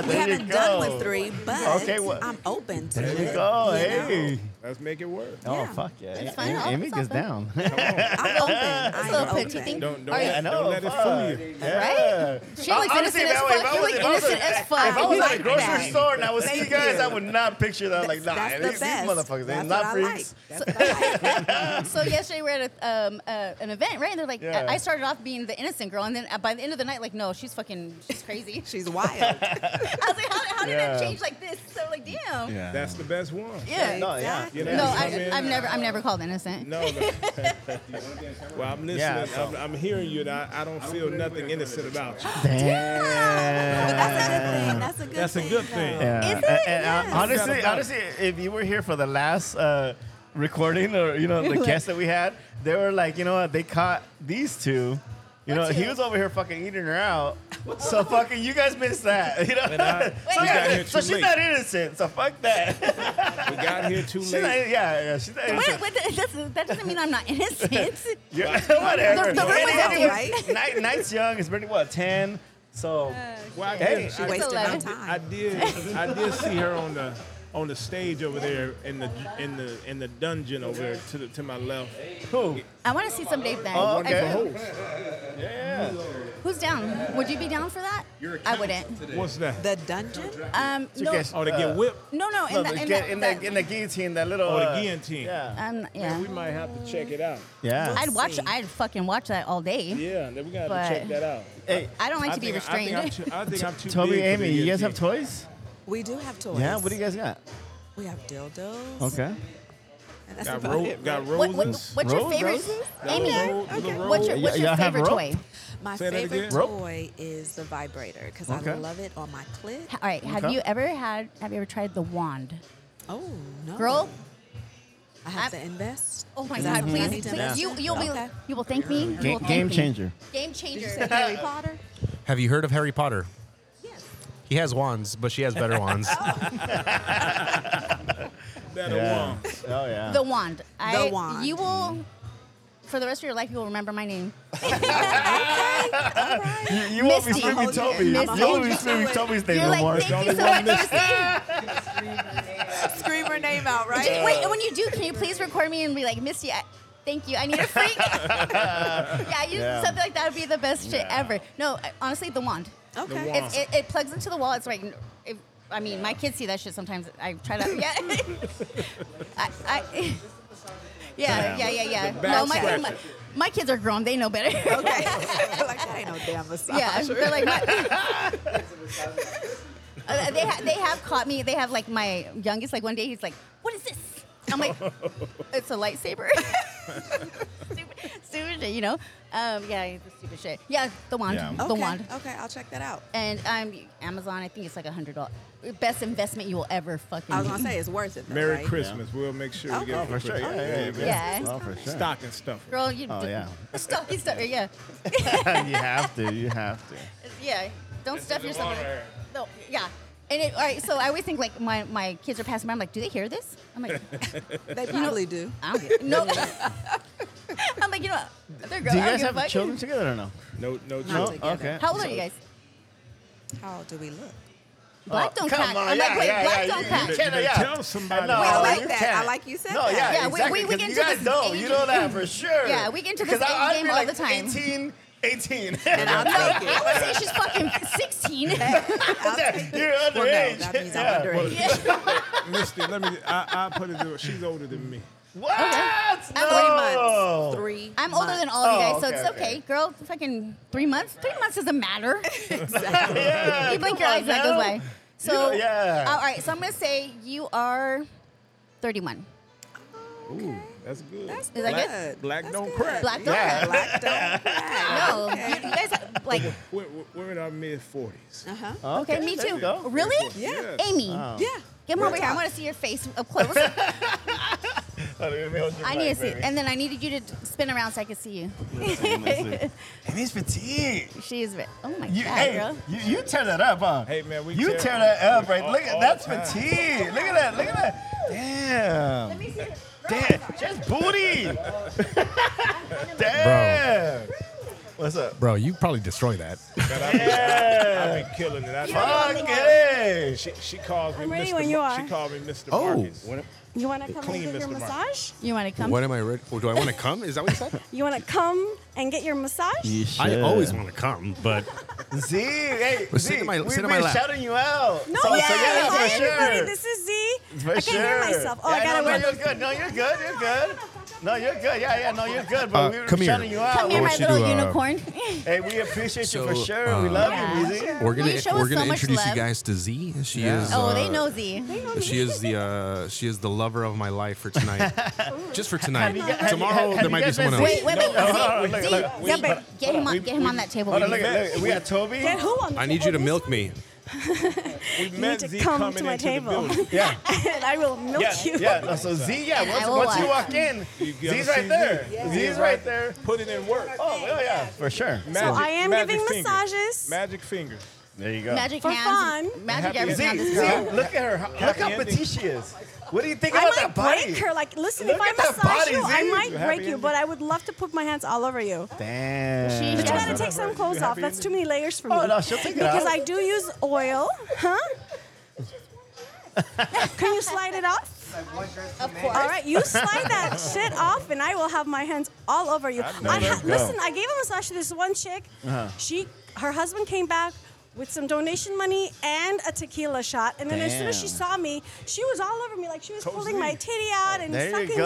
[SPEAKER 10] we
[SPEAKER 4] There you
[SPEAKER 10] haven't done with three. We haven't done
[SPEAKER 4] go.
[SPEAKER 10] with three, but
[SPEAKER 4] Okay, what-
[SPEAKER 10] I'm open to
[SPEAKER 4] There
[SPEAKER 10] it.
[SPEAKER 4] you go.
[SPEAKER 10] you know?
[SPEAKER 4] hey.
[SPEAKER 8] Let's make it work.
[SPEAKER 4] Oh
[SPEAKER 10] Yeah.
[SPEAKER 4] fuck yeah.
[SPEAKER 3] That's fine. I'll
[SPEAKER 4] Amy
[SPEAKER 3] stop
[SPEAKER 4] gets
[SPEAKER 3] it.
[SPEAKER 4] down.
[SPEAKER 10] I'm open. I'm
[SPEAKER 3] little
[SPEAKER 10] open.
[SPEAKER 3] petite thing.
[SPEAKER 8] Don't
[SPEAKER 3] Are
[SPEAKER 8] don't,
[SPEAKER 3] you-
[SPEAKER 8] don't let it
[SPEAKER 4] fuck.
[SPEAKER 8] fool you.
[SPEAKER 4] Yeah.
[SPEAKER 3] She looks
[SPEAKER 4] Honestly,
[SPEAKER 3] innocent
[SPEAKER 4] if
[SPEAKER 3] as
[SPEAKER 4] I was- if I
[SPEAKER 3] fuck. You
[SPEAKER 4] was-
[SPEAKER 3] look
[SPEAKER 4] if I was-
[SPEAKER 3] innocent as fuck.
[SPEAKER 4] If I was at
[SPEAKER 10] like
[SPEAKER 4] a grocery
[SPEAKER 10] that.
[SPEAKER 4] store and I would see you
[SPEAKER 10] Thank
[SPEAKER 4] guys,
[SPEAKER 10] you.
[SPEAKER 4] I would not picture that. Like, nah,
[SPEAKER 10] That's the
[SPEAKER 4] these, these
[SPEAKER 10] best.
[SPEAKER 4] motherfuckers, they're
[SPEAKER 10] That's
[SPEAKER 4] not
[SPEAKER 10] what I
[SPEAKER 4] freaks.
[SPEAKER 10] Like. That's what I like.
[SPEAKER 3] So yesterday we are at a, um, uh, an event, right? And they're like,
[SPEAKER 4] Yeah.
[SPEAKER 3] I started off being the innocent girl, and then uh, by the end of the night, like, no, she's fucking, she's crazy.
[SPEAKER 10] She's wild.
[SPEAKER 3] I was like, how, how did
[SPEAKER 4] Yeah.
[SPEAKER 3] I change like this? So like, damn. Yeah.
[SPEAKER 8] That's the best one.
[SPEAKER 4] No, yeah.
[SPEAKER 10] Exactly.
[SPEAKER 8] You
[SPEAKER 3] No,
[SPEAKER 8] know, come
[SPEAKER 3] I,
[SPEAKER 8] in-
[SPEAKER 3] I'm never, I'm never called innocent.
[SPEAKER 8] No, no. well, I'm listening.
[SPEAKER 4] Yeah, so-
[SPEAKER 8] I'm, I'm hearing you, and I, I don't feel nothing innocent about you.
[SPEAKER 4] Damn.
[SPEAKER 10] That's a good thing. That's a good thing. though.
[SPEAKER 4] Yeah.
[SPEAKER 10] Is
[SPEAKER 4] And-
[SPEAKER 10] it?
[SPEAKER 4] and
[SPEAKER 10] Yes.
[SPEAKER 4] honestly, honestly, if you were here for the last uh, recording or you know the
[SPEAKER 10] Like-
[SPEAKER 4] guests that we had, they were like, you know what? They caught these two. You know, he was over here fucking eating her out. So fucking, you guys missed that. You know, so,
[SPEAKER 8] we got
[SPEAKER 4] yeah,
[SPEAKER 8] here
[SPEAKER 4] so
[SPEAKER 8] too
[SPEAKER 4] she's
[SPEAKER 8] late.
[SPEAKER 4] not innocent. So fuck that. we
[SPEAKER 8] got here too
[SPEAKER 4] she's
[SPEAKER 8] late.
[SPEAKER 4] Not, yeah, yeah, she's not
[SPEAKER 3] What,
[SPEAKER 4] innocent.
[SPEAKER 3] what the, that's- that doesn't mean I'm not innocent.
[SPEAKER 4] You're,
[SPEAKER 3] The-
[SPEAKER 4] whatever.
[SPEAKER 3] the room
[SPEAKER 4] And
[SPEAKER 3] was
[SPEAKER 4] anyway,
[SPEAKER 3] empty, right? Uh,
[SPEAKER 4] Night, night's young. It's barely what ten. So
[SPEAKER 8] Well, I
[SPEAKER 4] Hey,
[SPEAKER 8] did-
[SPEAKER 4] she
[SPEAKER 8] I-
[SPEAKER 4] wasted
[SPEAKER 8] I
[SPEAKER 4] my
[SPEAKER 8] did- I did. I did see her on the on the stage over there in the in the in the dungeon over there to the, to my left.
[SPEAKER 4] Who?
[SPEAKER 3] I want to see some Dave Bang.
[SPEAKER 8] Oh,
[SPEAKER 3] I
[SPEAKER 8] okay.
[SPEAKER 3] feel-
[SPEAKER 8] Yeah.
[SPEAKER 3] Who's down? Would you be down for that? I wouldn't.
[SPEAKER 8] What's that?
[SPEAKER 10] The dungeon?
[SPEAKER 3] Um,
[SPEAKER 4] She
[SPEAKER 3] no.
[SPEAKER 4] gets-
[SPEAKER 8] Oh, to get whipped.
[SPEAKER 3] No, no, in
[SPEAKER 4] No,
[SPEAKER 3] the,
[SPEAKER 4] the gu-
[SPEAKER 3] in the,
[SPEAKER 4] in
[SPEAKER 3] the,
[SPEAKER 4] the in Uh, the guillotine, that little
[SPEAKER 8] Oh, the
[SPEAKER 4] uh,
[SPEAKER 8] guillotine.
[SPEAKER 4] Yeah.
[SPEAKER 3] um, yeah.
[SPEAKER 8] Man, we might have to check it out.
[SPEAKER 4] Yeah.
[SPEAKER 3] I'd watch. I'd fucking watch that all day.
[SPEAKER 8] Yeah, then we gotta
[SPEAKER 3] But-
[SPEAKER 8] check that out.
[SPEAKER 4] Hey,
[SPEAKER 3] I don't like
[SPEAKER 8] I
[SPEAKER 3] to be
[SPEAKER 8] think- I think I'm
[SPEAKER 3] restrained.
[SPEAKER 8] too- I think I'm too
[SPEAKER 4] Toby,
[SPEAKER 8] big for
[SPEAKER 4] Amy,
[SPEAKER 8] the
[SPEAKER 4] you guys
[SPEAKER 8] guillotine.
[SPEAKER 4] have toys?
[SPEAKER 10] We do have toys.
[SPEAKER 4] Yeah. What do you guys got?
[SPEAKER 10] We have dildos.
[SPEAKER 4] Okay.
[SPEAKER 10] And that's
[SPEAKER 8] Got,
[SPEAKER 10] about
[SPEAKER 8] ro-
[SPEAKER 10] it, right?
[SPEAKER 8] got
[SPEAKER 3] What,
[SPEAKER 8] roses.
[SPEAKER 3] what, what's your
[SPEAKER 4] Rose?
[SPEAKER 3] favorite,
[SPEAKER 4] Roses?
[SPEAKER 3] Amy?
[SPEAKER 8] Little ro- little
[SPEAKER 3] What's your,
[SPEAKER 8] rose.
[SPEAKER 3] what's
[SPEAKER 4] Y-
[SPEAKER 3] your
[SPEAKER 4] y'all have
[SPEAKER 3] favorite
[SPEAKER 4] rope?
[SPEAKER 3] toy?
[SPEAKER 10] My
[SPEAKER 8] Say that
[SPEAKER 10] favorite
[SPEAKER 8] again.
[SPEAKER 4] Rope.
[SPEAKER 10] toy is the vibrator because I
[SPEAKER 4] Okay.
[SPEAKER 10] love it on my clit.
[SPEAKER 3] All right. Have
[SPEAKER 4] Okay.
[SPEAKER 3] you ever had? Have you ever tried the wand?
[SPEAKER 10] Oh no,
[SPEAKER 3] Girl.
[SPEAKER 10] I have
[SPEAKER 3] I'm-
[SPEAKER 10] to invest.
[SPEAKER 3] Oh my
[SPEAKER 10] Is
[SPEAKER 3] God!
[SPEAKER 10] that
[SPEAKER 3] Please,
[SPEAKER 10] something I need to
[SPEAKER 3] please.
[SPEAKER 10] invest
[SPEAKER 3] You
[SPEAKER 10] in?
[SPEAKER 3] you'll
[SPEAKER 10] Okay.
[SPEAKER 3] be you will thank me. You
[SPEAKER 4] Ga-
[SPEAKER 3] will thank
[SPEAKER 4] game
[SPEAKER 3] me.
[SPEAKER 4] changer.
[SPEAKER 3] Game changer.
[SPEAKER 10] Did you say Harry Potter?
[SPEAKER 5] Have you heard of Harry Potter? He has wands, but she has better wands.
[SPEAKER 3] Oh.
[SPEAKER 8] That a
[SPEAKER 4] Yeah.
[SPEAKER 8] wand.
[SPEAKER 4] Oh yeah.
[SPEAKER 3] The wand. I,
[SPEAKER 10] wand.
[SPEAKER 3] You will, for the rest of your life, you will remember my name.
[SPEAKER 4] you you won't be
[SPEAKER 3] Misty.
[SPEAKER 4] screaming
[SPEAKER 3] Hold your-
[SPEAKER 4] Toby. You
[SPEAKER 3] Misty.
[SPEAKER 4] won't be screaming Toby's name
[SPEAKER 3] You're
[SPEAKER 4] no
[SPEAKER 3] like,
[SPEAKER 4] more.
[SPEAKER 3] thank you so much. Misty.
[SPEAKER 10] Scream her name out, right?
[SPEAKER 3] Just wait, and when you do, can you please record me and be like, Misty? I, thank you. I need a freak. yeah, you,
[SPEAKER 4] Yeah.
[SPEAKER 3] something like that would be the best shit ever. No, I- honestly, the wand.
[SPEAKER 10] Okay.
[SPEAKER 8] wand.
[SPEAKER 3] It's, it, it plugs into the wall. It's like, if, I mean, my kids see that shit sometimes. I try to, yeah. I, I, yeah, yeah, yeah, yeah.
[SPEAKER 8] The back
[SPEAKER 3] No, my, my,
[SPEAKER 8] scratcher.
[SPEAKER 3] my kids are grown. They know better.
[SPEAKER 10] Okay. like that ain't no damn massage.
[SPEAKER 3] Yeah, they're like my- Uh, they ha- they have caught me. They have like my youngest. Like one day he's like, "What is this?" I'm like, "It's a lightsaber." stupid, stupid shit, you know. Um, yeah, it's the stupid shit. Yeah, the wand,
[SPEAKER 4] Yeah.
[SPEAKER 3] the
[SPEAKER 10] okay.
[SPEAKER 3] wand,
[SPEAKER 10] Okay, I'll check that out.
[SPEAKER 3] and um, Amazon. I think it's like a hundred dollars. Best investment you will ever fucking.
[SPEAKER 10] I was gonna
[SPEAKER 3] do.
[SPEAKER 10] say it's worth it. Though,
[SPEAKER 8] Merry
[SPEAKER 10] right?
[SPEAKER 8] Christmas. We'll make sure we
[SPEAKER 10] Okay.
[SPEAKER 8] get
[SPEAKER 10] Oh,
[SPEAKER 8] it
[SPEAKER 10] for
[SPEAKER 4] sure, yeah,
[SPEAKER 8] Christmas.
[SPEAKER 4] yeah,
[SPEAKER 3] yeah. Yeah.
[SPEAKER 4] Oh, for sure.
[SPEAKER 8] Stocking stuff.
[SPEAKER 3] girl, you.
[SPEAKER 4] Oh, yeah.
[SPEAKER 3] Stuff, you stuff, yeah,
[SPEAKER 4] you have to. You have to.
[SPEAKER 3] yeah. Don't stuff yourself. No, yeah. And it, all right, so I always think like my, my kids are passing by. I'm like, do they hear this? I'm like,
[SPEAKER 10] They probably do.
[SPEAKER 3] I don't get no. I'm like, you know, what? they're grown.
[SPEAKER 4] Do you
[SPEAKER 3] I don't
[SPEAKER 4] guys
[SPEAKER 3] give a
[SPEAKER 4] have
[SPEAKER 3] fuck.
[SPEAKER 4] children together or no?
[SPEAKER 8] No, no,
[SPEAKER 10] No.
[SPEAKER 8] joke.
[SPEAKER 10] together.
[SPEAKER 4] Okay.
[SPEAKER 3] How old are you guys?
[SPEAKER 10] How do we look?
[SPEAKER 3] Black don't
[SPEAKER 4] Oh, come
[SPEAKER 3] crack.
[SPEAKER 4] on,
[SPEAKER 3] I'm
[SPEAKER 4] yeah,
[SPEAKER 3] like, wait,
[SPEAKER 4] yeah,
[SPEAKER 3] black
[SPEAKER 4] yeah,
[SPEAKER 3] don't
[SPEAKER 4] you-
[SPEAKER 3] crack.
[SPEAKER 4] you
[SPEAKER 8] You better
[SPEAKER 4] Yeah.
[SPEAKER 8] tell somebody.
[SPEAKER 4] know.
[SPEAKER 10] I
[SPEAKER 4] Oh,
[SPEAKER 10] like
[SPEAKER 4] you
[SPEAKER 10] that.
[SPEAKER 4] can't.
[SPEAKER 10] I like you said
[SPEAKER 4] No,
[SPEAKER 10] that.
[SPEAKER 4] yeah,
[SPEAKER 3] Yeah, we-
[SPEAKER 4] exactly.
[SPEAKER 3] we- we
[SPEAKER 4] 'cause
[SPEAKER 3] get
[SPEAKER 4] you
[SPEAKER 3] to
[SPEAKER 4] guys
[SPEAKER 3] this
[SPEAKER 4] know. You
[SPEAKER 3] age-
[SPEAKER 4] know that for sure.
[SPEAKER 3] Yeah, we get to this
[SPEAKER 4] Because I-
[SPEAKER 3] age
[SPEAKER 4] I'd
[SPEAKER 3] game
[SPEAKER 4] be
[SPEAKER 3] all
[SPEAKER 4] like
[SPEAKER 3] the time.
[SPEAKER 4] 18, 18.
[SPEAKER 10] And I'll take
[SPEAKER 3] I
[SPEAKER 10] it.
[SPEAKER 3] would
[SPEAKER 4] Oh,
[SPEAKER 3] say she's fucking 16.
[SPEAKER 10] I'll take it.
[SPEAKER 4] You're
[SPEAKER 10] Well, no,
[SPEAKER 4] underage.
[SPEAKER 10] that means I'm
[SPEAKER 4] Yeah.
[SPEAKER 10] underage.
[SPEAKER 8] Misty, let me. I, I put it. Through. She's older than me.
[SPEAKER 4] What?
[SPEAKER 3] I'm
[SPEAKER 10] Three
[SPEAKER 4] No.
[SPEAKER 10] months. Three.
[SPEAKER 3] I'm older than
[SPEAKER 10] months.
[SPEAKER 3] all of you guys,
[SPEAKER 4] Oh,
[SPEAKER 3] so
[SPEAKER 4] okay,
[SPEAKER 3] it's okay.
[SPEAKER 4] okay.
[SPEAKER 3] Girl, fucking three months. Three months doesn't matter.
[SPEAKER 4] Yeah,
[SPEAKER 3] you blink
[SPEAKER 4] come
[SPEAKER 3] your
[SPEAKER 4] on
[SPEAKER 3] eyes, that
[SPEAKER 4] now.
[SPEAKER 3] goes away. So,
[SPEAKER 4] You- yeah.
[SPEAKER 3] All right, so I'm going to say you are 31.
[SPEAKER 8] Ooh, that's good.
[SPEAKER 10] That's
[SPEAKER 3] Is that
[SPEAKER 10] black,
[SPEAKER 3] good?
[SPEAKER 8] Black
[SPEAKER 10] That's
[SPEAKER 8] don't
[SPEAKER 10] good.
[SPEAKER 8] crack.
[SPEAKER 3] Black don't
[SPEAKER 4] Yeah.
[SPEAKER 3] crack.
[SPEAKER 10] Black don't crack.
[SPEAKER 3] No, you, you guys, have, like,
[SPEAKER 8] We're, we're- we're in our mid forties.
[SPEAKER 10] Uh huh.
[SPEAKER 3] okay, me
[SPEAKER 4] there
[SPEAKER 3] too.
[SPEAKER 4] you go.
[SPEAKER 3] Really?
[SPEAKER 10] Yeah.
[SPEAKER 3] Amy.
[SPEAKER 10] Yeah.
[SPEAKER 3] Get over here. I want to see your face up close. I need to see, and then I needed you to spin around so I could see you.
[SPEAKER 4] Amy's petite.
[SPEAKER 3] She is. ve- Oh my
[SPEAKER 4] You,
[SPEAKER 3] god,
[SPEAKER 4] hey,
[SPEAKER 3] girl.
[SPEAKER 4] you, you tear that up, huh?
[SPEAKER 8] Hey, man, we
[SPEAKER 4] you
[SPEAKER 8] tear-
[SPEAKER 4] tear, that up,
[SPEAKER 8] we-
[SPEAKER 4] right?
[SPEAKER 8] all-
[SPEAKER 4] Look at
[SPEAKER 8] all
[SPEAKER 4] that's
[SPEAKER 8] the time.
[SPEAKER 4] petite. Look at that. Look at that. Damn.
[SPEAKER 3] me see it.
[SPEAKER 4] Damn. Just booty. Damn. What's up?
[SPEAKER 5] Bro, you probably destroy that.
[SPEAKER 8] I've been killing it. I,
[SPEAKER 4] Fuck hey.
[SPEAKER 8] She, she calls me
[SPEAKER 10] I'm ready
[SPEAKER 8] Mr.
[SPEAKER 10] when you
[SPEAKER 8] Ma-
[SPEAKER 10] are.
[SPEAKER 8] She called me Mr.
[SPEAKER 5] Oh.
[SPEAKER 8] Marcus.
[SPEAKER 10] You want
[SPEAKER 8] The
[SPEAKER 10] to
[SPEAKER 8] come
[SPEAKER 10] come
[SPEAKER 8] and clean
[SPEAKER 10] and
[SPEAKER 8] get your
[SPEAKER 10] get your
[SPEAKER 8] Mr. Mark.
[SPEAKER 10] massage?
[SPEAKER 3] You want to come?
[SPEAKER 5] What am I ready? do I want to come? Is that what you said?
[SPEAKER 10] You want to come and get your massage?
[SPEAKER 5] I always want to come, but
[SPEAKER 4] Z, hey,
[SPEAKER 5] Well,
[SPEAKER 4] Z,
[SPEAKER 5] sit in my-
[SPEAKER 4] we've
[SPEAKER 5] sit in my
[SPEAKER 4] been
[SPEAKER 5] lap.
[SPEAKER 4] shouting you out.
[SPEAKER 10] No,
[SPEAKER 4] so,
[SPEAKER 10] yeah,
[SPEAKER 4] so yeah,
[SPEAKER 10] hi,
[SPEAKER 4] for
[SPEAKER 10] everybody.
[SPEAKER 4] sure.
[SPEAKER 10] This is Z.
[SPEAKER 4] For
[SPEAKER 10] I can't
[SPEAKER 4] sure.
[SPEAKER 10] hear myself. Oh,
[SPEAKER 4] yeah,
[SPEAKER 10] I gotta
[SPEAKER 4] no, no,
[SPEAKER 10] wear.
[SPEAKER 4] you're good. No, you're good. You're good. No, you're good. Yeah, yeah, no, you're good. But
[SPEAKER 5] Uh,
[SPEAKER 4] we were
[SPEAKER 5] come here.
[SPEAKER 4] shouting you out.
[SPEAKER 3] Come here,
[SPEAKER 5] I
[SPEAKER 3] my
[SPEAKER 5] want you
[SPEAKER 3] little
[SPEAKER 5] to, uh,
[SPEAKER 3] unicorn.
[SPEAKER 4] Hey, we appreciate you for
[SPEAKER 5] So,
[SPEAKER 4] sure. we
[SPEAKER 5] uh,
[SPEAKER 4] love
[SPEAKER 3] Yeah.
[SPEAKER 4] you, Weezy.
[SPEAKER 5] we're gonna
[SPEAKER 3] you show
[SPEAKER 5] we're
[SPEAKER 3] us
[SPEAKER 5] gonna
[SPEAKER 3] so much
[SPEAKER 5] introduce
[SPEAKER 3] love.
[SPEAKER 5] you guys to Z. She
[SPEAKER 4] Yeah.
[SPEAKER 5] is
[SPEAKER 3] oh,
[SPEAKER 5] uh,
[SPEAKER 3] they know Z.
[SPEAKER 5] She is the uh, she is the lover of my life for tonight. Just for tonight.
[SPEAKER 4] you guys- have
[SPEAKER 5] Tomorrow
[SPEAKER 4] you
[SPEAKER 5] there might be
[SPEAKER 4] guys been
[SPEAKER 5] someone else.
[SPEAKER 3] Wait, wait, wait.
[SPEAKER 4] No, no, no,
[SPEAKER 3] Z,
[SPEAKER 4] look,
[SPEAKER 3] Z,
[SPEAKER 4] look,
[SPEAKER 3] Z, get him on, get him on that table.
[SPEAKER 4] Hold on,
[SPEAKER 3] Weezy.
[SPEAKER 4] look, at- look, we got Toby.
[SPEAKER 10] Get who on the
[SPEAKER 5] I need
[SPEAKER 10] table?
[SPEAKER 5] you to
[SPEAKER 10] This
[SPEAKER 5] milk
[SPEAKER 10] one?
[SPEAKER 5] me.
[SPEAKER 8] We
[SPEAKER 10] You
[SPEAKER 8] met
[SPEAKER 10] need to
[SPEAKER 8] Z
[SPEAKER 10] come
[SPEAKER 8] coming
[SPEAKER 10] to my
[SPEAKER 8] into the
[SPEAKER 10] table.
[SPEAKER 8] building.
[SPEAKER 4] Yeah.
[SPEAKER 10] and I will milk
[SPEAKER 4] yeah,
[SPEAKER 10] you.
[SPEAKER 4] yeah. No, so Z, yeah.
[SPEAKER 10] And I
[SPEAKER 4] Once,
[SPEAKER 10] will
[SPEAKER 4] once you
[SPEAKER 10] watch.
[SPEAKER 4] walk in,
[SPEAKER 8] You gotta
[SPEAKER 4] Z's
[SPEAKER 8] see
[SPEAKER 4] right there.
[SPEAKER 8] Z. Yeah.
[SPEAKER 4] Z's right there.
[SPEAKER 8] Put it in work.
[SPEAKER 4] Oh, hell yeah, for sure.
[SPEAKER 10] So I am
[SPEAKER 8] magic
[SPEAKER 10] giving
[SPEAKER 8] finger.
[SPEAKER 10] massages.
[SPEAKER 8] Magic finger.
[SPEAKER 4] There you go.
[SPEAKER 10] For fun.
[SPEAKER 3] Magic
[SPEAKER 4] Happy
[SPEAKER 3] every
[SPEAKER 4] Z,
[SPEAKER 3] now and
[SPEAKER 4] Z,
[SPEAKER 3] then.
[SPEAKER 4] look at her. How- Look
[SPEAKER 8] Happy
[SPEAKER 4] how
[SPEAKER 8] ending.
[SPEAKER 4] petite she is. What do you think
[SPEAKER 10] I
[SPEAKER 4] about
[SPEAKER 10] might
[SPEAKER 4] that body?
[SPEAKER 10] break her. Like, listen,
[SPEAKER 4] Look
[SPEAKER 10] if I
[SPEAKER 4] at that
[SPEAKER 10] massage
[SPEAKER 4] body,
[SPEAKER 10] you, I
[SPEAKER 4] Z.
[SPEAKER 10] might
[SPEAKER 4] You
[SPEAKER 8] happy
[SPEAKER 10] break you,
[SPEAKER 8] ending?
[SPEAKER 10] but I would love to put my hands all over you.
[SPEAKER 4] Damn.
[SPEAKER 10] But you gotta take some clothes off. That's too many layers for me.
[SPEAKER 4] Oh, no, she'll take it
[SPEAKER 10] because
[SPEAKER 4] off.
[SPEAKER 10] I do use oil, huh? Can you slide it off?
[SPEAKER 3] Of course.
[SPEAKER 10] All right, you slide that shit off, and I will have my hands all over you.
[SPEAKER 4] know
[SPEAKER 10] I
[SPEAKER 4] that.
[SPEAKER 10] ha- listen, I gave a massage to this one chick.
[SPEAKER 4] Uh-huh.
[SPEAKER 10] She, her husband came back with some donation money and a tequila shot, and then as soon as she
[SPEAKER 4] Damn.
[SPEAKER 10] saw me, she was all over me, like she was
[SPEAKER 8] Coach
[SPEAKER 10] pulling
[SPEAKER 8] Z.
[SPEAKER 10] my titty out and
[SPEAKER 4] There you
[SPEAKER 10] sucking
[SPEAKER 4] go.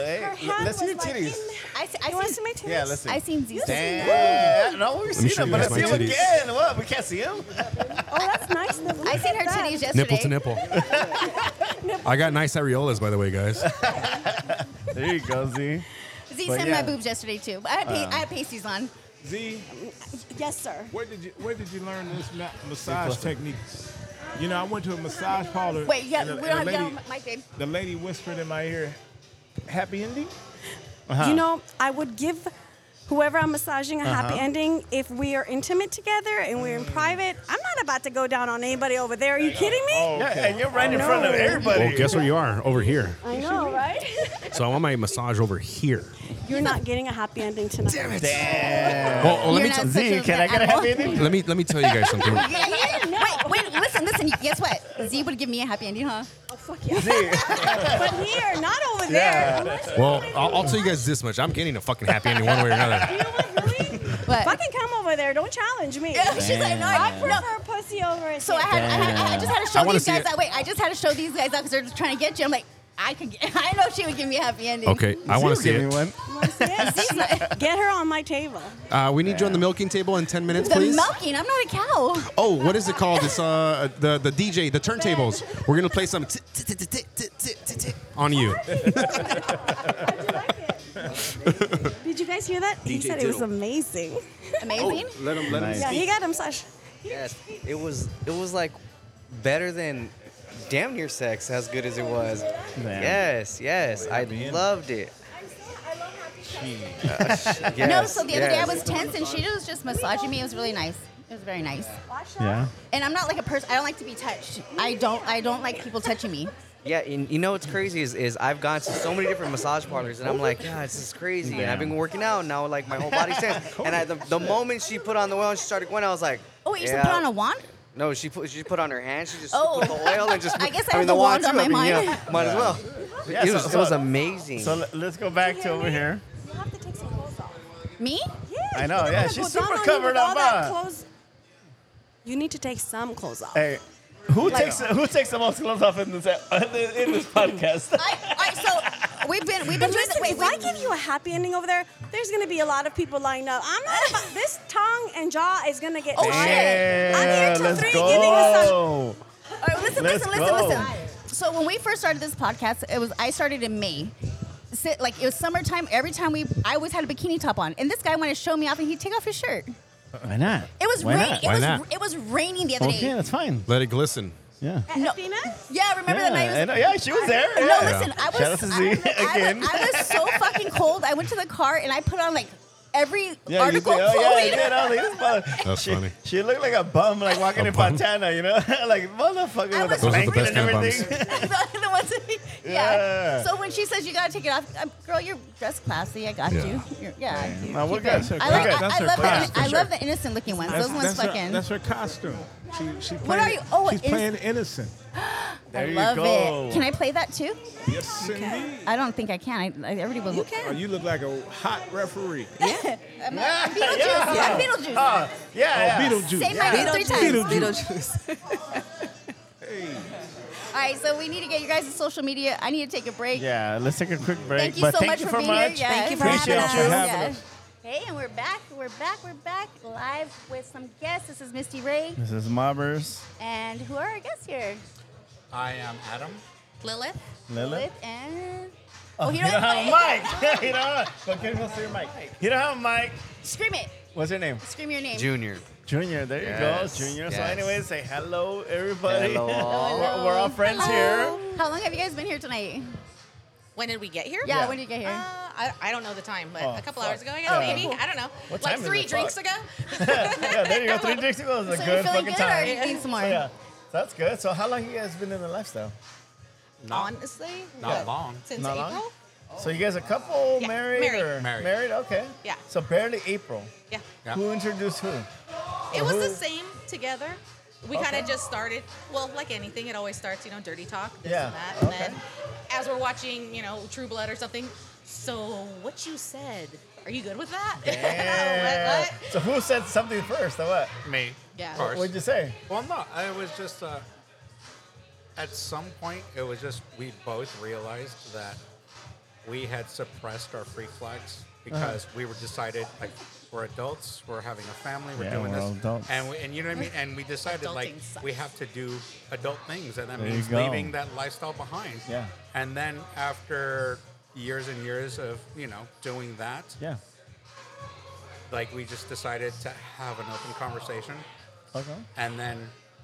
[SPEAKER 10] it.
[SPEAKER 4] Hey,
[SPEAKER 10] her
[SPEAKER 4] l-
[SPEAKER 10] hand
[SPEAKER 4] let's
[SPEAKER 10] was
[SPEAKER 4] hear
[SPEAKER 10] like
[SPEAKER 4] titties.
[SPEAKER 10] in there.
[SPEAKER 3] I, see- I
[SPEAKER 10] You want to
[SPEAKER 3] seen-
[SPEAKER 10] see my titties?
[SPEAKER 4] Yeah, let's see.
[SPEAKER 3] I seen Z's
[SPEAKER 4] Damn. No, we've seen
[SPEAKER 5] show
[SPEAKER 4] him,
[SPEAKER 5] you
[SPEAKER 4] but
[SPEAKER 5] guys
[SPEAKER 4] let's
[SPEAKER 5] my
[SPEAKER 4] see him
[SPEAKER 5] titties.
[SPEAKER 4] again. What? We can't see him?
[SPEAKER 10] Oh, that's nice. Then
[SPEAKER 3] I
[SPEAKER 10] look
[SPEAKER 3] seen
[SPEAKER 10] at
[SPEAKER 3] her
[SPEAKER 10] that.
[SPEAKER 3] titties yesterday.
[SPEAKER 5] Nipple to nipple. I got nice areolas, by the way, guys.
[SPEAKER 4] There you go, Z.
[SPEAKER 3] Z
[SPEAKER 4] But
[SPEAKER 3] sent
[SPEAKER 4] yeah.
[SPEAKER 3] my boobs yesterday too. I had, pa- I had pasties on.
[SPEAKER 8] Z,
[SPEAKER 10] Yes, sir.
[SPEAKER 8] where did you where did you learn this ma- massage technique? You know, I went to a massage parlor.
[SPEAKER 3] Wait, yeah,
[SPEAKER 8] and the-
[SPEAKER 3] we
[SPEAKER 8] and
[SPEAKER 3] don't have
[SPEAKER 8] the
[SPEAKER 3] to get
[SPEAKER 8] lady,
[SPEAKER 3] on mic, babe.
[SPEAKER 8] the lady whispered in my ear, "Happy ending." Uh-huh.
[SPEAKER 4] Uh-huh.
[SPEAKER 10] You know, I would give whoever I'm massaging a happy ending if we are intimate together and we're in private. I'm not about to go down on anybody over there. Are you kidding me?
[SPEAKER 4] Yeah, and you're right in front of
[SPEAKER 10] no.
[SPEAKER 4] everybody.
[SPEAKER 5] Well, guess where you are? Over here.
[SPEAKER 10] I know, right?
[SPEAKER 5] So I want my massage over here.
[SPEAKER 10] You're not getting a happy ending tonight. Damn it.
[SPEAKER 4] Damn.
[SPEAKER 5] Well, well, let me
[SPEAKER 3] You're
[SPEAKER 5] t-
[SPEAKER 3] not
[SPEAKER 4] Z,
[SPEAKER 3] such
[SPEAKER 4] can I get a
[SPEAKER 3] animal.
[SPEAKER 4] happy ending?
[SPEAKER 5] let me let me tell you guys something.
[SPEAKER 3] Yeah, yeah, yeah. Wait, wait, listen, listen. Guess what? Z would give me a happy ending, huh?
[SPEAKER 10] Oh, fuck yeah. but here, not over
[SPEAKER 4] Yeah.
[SPEAKER 10] there. Unless you
[SPEAKER 5] Well, I'll, I'll tell you guys this much: I'm getting a fucking happy ending one way or another.
[SPEAKER 10] know what, really?
[SPEAKER 3] But
[SPEAKER 10] Fucking come over there. Don't challenge me.
[SPEAKER 3] Yeah, she's like, no, I, no.
[SPEAKER 10] Prefer pussy over it.
[SPEAKER 3] So I had, I, had, I just had to
[SPEAKER 5] I
[SPEAKER 3] show
[SPEAKER 5] wanna
[SPEAKER 3] these
[SPEAKER 5] see
[SPEAKER 3] guys
[SPEAKER 5] it.
[SPEAKER 3] that way. I just had to show these guys out because they're just trying to get you. I'm like, I could. Get, I know she would give me a happy ending.
[SPEAKER 5] Okay, I want to see
[SPEAKER 4] Give me
[SPEAKER 5] it.
[SPEAKER 4] one.
[SPEAKER 10] Get her on my table.
[SPEAKER 5] Uh, we need you on the milking table in ten minutes,
[SPEAKER 3] The
[SPEAKER 5] please.
[SPEAKER 3] milking. I'm not a cow.
[SPEAKER 5] Oh, what is it called? It's uh the the DJ, the turntables. We're gonna play some t- t- t- t- t- t- t- t- on you.
[SPEAKER 10] Did you guys hear that? he
[SPEAKER 12] DJ
[SPEAKER 10] said it was
[SPEAKER 12] Diddle.
[SPEAKER 10] amazing.
[SPEAKER 3] Amazing.
[SPEAKER 12] Oh, Let him, let him
[SPEAKER 4] Nice.
[SPEAKER 10] Yeah,
[SPEAKER 12] speak.
[SPEAKER 10] he got a massage.
[SPEAKER 12] Yes, it was, it was like better than damn near sex, as good as it was.
[SPEAKER 4] Damn.
[SPEAKER 12] Yes, yes, I loved it. Uh, Yes,
[SPEAKER 3] No, so the other day I
[SPEAKER 12] yes.
[SPEAKER 3] was tense and she was just massaging me. It was really nice. It was very nice.
[SPEAKER 4] Yeah.
[SPEAKER 3] And I'm not like a person. I don't like to be touched. I don't. I don't like people touching me.
[SPEAKER 12] Yeah, and you know what's crazy is, is I've gone to so many different massage parlors, and I'm like, yeah, this is crazy. And I've been working out now, like my whole body tense. and I, the, the moment she put on the oil and she started going, I was like,
[SPEAKER 3] Oh, wait, you
[SPEAKER 12] yeah.
[SPEAKER 3] should put on a wand.
[SPEAKER 12] No, she put she put on her hand. She just
[SPEAKER 3] Oh.
[SPEAKER 12] put the oil and just.
[SPEAKER 3] I guess I
[SPEAKER 12] mean,
[SPEAKER 3] have
[SPEAKER 12] the
[SPEAKER 3] the
[SPEAKER 12] wand
[SPEAKER 3] wand on
[SPEAKER 12] too, I
[SPEAKER 3] my
[SPEAKER 12] mean,
[SPEAKER 3] mind.
[SPEAKER 12] Yeah, might as well.
[SPEAKER 4] Yeah,
[SPEAKER 12] it,
[SPEAKER 4] so-
[SPEAKER 12] was, it
[SPEAKER 4] so-
[SPEAKER 12] was amazing.
[SPEAKER 4] So let- let's go back to over here.
[SPEAKER 10] You have to take some clothes off.
[SPEAKER 3] Me?
[SPEAKER 10] Yeah.
[SPEAKER 4] I know,
[SPEAKER 10] you're
[SPEAKER 4] yeah,
[SPEAKER 10] not gonna
[SPEAKER 4] she's
[SPEAKER 10] go down
[SPEAKER 4] super
[SPEAKER 10] on me
[SPEAKER 4] covered
[SPEAKER 10] with
[SPEAKER 4] up,
[SPEAKER 10] all that
[SPEAKER 4] huh?
[SPEAKER 10] clothes. You need to take some clothes off.
[SPEAKER 4] Hey, who takes who takes the most clothes off in this in this podcast?
[SPEAKER 3] I, I, so we've been we've been
[SPEAKER 10] But
[SPEAKER 3] doing
[SPEAKER 10] listen,
[SPEAKER 3] wait,
[SPEAKER 10] if
[SPEAKER 3] wait.
[SPEAKER 10] I give you a happy ending over there, there's gonna be a lot of people lined up. I'm not about this tongue and jaw is gonna get.
[SPEAKER 3] Oh,
[SPEAKER 10] tired.
[SPEAKER 3] shit.
[SPEAKER 10] I'm here till
[SPEAKER 4] let's
[SPEAKER 10] three giving us some.
[SPEAKER 4] go.
[SPEAKER 3] All right, listen,
[SPEAKER 4] Let's
[SPEAKER 3] listen, listen,
[SPEAKER 4] go.
[SPEAKER 3] listen. So when we first started this podcast, it was I started in May. So, like it was summertime. Every time we, I always had a bikini top on, and this guy wanted to show me off, and he'd take off his shirt. It
[SPEAKER 4] Why not?
[SPEAKER 3] was
[SPEAKER 4] Why
[SPEAKER 3] raining.
[SPEAKER 4] not?
[SPEAKER 3] It
[SPEAKER 5] Why
[SPEAKER 3] was
[SPEAKER 5] not?
[SPEAKER 3] it was raining the other
[SPEAKER 4] Okay,
[SPEAKER 3] day.
[SPEAKER 4] that's fine.
[SPEAKER 5] Let it glisten.
[SPEAKER 4] Yeah.
[SPEAKER 3] No.
[SPEAKER 10] Athena?
[SPEAKER 3] Yeah, remember
[SPEAKER 4] yeah,
[SPEAKER 3] that night? It was-
[SPEAKER 4] I know. yeah, she was there.
[SPEAKER 3] No,
[SPEAKER 4] yeah.
[SPEAKER 3] listen, I was,
[SPEAKER 4] Shout out to
[SPEAKER 3] I,
[SPEAKER 4] Z
[SPEAKER 3] was- I was-
[SPEAKER 4] again.
[SPEAKER 3] I was so fucking cold. I went to the car and I put on like every
[SPEAKER 4] yeah,
[SPEAKER 3] article.
[SPEAKER 4] you did. Oh, yeah, you
[SPEAKER 3] Chloe.
[SPEAKER 4] did. I was like, this mother-
[SPEAKER 5] That's
[SPEAKER 4] she,
[SPEAKER 5] funny.
[SPEAKER 4] She looked like a bum, like walking
[SPEAKER 5] A
[SPEAKER 4] in
[SPEAKER 5] bum?
[SPEAKER 4] Fontana, you know? like,
[SPEAKER 3] I
[SPEAKER 4] motherfucker with
[SPEAKER 3] was-
[SPEAKER 4] a
[SPEAKER 3] Those
[SPEAKER 5] are the
[SPEAKER 4] blanket
[SPEAKER 5] best
[SPEAKER 4] and
[SPEAKER 5] kind of
[SPEAKER 4] everything.
[SPEAKER 3] The- the ones that- yeah.
[SPEAKER 4] Yeah.
[SPEAKER 3] So when she says you gotta take it off, I'm, girl, you're dressed classy. I got
[SPEAKER 5] Yeah.
[SPEAKER 3] you. You're, yeah. you-
[SPEAKER 4] No, we're
[SPEAKER 3] keep
[SPEAKER 4] good.
[SPEAKER 3] it.
[SPEAKER 4] We're
[SPEAKER 3] I, like,
[SPEAKER 4] good.
[SPEAKER 3] I,
[SPEAKER 8] That's
[SPEAKER 3] I
[SPEAKER 8] her
[SPEAKER 3] love
[SPEAKER 8] class,
[SPEAKER 3] the
[SPEAKER 8] for
[SPEAKER 3] I
[SPEAKER 8] sure.
[SPEAKER 3] love the innocent looking ones. Those ones
[SPEAKER 8] that's, her,
[SPEAKER 3] fucking.
[SPEAKER 8] that's her costume. She, she
[SPEAKER 3] What
[SPEAKER 8] playing,
[SPEAKER 3] are you- oh,
[SPEAKER 8] she's
[SPEAKER 3] innocent.
[SPEAKER 8] playing innocent.
[SPEAKER 4] There
[SPEAKER 3] I
[SPEAKER 4] you
[SPEAKER 3] love
[SPEAKER 4] go.
[SPEAKER 3] it. Can I play that too?
[SPEAKER 8] Yes, indeed.
[SPEAKER 3] I don't think I can. I, I everybody will. You
[SPEAKER 8] Oh, you look like a hot referee.
[SPEAKER 3] I'm,
[SPEAKER 4] Yeah,
[SPEAKER 3] I'm Beetlejuice.
[SPEAKER 4] yeah.
[SPEAKER 3] I'm Beetlejuice.
[SPEAKER 4] Uh, yeah, yeah.
[SPEAKER 8] Beetlejuice.
[SPEAKER 3] Say my name three times.
[SPEAKER 8] Hey.
[SPEAKER 3] All right, so we need to get you guys to social media. I need to take a break.
[SPEAKER 4] Yeah, let's take a quick break.
[SPEAKER 3] Thank you
[SPEAKER 4] but
[SPEAKER 3] so
[SPEAKER 4] thank
[SPEAKER 3] much
[SPEAKER 4] you
[SPEAKER 3] for
[SPEAKER 4] for
[SPEAKER 3] being
[SPEAKER 4] much.
[SPEAKER 3] here. Yeah.
[SPEAKER 10] Thank you for
[SPEAKER 4] Appreciate
[SPEAKER 10] having
[SPEAKER 4] you
[SPEAKER 10] us.
[SPEAKER 4] having
[SPEAKER 3] Yeah. Hey, and we're back. We're back. We're back live with some guests. This is Misty Ray,
[SPEAKER 4] This is Mobbers.
[SPEAKER 3] and who are our guests here?
[SPEAKER 11] I am Adam.
[SPEAKER 3] Lilith.
[SPEAKER 4] Lilith.
[SPEAKER 3] and oh, he
[SPEAKER 4] You don't
[SPEAKER 3] doesn't
[SPEAKER 4] have a
[SPEAKER 3] play.
[SPEAKER 4] mic. you don't have, but get close to your mic. You don't have a mic.
[SPEAKER 3] Scream it.
[SPEAKER 4] What's your name?
[SPEAKER 3] Scream your name.
[SPEAKER 12] Junior.
[SPEAKER 4] Junior, there you
[SPEAKER 12] Yes,
[SPEAKER 4] go, Junior. So,
[SPEAKER 12] yes.
[SPEAKER 4] anyway, say hello, everybody.
[SPEAKER 12] Hello, all.
[SPEAKER 4] We're, we're all friends here.
[SPEAKER 3] How long have you guys been here tonight?
[SPEAKER 13] When did we get here?
[SPEAKER 3] Yeah, Yeah. when did you get here?
[SPEAKER 13] Uh, I, I don't know the time, but
[SPEAKER 4] Oh,
[SPEAKER 13] a couple
[SPEAKER 4] fuck.
[SPEAKER 13] hours ago, I guess,
[SPEAKER 4] Yeah.
[SPEAKER 13] maybe. I don't know.
[SPEAKER 4] What
[SPEAKER 13] like
[SPEAKER 4] time is
[SPEAKER 13] three
[SPEAKER 4] it?
[SPEAKER 13] drinks
[SPEAKER 4] Fuck.
[SPEAKER 13] ago?
[SPEAKER 4] yeah, there you go. Three drinks ago is a
[SPEAKER 3] So you're
[SPEAKER 4] good
[SPEAKER 3] feeling
[SPEAKER 4] fucking
[SPEAKER 3] good or
[SPEAKER 4] time.
[SPEAKER 3] you need some more?
[SPEAKER 4] So, yeah, that's good. So, how long you guys been in the lifestyle?
[SPEAKER 13] Honestly?
[SPEAKER 4] Not
[SPEAKER 13] yeah.
[SPEAKER 4] long.
[SPEAKER 13] Since
[SPEAKER 4] Not long?
[SPEAKER 13] April?
[SPEAKER 4] So, you guys a couple,
[SPEAKER 13] Yeah,
[SPEAKER 4] married,
[SPEAKER 13] married.
[SPEAKER 4] or
[SPEAKER 13] Married.
[SPEAKER 4] Okay.
[SPEAKER 13] Yeah.
[SPEAKER 4] So barely April.
[SPEAKER 13] Yeah.
[SPEAKER 4] Who introduced who?
[SPEAKER 13] It
[SPEAKER 4] Or
[SPEAKER 13] was
[SPEAKER 4] who-
[SPEAKER 13] the same together. We kind of just started, well, like anything, it always starts, you know, dirty talk, this
[SPEAKER 4] Yeah,
[SPEAKER 13] and that. And
[SPEAKER 4] okay.
[SPEAKER 13] then as we're watching, you know, True Blood or something, so what you said, are you good with that?
[SPEAKER 4] Damn. So who said something first? Or what?
[SPEAKER 11] Me.
[SPEAKER 13] Yeah.
[SPEAKER 11] Of
[SPEAKER 4] What
[SPEAKER 11] course.
[SPEAKER 4] would Oh, you say?
[SPEAKER 11] Well, no, I was just. Uh, at some point, it was just we both realized that we had suppressed our free flags because
[SPEAKER 4] Uh-huh.
[SPEAKER 11] we were decided like we're adults, we're having a family, we're
[SPEAKER 4] Yeah,
[SPEAKER 11] doing
[SPEAKER 4] we're
[SPEAKER 11] this,
[SPEAKER 4] adults.
[SPEAKER 11] and we, and you know what I mean. And we decided like
[SPEAKER 13] Adulting sucks.
[SPEAKER 11] we have to do adult things, and that
[SPEAKER 4] There you
[SPEAKER 11] means
[SPEAKER 4] go.
[SPEAKER 11] leaving that lifestyle behind.
[SPEAKER 4] Yeah.
[SPEAKER 11] And then after years and years of you know doing that,
[SPEAKER 4] Yeah.
[SPEAKER 11] like we just decided to have an open conversation
[SPEAKER 4] Okay.
[SPEAKER 11] and then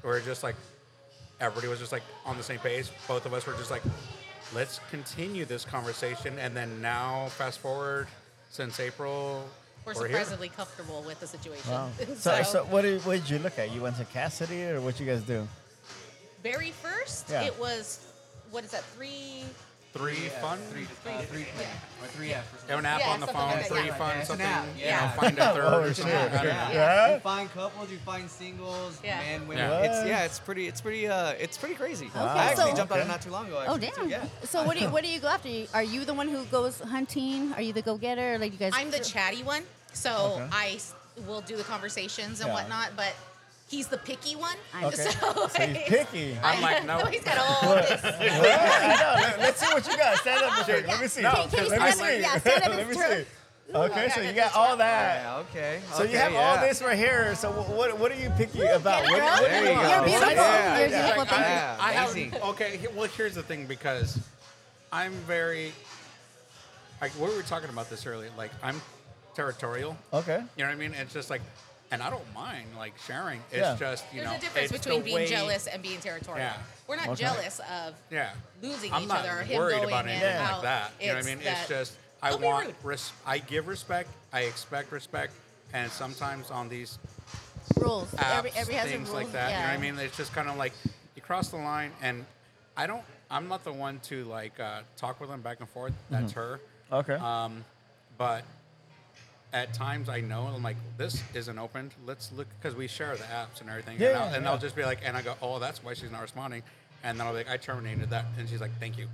[SPEAKER 11] we are just like everybody was just like on the same page both of us were just like let's continue this conversation and then now fast forward since april
[SPEAKER 13] We're
[SPEAKER 11] here.
[SPEAKER 13] surprisingly comfortable with the situation.
[SPEAKER 4] Wow. So,
[SPEAKER 13] so,
[SPEAKER 4] so, what, did, what did you look at? You went to Cassidy, or what you guys do?
[SPEAKER 13] very first,
[SPEAKER 4] Yeah.
[SPEAKER 13] it was, what is that, three?
[SPEAKER 11] three fun three,
[SPEAKER 13] three,
[SPEAKER 14] Or three F.
[SPEAKER 11] an app
[SPEAKER 13] Yeah,
[SPEAKER 11] on the
[SPEAKER 13] something
[SPEAKER 11] phone
[SPEAKER 13] like that,
[SPEAKER 11] three
[SPEAKER 13] yeah.
[SPEAKER 11] fun
[SPEAKER 13] It's an
[SPEAKER 11] something
[SPEAKER 13] app,
[SPEAKER 11] you
[SPEAKER 13] yeah.
[SPEAKER 11] know find a third
[SPEAKER 4] Oh,
[SPEAKER 11] or
[SPEAKER 4] shit.
[SPEAKER 11] something I don't know.
[SPEAKER 4] Yeah.
[SPEAKER 12] You find couples, you find singles,
[SPEAKER 13] Yeah.
[SPEAKER 12] men, women.
[SPEAKER 11] Yeah.
[SPEAKER 12] It's
[SPEAKER 11] What?
[SPEAKER 12] yeah, it's pretty, it's pretty, uh, it's pretty crazy.
[SPEAKER 4] Okay,
[SPEAKER 12] I actually
[SPEAKER 4] so-
[SPEAKER 12] jumped out
[SPEAKER 4] okay.
[SPEAKER 12] of not too long ago.
[SPEAKER 3] Oh
[SPEAKER 12] actually, too,
[SPEAKER 3] damn!
[SPEAKER 12] yeah.
[SPEAKER 3] So what do you, what do you go after? You- Are you the one who goes hunting? Are you the go getter? Like you guys?
[SPEAKER 13] I'm the chatty one, so
[SPEAKER 3] Okay.
[SPEAKER 13] I s- will do the conversations and
[SPEAKER 3] Yeah.
[SPEAKER 13] whatnot, but he's the picky one.
[SPEAKER 4] Okay. So
[SPEAKER 13] So,
[SPEAKER 4] he's picky.
[SPEAKER 13] I-
[SPEAKER 4] I'm like, no.
[SPEAKER 13] he's got all
[SPEAKER 4] What?
[SPEAKER 13] this.
[SPEAKER 4] I know. Let's see what you got. Stand up, Michelle. Let me see.
[SPEAKER 13] No, Can- can you
[SPEAKER 4] Let me
[SPEAKER 13] stand up?
[SPEAKER 4] see.
[SPEAKER 13] Yeah, stand up
[SPEAKER 4] Let me
[SPEAKER 13] and
[SPEAKER 4] see.
[SPEAKER 13] turn.
[SPEAKER 4] Okay, so
[SPEAKER 13] Yeah,
[SPEAKER 4] you got all that.
[SPEAKER 12] Yeah, okay.
[SPEAKER 4] So you
[SPEAKER 12] okay,
[SPEAKER 4] have all
[SPEAKER 12] yeah.
[SPEAKER 4] this right here. So wh- what what are you picky about? What,
[SPEAKER 12] girl.
[SPEAKER 4] what do
[SPEAKER 12] There you
[SPEAKER 4] want?
[SPEAKER 12] go. You're beautiful.
[SPEAKER 4] Besides-
[SPEAKER 12] You're
[SPEAKER 4] Yeah.
[SPEAKER 12] beautiful. Thank you.
[SPEAKER 11] I- I have-
[SPEAKER 12] Amazing.
[SPEAKER 11] okay, he- well, here's the thing because I'm very. Like, we were talking about this earlier. Like, I'm territorial.
[SPEAKER 4] Okay.
[SPEAKER 11] You know what I mean? It's just like, and I don't mind like sharing. It's
[SPEAKER 4] Yeah.
[SPEAKER 11] just you
[SPEAKER 13] There's
[SPEAKER 11] know,
[SPEAKER 13] a difference
[SPEAKER 11] it's the
[SPEAKER 13] between being
[SPEAKER 11] way-
[SPEAKER 13] jealous and being territorial.
[SPEAKER 11] Yeah.
[SPEAKER 13] We're not
[SPEAKER 11] Okay.
[SPEAKER 13] jealous of
[SPEAKER 11] Yeah.
[SPEAKER 13] losing
[SPEAKER 11] I'm
[SPEAKER 13] each
[SPEAKER 11] not
[SPEAKER 13] other or him
[SPEAKER 11] worried
[SPEAKER 13] going
[SPEAKER 11] about
[SPEAKER 13] in
[SPEAKER 11] anything
[SPEAKER 13] out.
[SPEAKER 11] like that. You know what I
[SPEAKER 13] It's
[SPEAKER 11] mean?
[SPEAKER 13] that-
[SPEAKER 11] It's just I
[SPEAKER 13] Don't be
[SPEAKER 11] want
[SPEAKER 13] rude.
[SPEAKER 11] res- I give respect. I expect respect, and sometimes on these
[SPEAKER 3] rules,
[SPEAKER 11] apps,
[SPEAKER 3] Every- every has a
[SPEAKER 11] things
[SPEAKER 3] rule,
[SPEAKER 11] like that. You know
[SPEAKER 3] yeah.
[SPEAKER 11] what I mean? It's just kind of like you cross the line, and I don't. I'm not the one to like uh, talk with them back and forth. That's
[SPEAKER 4] Mhm.
[SPEAKER 11] her.
[SPEAKER 4] Okay.
[SPEAKER 11] Um, but at times I know I'm like this isn't opened. Let's look because we share the apps and everything. and,
[SPEAKER 4] Yeah,
[SPEAKER 11] I'll, and
[SPEAKER 4] yeah.
[SPEAKER 11] I'll just be like, and I go, oh, that's why she's not responding. And then I'll be like, I terminated that, and she's like, thank you.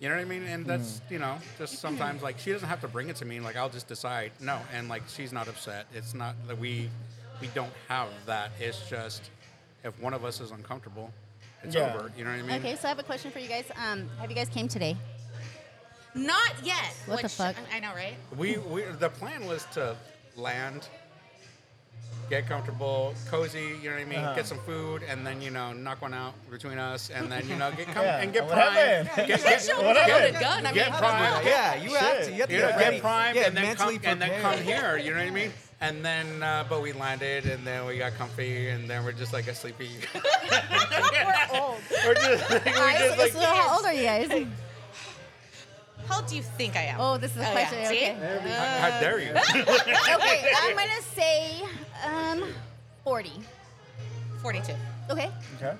[SPEAKER 11] You know what I mean? And that's you know just sometimes like she doesn't have to bring it to me. Like I'll just decide no, and like she's not upset. It's not that we we don't have that. It's just if one of us is uncomfortable, it's
[SPEAKER 4] Yeah.
[SPEAKER 11] over. You know what I mean?
[SPEAKER 3] Okay, so I have a question for you guys. Um, have you guys came today?
[SPEAKER 13] Not yet.
[SPEAKER 3] What the
[SPEAKER 13] which-
[SPEAKER 3] fuck?
[SPEAKER 13] I know, right?
[SPEAKER 11] We, we the plan was to land, get comfortable, cozy. You know what I mean?
[SPEAKER 4] Uh-huh.
[SPEAKER 11] Get some food, and then you know knock one out between us, and then you know get com-
[SPEAKER 4] Yeah,
[SPEAKER 11] and get
[SPEAKER 4] what
[SPEAKER 11] prime.
[SPEAKER 4] happened?
[SPEAKER 11] Get,
[SPEAKER 4] Yeah, you should
[SPEAKER 11] get,
[SPEAKER 4] have
[SPEAKER 11] get,
[SPEAKER 4] loaded a gun. I mean,
[SPEAKER 11] get
[SPEAKER 4] how
[SPEAKER 11] prime.
[SPEAKER 4] did you-
[SPEAKER 12] Yeah, you have to. You have to
[SPEAKER 11] You
[SPEAKER 12] get
[SPEAKER 11] know,
[SPEAKER 12] ready.
[SPEAKER 11] get prime,
[SPEAKER 12] Yeah,
[SPEAKER 11] and then come
[SPEAKER 12] mentally
[SPEAKER 11] and then
[SPEAKER 12] prepared.
[SPEAKER 11] come here. You know what I mean? And then, uh, but we landed, and then we got comfy, and then we're just like a sleepy.
[SPEAKER 13] We're old.
[SPEAKER 11] we're just, we're
[SPEAKER 3] Alright,
[SPEAKER 11] just
[SPEAKER 3] so,
[SPEAKER 11] like
[SPEAKER 3] so how old are you guys?
[SPEAKER 13] How do you think I am?
[SPEAKER 3] Oh, this is a
[SPEAKER 13] yeah.
[SPEAKER 3] question,
[SPEAKER 13] See?
[SPEAKER 3] okay.
[SPEAKER 11] How how dare you?
[SPEAKER 3] okay, I'm gonna say um, forty.
[SPEAKER 13] 42.
[SPEAKER 3] Okay.
[SPEAKER 4] Okay.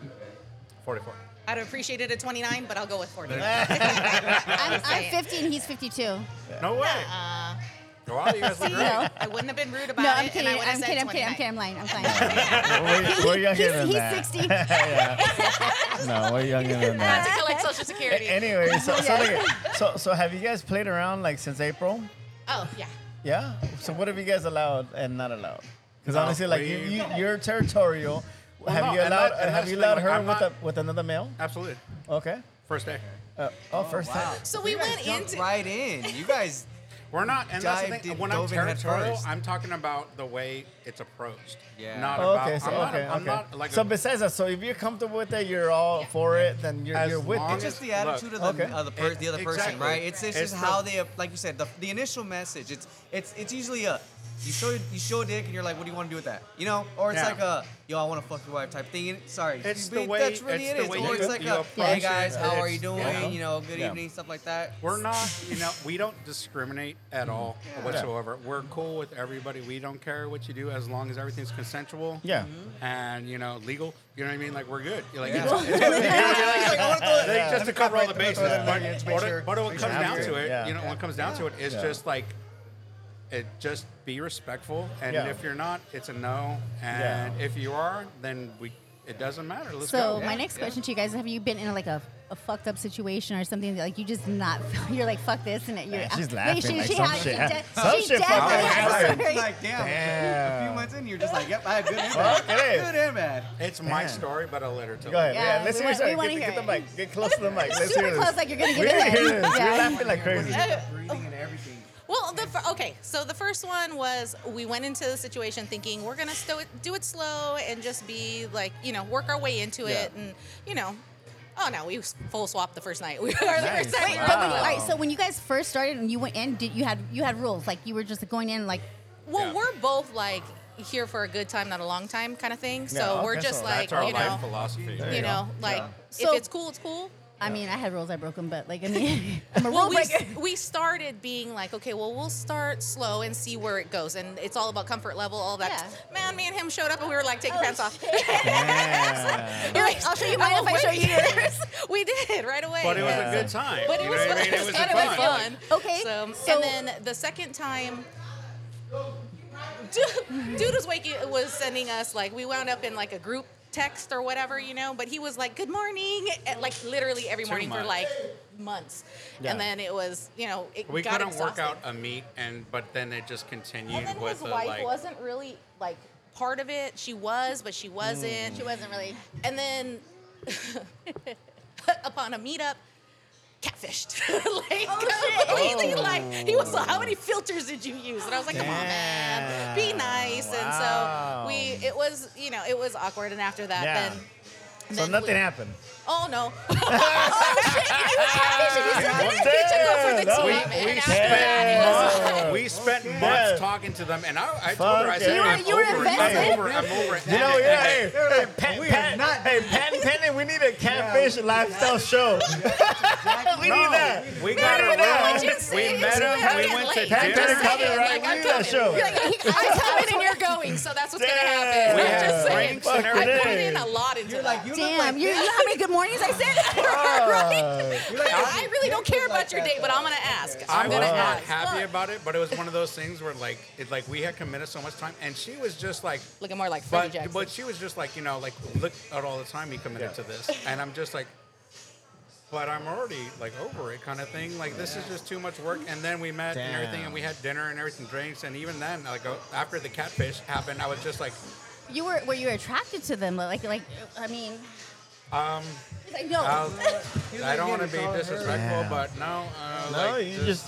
[SPEAKER 11] Forty-four.
[SPEAKER 13] I'd appreciate it at 29, but I'll go with 40.
[SPEAKER 3] I'm,
[SPEAKER 13] Just
[SPEAKER 3] I'm
[SPEAKER 13] saying.
[SPEAKER 3] 50 and he's 52. No,
[SPEAKER 11] No way.
[SPEAKER 13] Uh,
[SPEAKER 11] Wow, you guys look great.
[SPEAKER 3] No.
[SPEAKER 13] I wouldn't have been rude about
[SPEAKER 3] I'm
[SPEAKER 13] it.
[SPEAKER 3] kidding.
[SPEAKER 13] And I would have
[SPEAKER 3] I'm
[SPEAKER 13] said
[SPEAKER 3] kidding. I'm kidding. I'm
[SPEAKER 13] 29.
[SPEAKER 3] kidding. I'm lying. I'm lying.
[SPEAKER 4] We're, we're younger
[SPEAKER 3] He's-
[SPEAKER 4] than
[SPEAKER 3] he's
[SPEAKER 4] that.
[SPEAKER 3] 60.
[SPEAKER 4] yeah. No, we're younger than
[SPEAKER 13] Not
[SPEAKER 4] that.
[SPEAKER 13] to collect Social Security.
[SPEAKER 4] A- anyway, so so, like, so so have you guys played around like since April?
[SPEAKER 13] Oh, yeah.
[SPEAKER 4] Yeah. So what have you guys allowed and not allowed? Because
[SPEAKER 11] No,
[SPEAKER 4] honestly, like you,
[SPEAKER 11] we-
[SPEAKER 4] you you're territorial.
[SPEAKER 11] Well,
[SPEAKER 4] have
[SPEAKER 11] no,
[SPEAKER 4] you
[SPEAKER 11] and that-
[SPEAKER 4] allowed
[SPEAKER 11] and
[SPEAKER 4] have
[SPEAKER 11] that's
[SPEAKER 4] you
[SPEAKER 11] the thing,
[SPEAKER 4] allowed
[SPEAKER 11] like,
[SPEAKER 4] her
[SPEAKER 11] I'm
[SPEAKER 4] with
[SPEAKER 11] not-
[SPEAKER 4] a, with another male?
[SPEAKER 11] Absolutely.
[SPEAKER 4] Okay.
[SPEAKER 11] First day.
[SPEAKER 4] Uh, oh, first
[SPEAKER 12] wow.
[SPEAKER 4] time.
[SPEAKER 13] So we
[SPEAKER 12] You guys
[SPEAKER 13] went
[SPEAKER 12] jumped
[SPEAKER 13] into-
[SPEAKER 12] right in. You guys.
[SPEAKER 11] We're not, and that's the
[SPEAKER 12] dived
[SPEAKER 11] thing.
[SPEAKER 12] in-
[SPEAKER 11] When I'm
[SPEAKER 12] dove in head
[SPEAKER 11] territorial,
[SPEAKER 12] first.
[SPEAKER 11] I'm talking about the way it's approached.
[SPEAKER 12] Yeah.
[SPEAKER 11] Not
[SPEAKER 4] Oh,
[SPEAKER 11] about.
[SPEAKER 4] okay, so
[SPEAKER 11] I'm not,
[SPEAKER 4] okay,
[SPEAKER 11] I'm
[SPEAKER 4] okay.
[SPEAKER 11] not like.
[SPEAKER 4] so
[SPEAKER 11] a,
[SPEAKER 4] besides that, so if you're comfortable with it, you're all for it, then you're,
[SPEAKER 11] As
[SPEAKER 4] you're with
[SPEAKER 11] long
[SPEAKER 12] It's
[SPEAKER 4] it.
[SPEAKER 12] just the
[SPEAKER 11] Look,
[SPEAKER 12] attitude of the,
[SPEAKER 4] okay.
[SPEAKER 12] of the, per- the other person,
[SPEAKER 11] Exactly.
[SPEAKER 12] right? It's, it's,
[SPEAKER 11] It's
[SPEAKER 12] just how
[SPEAKER 11] the-
[SPEAKER 12] they, like you said, the, the initial message. It's it's it's usually a you show you show a dick and you're like, what do you want to do with that? You know, or it's
[SPEAKER 11] Yeah.
[SPEAKER 12] like a yo, I want to fuck your wife type thing. And- Sorry,
[SPEAKER 11] It's
[SPEAKER 12] but
[SPEAKER 11] the way-
[SPEAKER 12] that's really
[SPEAKER 11] it's
[SPEAKER 12] it
[SPEAKER 11] the
[SPEAKER 12] is.
[SPEAKER 11] way
[SPEAKER 12] or
[SPEAKER 11] you-
[SPEAKER 12] it's like
[SPEAKER 11] you
[SPEAKER 12] a,
[SPEAKER 11] approach
[SPEAKER 12] hey
[SPEAKER 11] it.
[SPEAKER 12] guys, how are
[SPEAKER 11] It's-
[SPEAKER 12] you doing?
[SPEAKER 11] yeah.
[SPEAKER 12] You know, good
[SPEAKER 11] Yeah.
[SPEAKER 12] evening, stuff like that.
[SPEAKER 11] We're not, you know, we don't discriminate at all
[SPEAKER 12] Mm-hmm. Yeah.
[SPEAKER 11] whatsoever. We're cool with everybody. We don't care what you do as long as everything's consensual.
[SPEAKER 4] Yeah.
[SPEAKER 11] And, you know, legal. You know what I mean? Like, we're good. You're like,
[SPEAKER 12] Yeah.
[SPEAKER 11] it's- it's-
[SPEAKER 12] Yeah.
[SPEAKER 11] it's-
[SPEAKER 12] It's like, I wanna throw it-
[SPEAKER 11] Like,
[SPEAKER 12] Let
[SPEAKER 11] Just
[SPEAKER 12] me
[SPEAKER 11] to cover
[SPEAKER 12] pop
[SPEAKER 11] all
[SPEAKER 12] my-
[SPEAKER 11] the bases.
[SPEAKER 12] let me throw it in.
[SPEAKER 11] But,
[SPEAKER 12] Just make
[SPEAKER 11] but,
[SPEAKER 12] sure-
[SPEAKER 11] but when
[SPEAKER 12] make
[SPEAKER 11] it
[SPEAKER 12] sure
[SPEAKER 11] comes
[SPEAKER 12] I'm
[SPEAKER 11] down to
[SPEAKER 12] good.
[SPEAKER 11] it,
[SPEAKER 12] Yeah.
[SPEAKER 11] you know, when it comes down to it, it's
[SPEAKER 12] Yeah.
[SPEAKER 11] just like, it just be respectful. And
[SPEAKER 12] Yeah.
[SPEAKER 11] if you're not, it's a no. And if you are, then we, it doesn't matter. Let's
[SPEAKER 3] so
[SPEAKER 11] go.
[SPEAKER 3] my next question to you guys: Have you been in like a, a fucked up situation or something that like you just not? You're like fuck this, and it- you're
[SPEAKER 4] Man, she's
[SPEAKER 3] Wait,
[SPEAKER 4] laughing
[SPEAKER 3] she-
[SPEAKER 4] like
[SPEAKER 3] she
[SPEAKER 4] some
[SPEAKER 3] had-
[SPEAKER 4] shit.
[SPEAKER 3] she de-
[SPEAKER 4] Some
[SPEAKER 3] she
[SPEAKER 4] shit fucking
[SPEAKER 3] definitely had
[SPEAKER 4] happened.
[SPEAKER 3] something.
[SPEAKER 12] Like, damn,
[SPEAKER 4] Damn.
[SPEAKER 12] a few months in, you're just like, yep, I had good and bad. Good and bad.
[SPEAKER 11] It's my
[SPEAKER 4] Damn.
[SPEAKER 11] story, but I'll let her tell
[SPEAKER 4] Go ahead.
[SPEAKER 11] it.
[SPEAKER 4] Yeah, let's
[SPEAKER 3] we
[SPEAKER 4] hear
[SPEAKER 3] want- we
[SPEAKER 4] it.
[SPEAKER 3] wanna
[SPEAKER 4] Get,
[SPEAKER 3] hear
[SPEAKER 4] get the
[SPEAKER 3] it.
[SPEAKER 4] mic. Get close to the mic. Let's
[SPEAKER 3] Super
[SPEAKER 4] hear this.
[SPEAKER 3] close, like you're gonna
[SPEAKER 4] we
[SPEAKER 3] give it
[SPEAKER 4] didn't
[SPEAKER 3] in.
[SPEAKER 4] hear this.
[SPEAKER 3] Yeah.
[SPEAKER 4] We're laughing like crazy.
[SPEAKER 12] Breathing and everything.
[SPEAKER 13] Well, the fir- okay. So the first one was we went into the situation thinking we're gonna sto- do it slow and just be like you know work our way into it and you know. Oh no, we s- full swapped the first night. We were the first night.
[SPEAKER 3] Wait,
[SPEAKER 13] we were
[SPEAKER 3] but when,
[SPEAKER 13] full.
[SPEAKER 3] all right, so when you guys first started and you went in, did you had you had rules like you were just going in like
[SPEAKER 13] Well, we're both like here for a good time, not a long time kind of thing. So
[SPEAKER 3] Yeah,
[SPEAKER 13] we're
[SPEAKER 3] that's
[SPEAKER 13] just
[SPEAKER 3] all right.
[SPEAKER 13] like
[SPEAKER 11] That's our
[SPEAKER 13] you
[SPEAKER 11] life
[SPEAKER 13] know,
[SPEAKER 11] philosophy.
[SPEAKER 13] you, know, like
[SPEAKER 3] So-
[SPEAKER 13] if it's cool, it's cool.
[SPEAKER 3] I mean, I had rules I broke them, but like I mean, I'm a
[SPEAKER 13] well,
[SPEAKER 3] rule
[SPEAKER 13] we,
[SPEAKER 3] breaker.
[SPEAKER 13] s- we started being like, okay, well, we'll start slow and see where it goes. And it's all about comfort level, all that. Man, me and him showed up and we were like, take your pants off.
[SPEAKER 3] Oh, You're like, I'll show you mine if I show you yours.
[SPEAKER 13] we did right away.
[SPEAKER 11] But it was a good time.
[SPEAKER 13] But it
[SPEAKER 11] You
[SPEAKER 13] was
[SPEAKER 11] know what I
[SPEAKER 13] fun.
[SPEAKER 11] mean? It was
[SPEAKER 13] and
[SPEAKER 11] fun.
[SPEAKER 13] it was fun.
[SPEAKER 3] Okay.
[SPEAKER 13] So,
[SPEAKER 3] so-
[SPEAKER 13] and then the second time, dude, dude was waking was sending us like we wound up in like a group text or whatever, you know. But he was like, "Good morning," at, like literally every
[SPEAKER 11] Too
[SPEAKER 13] morning for
[SPEAKER 11] much.
[SPEAKER 13] like months.
[SPEAKER 11] Yeah.
[SPEAKER 13] And then it was, you know, it
[SPEAKER 11] We
[SPEAKER 13] got
[SPEAKER 11] couldn't work
[SPEAKER 13] exhausting.
[SPEAKER 11] out a meet, and but then it just
[SPEAKER 13] And
[SPEAKER 11] continued
[SPEAKER 13] then
[SPEAKER 11] with
[SPEAKER 13] his
[SPEAKER 11] the
[SPEAKER 13] wife
[SPEAKER 11] like.
[SPEAKER 13] wasn't really like part of it. She was, but she wasn't.
[SPEAKER 3] She wasn't really.
[SPEAKER 13] And then upon a meetup, catfished. like
[SPEAKER 11] Oh,
[SPEAKER 13] completely. Like he was like, "How many filters did you use?" And I was like, "Come on, man, be nice."
[SPEAKER 4] Wow.
[SPEAKER 13] And so we, it was, you know, it was awkward. And after that,
[SPEAKER 4] Yeah.
[SPEAKER 13] then
[SPEAKER 4] So nothing happened.
[SPEAKER 13] oh no,
[SPEAKER 4] Damn, that was-
[SPEAKER 11] we
[SPEAKER 4] Damn.
[SPEAKER 11] spent, we spent months talking to them, and I, I told her, I
[SPEAKER 4] Fuck
[SPEAKER 11] said,
[SPEAKER 4] yeah.
[SPEAKER 11] I'm
[SPEAKER 4] You were- you were
[SPEAKER 11] over it. I'm
[SPEAKER 4] invested?
[SPEAKER 11] over it. I'm over it.
[SPEAKER 4] You know,
[SPEAKER 11] And-
[SPEAKER 4] yeah, hey,
[SPEAKER 11] and-
[SPEAKER 4] hey, Pat, Pat, hey, Pat and Penny, we need a catfish lifestyle show. we need that.
[SPEAKER 11] We got
[SPEAKER 4] need
[SPEAKER 11] around.
[SPEAKER 4] that.
[SPEAKER 11] We met
[SPEAKER 4] Pat-
[SPEAKER 11] him. We went to
[SPEAKER 4] Pat
[SPEAKER 11] dinner.
[SPEAKER 4] Penny coming, right? We need that show.
[SPEAKER 13] I'm coming and you're going. So that's what's gonna happen.
[SPEAKER 4] We
[SPEAKER 13] I'm
[SPEAKER 4] had
[SPEAKER 13] just saying.
[SPEAKER 4] drinks and
[SPEAKER 13] I put
[SPEAKER 4] everything.
[SPEAKER 13] in a lot into that.
[SPEAKER 3] Damn, you, you know how many good mornings I said? right?
[SPEAKER 13] I really don't care about your date, but I'm gonna ask.
[SPEAKER 11] I
[SPEAKER 13] I'm
[SPEAKER 11] was
[SPEAKER 13] gonna
[SPEAKER 11] not
[SPEAKER 13] ask.
[SPEAKER 11] happy about it, but it was one of those things where like it like we had committed so much time, and she was just like
[SPEAKER 13] looking more like Freddie
[SPEAKER 11] but,
[SPEAKER 13] Jackson.
[SPEAKER 11] but she was just like you know like look at all the time he committed to this, and I'm just like, but I'm already like over it kind of thing. Like this is just too much work. And then we met and everything, and we had dinner and everything, drinks, and even then like uh, after the catfish happened, I was just like,
[SPEAKER 3] You were were you attracted to them? Like like I mean,
[SPEAKER 11] um.
[SPEAKER 3] it's like no.
[SPEAKER 11] I'll-
[SPEAKER 3] He's
[SPEAKER 11] I
[SPEAKER 3] like,
[SPEAKER 11] don't want
[SPEAKER 3] "Dude,
[SPEAKER 11] to
[SPEAKER 3] it's
[SPEAKER 11] be
[SPEAKER 3] all her."
[SPEAKER 11] disrespectful,
[SPEAKER 4] Damn.
[SPEAKER 11] but no. Uh,
[SPEAKER 4] No,
[SPEAKER 11] like,
[SPEAKER 4] you just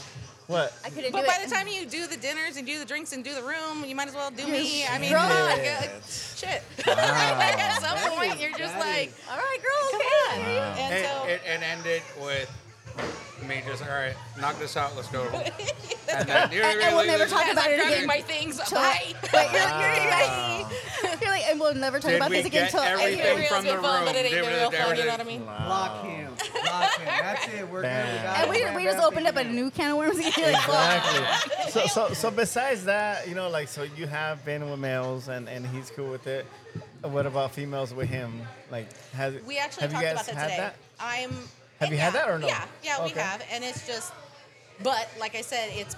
[SPEAKER 4] what?
[SPEAKER 3] I couldn't
[SPEAKER 13] But
[SPEAKER 3] do
[SPEAKER 13] by
[SPEAKER 3] it.
[SPEAKER 13] the time you do the dinners and do the drinks and do the room, you might as well do me. I mean,
[SPEAKER 3] You're
[SPEAKER 13] come on,
[SPEAKER 3] drunk.
[SPEAKER 13] go- shit. At some point, you're just like,
[SPEAKER 3] all right, girl,
[SPEAKER 13] come
[SPEAKER 3] okay.
[SPEAKER 13] on. And
[SPEAKER 11] it,
[SPEAKER 13] so
[SPEAKER 11] it, it ended with me just all right, knock this out, let's go. and
[SPEAKER 3] And, and we'll never talk about it
[SPEAKER 13] grabbing
[SPEAKER 3] again.
[SPEAKER 13] my things.
[SPEAKER 3] Till-
[SPEAKER 13] Bye.
[SPEAKER 3] But you're, you're, you're like, and we'll never talk
[SPEAKER 11] Did
[SPEAKER 3] about
[SPEAKER 11] we
[SPEAKER 3] this again
[SPEAKER 11] get
[SPEAKER 3] till
[SPEAKER 11] everything
[SPEAKER 3] I hear.
[SPEAKER 11] from
[SPEAKER 13] It's good
[SPEAKER 11] the
[SPEAKER 13] fun,
[SPEAKER 11] room.
[SPEAKER 13] but it ain't
[SPEAKER 11] They
[SPEAKER 13] no
[SPEAKER 11] were-
[SPEAKER 13] real
[SPEAKER 11] they
[SPEAKER 13] fun.
[SPEAKER 11] were
[SPEAKER 13] You know
[SPEAKER 11] the-
[SPEAKER 13] what I mean?
[SPEAKER 12] Lock him. Lock him. That's it. We're good. We got
[SPEAKER 3] And
[SPEAKER 12] it.
[SPEAKER 3] we, we just opened up a new can of worms again. You're like,
[SPEAKER 4] Exactly. So, so, so besides that, you know, like, so you have been with males and, and he's cool with it. What about females with him? Like, has
[SPEAKER 13] We actually
[SPEAKER 4] have
[SPEAKER 13] talked
[SPEAKER 4] you guys
[SPEAKER 13] about that
[SPEAKER 4] had
[SPEAKER 13] today.
[SPEAKER 4] that?
[SPEAKER 13] I'm.
[SPEAKER 4] Have you had that or no?
[SPEAKER 13] Yeah, yeah, we
[SPEAKER 4] Okay.
[SPEAKER 13] have, and it's just. But like I said, it's.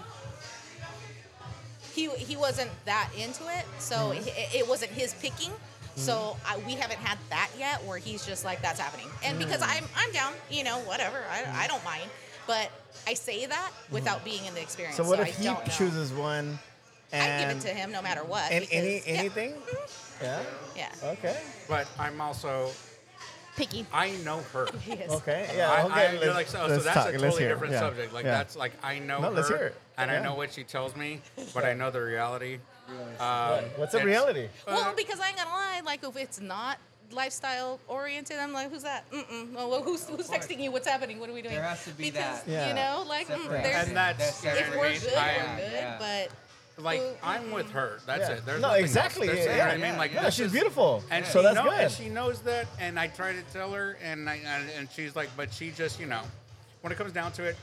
[SPEAKER 13] He he wasn't that into it, so
[SPEAKER 4] Mhm.
[SPEAKER 13] it, it wasn't his picking.
[SPEAKER 4] Mm-hmm.
[SPEAKER 13] So I, we haven't had that yet, where he's just like, "That's happening," and because
[SPEAKER 4] Mm.
[SPEAKER 13] I'm I'm down, you know, whatever, I, I don't mind. But I say that without being in the experience.
[SPEAKER 4] Mm-hmm. So what
[SPEAKER 13] I
[SPEAKER 4] if he
[SPEAKER 13] don't know.
[SPEAKER 4] chooses one?
[SPEAKER 13] I
[SPEAKER 4] And
[SPEAKER 13] give it to him no matter what.
[SPEAKER 4] And any
[SPEAKER 13] because- yeah.
[SPEAKER 4] anything? Yeah.
[SPEAKER 13] Yeah.
[SPEAKER 4] Okay.
[SPEAKER 11] But I'm also
[SPEAKER 13] picky.
[SPEAKER 11] I know her.
[SPEAKER 4] Okay, yeah,
[SPEAKER 11] I,
[SPEAKER 4] okay,
[SPEAKER 11] I,
[SPEAKER 4] let's-
[SPEAKER 11] like, so, so
[SPEAKER 4] let's
[SPEAKER 11] that's
[SPEAKER 4] talk,
[SPEAKER 11] a
[SPEAKER 4] let's
[SPEAKER 11] totally
[SPEAKER 4] hear it,
[SPEAKER 11] different
[SPEAKER 4] yeah,
[SPEAKER 11] subject. Like
[SPEAKER 4] yeah.
[SPEAKER 11] that's like I know
[SPEAKER 4] No,
[SPEAKER 11] her,
[SPEAKER 4] let's hear it,
[SPEAKER 11] and
[SPEAKER 4] yeah.
[SPEAKER 11] I know what she tells me, but I know the reality.
[SPEAKER 4] Right.
[SPEAKER 11] Um,
[SPEAKER 4] What's the
[SPEAKER 11] it's-
[SPEAKER 4] reality?
[SPEAKER 13] Well, because I ain't gonna lie, like if it's not lifestyle oriented, I'm like, who's that? Mm-mm. Oh, well, who's who's texting you? What's happening? What are we doing?
[SPEAKER 12] There has to be
[SPEAKER 13] because
[SPEAKER 12] that.
[SPEAKER 13] you
[SPEAKER 12] Yeah.
[SPEAKER 13] know, like mm,
[SPEAKER 12] Separation.
[SPEAKER 13] there's
[SPEAKER 11] And that's-
[SPEAKER 13] if we're good,
[SPEAKER 11] I-
[SPEAKER 13] we're good.
[SPEAKER 12] yeah.
[SPEAKER 13] But
[SPEAKER 11] like I'm with her. That's
[SPEAKER 4] Yeah.
[SPEAKER 11] it. There's
[SPEAKER 4] No,
[SPEAKER 11] nothing
[SPEAKER 4] exactly.
[SPEAKER 11] Else. There's-
[SPEAKER 4] Yeah,
[SPEAKER 11] you know what
[SPEAKER 4] yeah,
[SPEAKER 11] I mean, like
[SPEAKER 4] yeah.
[SPEAKER 11] this
[SPEAKER 4] She's
[SPEAKER 11] is-
[SPEAKER 4] beautiful.
[SPEAKER 11] and
[SPEAKER 4] So
[SPEAKER 11] she
[SPEAKER 4] that's
[SPEAKER 11] know-
[SPEAKER 4] good.
[SPEAKER 11] And she knows that, and I try to tell her, and I and- and she's like, but she just, you know, when it comes down to it,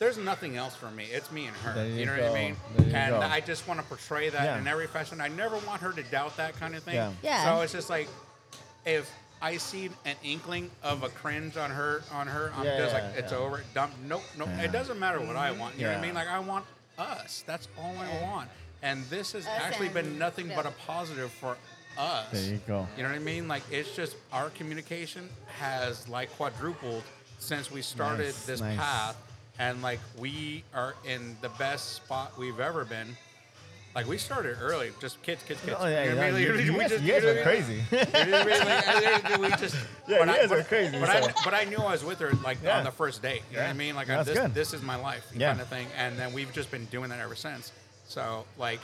[SPEAKER 11] there's nothing else for me. It's me and her.
[SPEAKER 4] There
[SPEAKER 11] you
[SPEAKER 4] you
[SPEAKER 11] know
[SPEAKER 4] go.
[SPEAKER 11] what I mean?
[SPEAKER 4] There you
[SPEAKER 11] and
[SPEAKER 4] go.
[SPEAKER 11] I just want to portray that
[SPEAKER 4] Yeah.
[SPEAKER 11] in every fashion. I never want her to doubt that kind of thing.
[SPEAKER 4] Yeah. Yeah.
[SPEAKER 11] So it's just like, if I see an inkling of a cringe on her, on her, I'm
[SPEAKER 4] Yeah,
[SPEAKER 11] just
[SPEAKER 4] yeah,
[SPEAKER 11] like, it's
[SPEAKER 4] yeah.
[SPEAKER 11] over. Dump. Nope. Nope.
[SPEAKER 4] Yeah.
[SPEAKER 11] It doesn't matter what I want. You know what
[SPEAKER 4] Yeah.
[SPEAKER 11] I mean? Like I want us. That's all I want. And this has actually been
[SPEAKER 4] and
[SPEAKER 11] nothing but
[SPEAKER 4] Bill.
[SPEAKER 11] a positive for us.
[SPEAKER 4] There you go.
[SPEAKER 11] You know what I mean? Like it's just our communication has like quadrupled since we started
[SPEAKER 4] Nice,
[SPEAKER 11] this
[SPEAKER 4] nice.
[SPEAKER 11] path, and like we are in the best spot we've ever been. Like we started early, just kids, kids, kids.
[SPEAKER 4] Oh, yeah,
[SPEAKER 11] You know what I
[SPEAKER 4] yeah,
[SPEAKER 11] mean?
[SPEAKER 4] you-
[SPEAKER 11] Like,
[SPEAKER 4] you
[SPEAKER 11] we
[SPEAKER 4] guys-
[SPEAKER 11] just-
[SPEAKER 4] you guys
[SPEAKER 11] know
[SPEAKER 4] are
[SPEAKER 11] what I mean?
[SPEAKER 4] crazy.
[SPEAKER 11] You know what I mean? Like, I literally- we just-
[SPEAKER 4] Yeah,
[SPEAKER 11] but
[SPEAKER 4] you
[SPEAKER 11] I-
[SPEAKER 4] guys are
[SPEAKER 11] but-
[SPEAKER 4] crazy,
[SPEAKER 11] But I,
[SPEAKER 4] so.
[SPEAKER 11] but I knew I was with her like
[SPEAKER 4] Yeah.
[SPEAKER 11] on the first date. You know what I
[SPEAKER 4] Yeah.
[SPEAKER 11] mean? Like I,
[SPEAKER 4] That's
[SPEAKER 11] this,
[SPEAKER 4] good.
[SPEAKER 11] this is my life
[SPEAKER 4] Yeah.
[SPEAKER 11] kind of thing. And then we've just been doing that ever since. So like,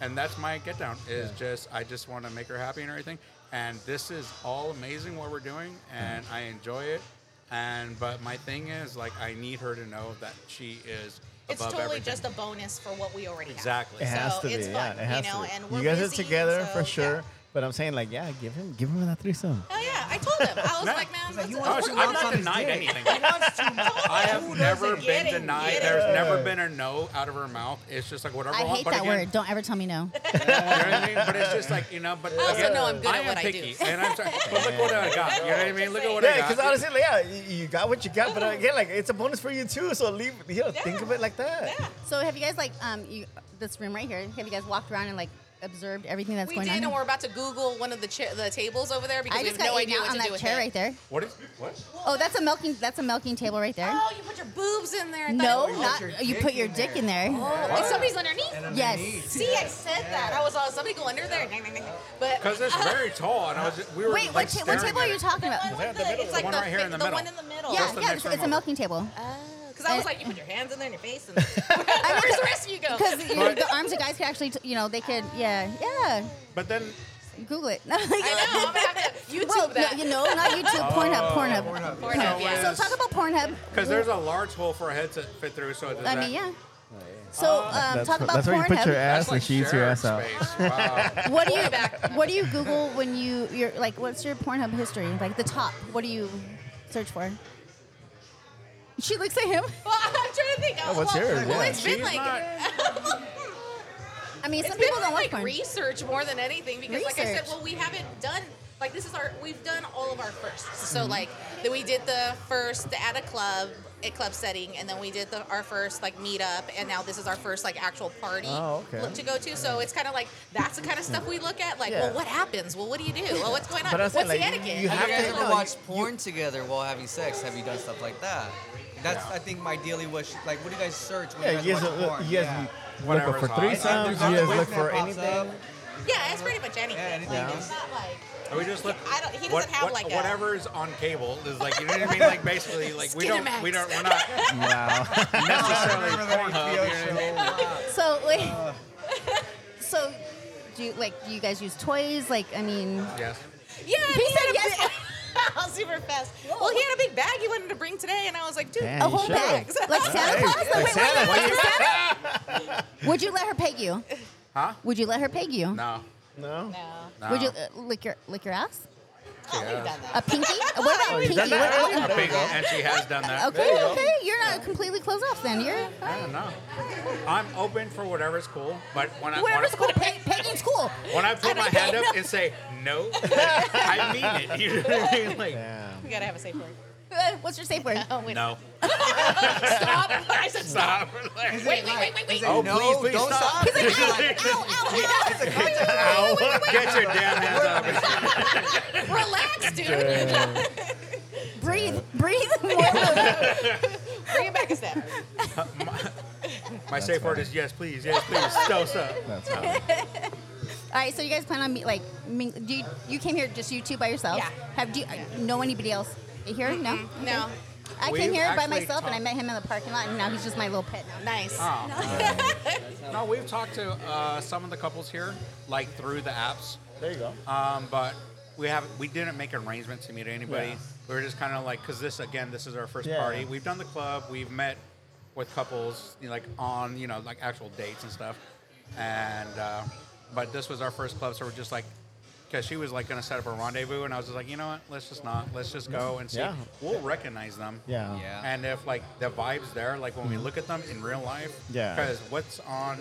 [SPEAKER 11] and that's my get down is just I just want to make her happy and everything. And this is all amazing what we're doing, and
[SPEAKER 4] Mm.
[SPEAKER 11] I enjoy it. And but my thing is like I need her to know that she is.
[SPEAKER 13] It's
[SPEAKER 11] above
[SPEAKER 13] totally
[SPEAKER 11] everything.
[SPEAKER 13] just a bonus for what we already
[SPEAKER 11] Exactly.
[SPEAKER 4] It
[SPEAKER 13] have.
[SPEAKER 4] has
[SPEAKER 13] so
[SPEAKER 4] to be.
[SPEAKER 13] it's
[SPEAKER 4] yeah,
[SPEAKER 13] fun,
[SPEAKER 4] it has
[SPEAKER 13] you know,
[SPEAKER 4] to.
[SPEAKER 13] and
[SPEAKER 4] be.
[SPEAKER 13] we're
[SPEAKER 4] you guys
[SPEAKER 13] busy,
[SPEAKER 4] are together
[SPEAKER 13] so,
[SPEAKER 4] for sure. But I'm saying like, yeah, give him, give him that threesome.
[SPEAKER 13] Oh yeah, I told him. I was like, man, what's
[SPEAKER 11] No, Oh,
[SPEAKER 13] what's
[SPEAKER 11] she-
[SPEAKER 13] going
[SPEAKER 11] I'm not
[SPEAKER 13] on?
[SPEAKER 11] denied anything. I have never
[SPEAKER 13] Get
[SPEAKER 11] been
[SPEAKER 13] it,
[SPEAKER 11] denied.
[SPEAKER 13] get it.
[SPEAKER 11] There's never been a no out of her mouth. It's just like whatever.
[SPEAKER 3] I
[SPEAKER 11] want.
[SPEAKER 3] hate
[SPEAKER 11] But
[SPEAKER 3] that
[SPEAKER 11] again,
[SPEAKER 3] word. Don't ever tell me no.
[SPEAKER 11] You know what I mean? But it's just like you know. But
[SPEAKER 13] I also
[SPEAKER 11] again,
[SPEAKER 13] know I'm good at
[SPEAKER 11] I am
[SPEAKER 13] what I do.
[SPEAKER 11] picky, and I'm sorry. But look what I got. You know what I mean? Look at what I
[SPEAKER 4] Yeah,
[SPEAKER 11] got. Oh.
[SPEAKER 4] because honestly, like, yeah, y- you got what you got, but again, like it's a bonus for you too. So leave, you know, think of it like that.
[SPEAKER 3] So have you guys like um you this room right here? Have you guys walked around and like observed everything that's
[SPEAKER 13] We
[SPEAKER 3] going
[SPEAKER 13] did,
[SPEAKER 3] on?
[SPEAKER 13] and we're about to Google one of the cha- the tables over there because
[SPEAKER 3] I
[SPEAKER 13] we
[SPEAKER 3] just
[SPEAKER 13] have
[SPEAKER 3] got
[SPEAKER 13] no
[SPEAKER 3] eaten
[SPEAKER 13] idea
[SPEAKER 3] out
[SPEAKER 13] what
[SPEAKER 3] on
[SPEAKER 13] to do
[SPEAKER 3] that
[SPEAKER 13] with
[SPEAKER 3] chair
[SPEAKER 13] it.
[SPEAKER 3] right there.
[SPEAKER 11] What is what?
[SPEAKER 3] Oh, that's a milking that's a milking table right there.
[SPEAKER 13] Oh, you put your boobs in there. I thought
[SPEAKER 3] no,
[SPEAKER 13] it was-
[SPEAKER 3] not you put your dick in there.
[SPEAKER 13] Oh, and somebody's underneath.
[SPEAKER 3] Yes. underneath,
[SPEAKER 13] See, I said that. I was all somebody go under there. But uh,
[SPEAKER 11] Because it's very tall, and I was just, we were
[SPEAKER 3] Wait,
[SPEAKER 11] like
[SPEAKER 3] what, ta- what
[SPEAKER 11] staring
[SPEAKER 3] table are
[SPEAKER 11] at
[SPEAKER 3] you
[SPEAKER 11] it.
[SPEAKER 3] talking about?
[SPEAKER 13] it's like
[SPEAKER 11] one
[SPEAKER 13] the,
[SPEAKER 11] right here in the
[SPEAKER 13] the
[SPEAKER 11] middle.
[SPEAKER 13] one in the middle.
[SPEAKER 3] Yeah,
[SPEAKER 11] That's the
[SPEAKER 3] yeah,
[SPEAKER 11] next
[SPEAKER 3] it's, it's a
[SPEAKER 11] room
[SPEAKER 3] milking table.
[SPEAKER 13] Because I was like, you put your hands in there and your face. And where's the rest of you go?
[SPEAKER 3] Because the arms of guys could actually, t- you know, they could, yeah, yeah.
[SPEAKER 11] But then
[SPEAKER 3] Google it. No, like-
[SPEAKER 13] YouTube
[SPEAKER 3] Well,
[SPEAKER 13] that.
[SPEAKER 3] No, you know, not YouTube, Pornhub, Pornhub.
[SPEAKER 11] uh, Pornhub.
[SPEAKER 3] Pornhub.
[SPEAKER 11] So it is-
[SPEAKER 3] So talk about Pornhub.
[SPEAKER 11] Oh, Because there's a large hole for a head to fit through, so it does
[SPEAKER 3] I
[SPEAKER 11] that.
[SPEAKER 3] mean, yeah. So um,
[SPEAKER 4] Oh, that's
[SPEAKER 3] talk
[SPEAKER 4] wh-
[SPEAKER 3] about
[SPEAKER 4] that's where you
[SPEAKER 3] Pornhub.
[SPEAKER 4] put your ass and she eats your ass
[SPEAKER 11] shared
[SPEAKER 4] out.
[SPEAKER 3] What do you What do you Google when you you're like? What's your Pornhub history? Like the top. What do you search for? She looks at him.
[SPEAKER 13] Well, I'm trying to think.
[SPEAKER 3] Oh, what's
[SPEAKER 13] well,
[SPEAKER 3] yours?
[SPEAKER 13] Well,
[SPEAKER 3] Yeah.
[SPEAKER 13] it's been
[SPEAKER 3] She's
[SPEAKER 13] like.
[SPEAKER 3] I mean,
[SPEAKER 13] It's
[SPEAKER 3] some
[SPEAKER 13] been
[SPEAKER 3] people don't
[SPEAKER 13] like
[SPEAKER 3] like porn.
[SPEAKER 13] research more than anything because, like I said,
[SPEAKER 3] Research.
[SPEAKER 13] well, we haven't done like this is our we've done all of our firsts. So
[SPEAKER 3] Mhm.
[SPEAKER 13] like that we did the first at a club, a club setting, and then we did the, our first like meetup, and now this is our first like actual party
[SPEAKER 14] Oh, okay.
[SPEAKER 13] look to go to. So it's kind of like that's the kind of stuff we look at. Like,
[SPEAKER 14] Yeah.
[SPEAKER 13] well, what happens? Well, what do you do? Well, what's going on?
[SPEAKER 12] But I
[SPEAKER 13] What's
[SPEAKER 12] said,
[SPEAKER 13] the
[SPEAKER 12] like,
[SPEAKER 13] etiquette?
[SPEAKER 12] You have
[SPEAKER 13] Okay.
[SPEAKER 12] guys ever watched porn together while having sex? Have you done stuff like that? That's I think my daily wish. Like, what do you guys search when you
[SPEAKER 4] Yeah, you
[SPEAKER 12] guys
[SPEAKER 4] guys,
[SPEAKER 12] watch
[SPEAKER 4] look,
[SPEAKER 12] porn?
[SPEAKER 4] you guys look
[SPEAKER 12] Whatever's
[SPEAKER 4] for
[SPEAKER 12] hot.
[SPEAKER 4] threesomes.
[SPEAKER 12] There's
[SPEAKER 4] You
[SPEAKER 12] always
[SPEAKER 4] guys look for
[SPEAKER 12] that pops
[SPEAKER 4] anything.
[SPEAKER 12] up.
[SPEAKER 13] Yeah, it's pretty much anything. like,
[SPEAKER 11] Yeah.
[SPEAKER 13] it's not like
[SPEAKER 11] Are we just look?
[SPEAKER 13] I don't. He doesn't
[SPEAKER 11] what-
[SPEAKER 13] have
[SPEAKER 11] what-
[SPEAKER 13] like a.
[SPEAKER 11] whatever is on cable is like you know what I mean. Like basically, like we don't, we don't, we're not necessarily Pornhub. You know what I mean?
[SPEAKER 3] So wait.
[SPEAKER 4] Uh.
[SPEAKER 3] so do you like? Do you guys use toys? Like, I mean.
[SPEAKER 11] Yes.
[SPEAKER 13] Yeah, he, said yes. super fast. Well, he had a big bag he wanted to bring today, and I was like, dude,
[SPEAKER 3] Damn, A you whole should. bag? Like Santa Claus? Like, wait, wait, wait, wait, Would you let her peg you?
[SPEAKER 11] Huh?
[SPEAKER 3] Would you let her peg you?
[SPEAKER 11] No.
[SPEAKER 4] No.
[SPEAKER 11] No.
[SPEAKER 3] Would you uh, lick your lick your ass?
[SPEAKER 13] Oh,
[SPEAKER 11] Yeah.
[SPEAKER 3] A pinky? Uh, what about
[SPEAKER 11] Oh,
[SPEAKER 3] a
[SPEAKER 11] you've
[SPEAKER 3] pinky?
[SPEAKER 11] done that?
[SPEAKER 3] What-
[SPEAKER 11] A big- and she has done that.
[SPEAKER 3] Okay, okay. You're not completely closed off then. You're
[SPEAKER 11] I don't know. I'm open for whatever's cool, but when I
[SPEAKER 3] whatever's
[SPEAKER 11] when,
[SPEAKER 3] cool. Pe- pegging's cool.
[SPEAKER 11] I- when I put my hand up and say no, I mean it. You know what I mean? Like,
[SPEAKER 13] We gotta have a safe word.
[SPEAKER 3] Uh, What's your safe word?
[SPEAKER 11] no.
[SPEAKER 13] stop! I said stop. Wait, wait, wait, wait, wait.
[SPEAKER 11] Oh, please, please
[SPEAKER 13] don't
[SPEAKER 11] stop.
[SPEAKER 13] stop. He's
[SPEAKER 3] like, ow,
[SPEAKER 11] Get your damn hands up.
[SPEAKER 13] Relax, dude.
[SPEAKER 3] breathe, breathe.
[SPEAKER 13] Bring it back a step.
[SPEAKER 11] My safe word is yes, please, yes, please. Dose up.
[SPEAKER 4] That's
[SPEAKER 3] All right, so you guys plan on me like ming- do you, you came here just you two by yourself?
[SPEAKER 13] Yeah.
[SPEAKER 3] Have do you know anybody else here? No.
[SPEAKER 13] No.
[SPEAKER 3] I
[SPEAKER 11] We've
[SPEAKER 3] came here by
[SPEAKER 11] actually
[SPEAKER 3] myself and I
[SPEAKER 11] talked- Oh.
[SPEAKER 3] met him in the parking lot and now he's just my little pet now.
[SPEAKER 13] Nice.
[SPEAKER 11] No, we've talked to uh, some of the couples here, like through the apps.
[SPEAKER 4] There you go.
[SPEAKER 11] Um, but we haven't, we didn't make arrangements to meet anybody.
[SPEAKER 4] Yeah.
[SPEAKER 11] We were just kind of like, because this again, this is our first
[SPEAKER 4] Yeah.
[SPEAKER 11] party. We've done the club. We've met with couples, you know, like on you know like actual dates and stuff. And uh, but this was our first club, so we're just like, because she was like going to set up a rendezvous, and I was just like, you know what, let's just not, let's just go and see.
[SPEAKER 4] Yeah.
[SPEAKER 11] We'll recognize them.
[SPEAKER 4] Yeah. Yeah.
[SPEAKER 11] And if like the vibes there, like when we
[SPEAKER 4] Mhm.
[SPEAKER 11] look at them in real life,
[SPEAKER 4] Yeah.
[SPEAKER 11] Because what's on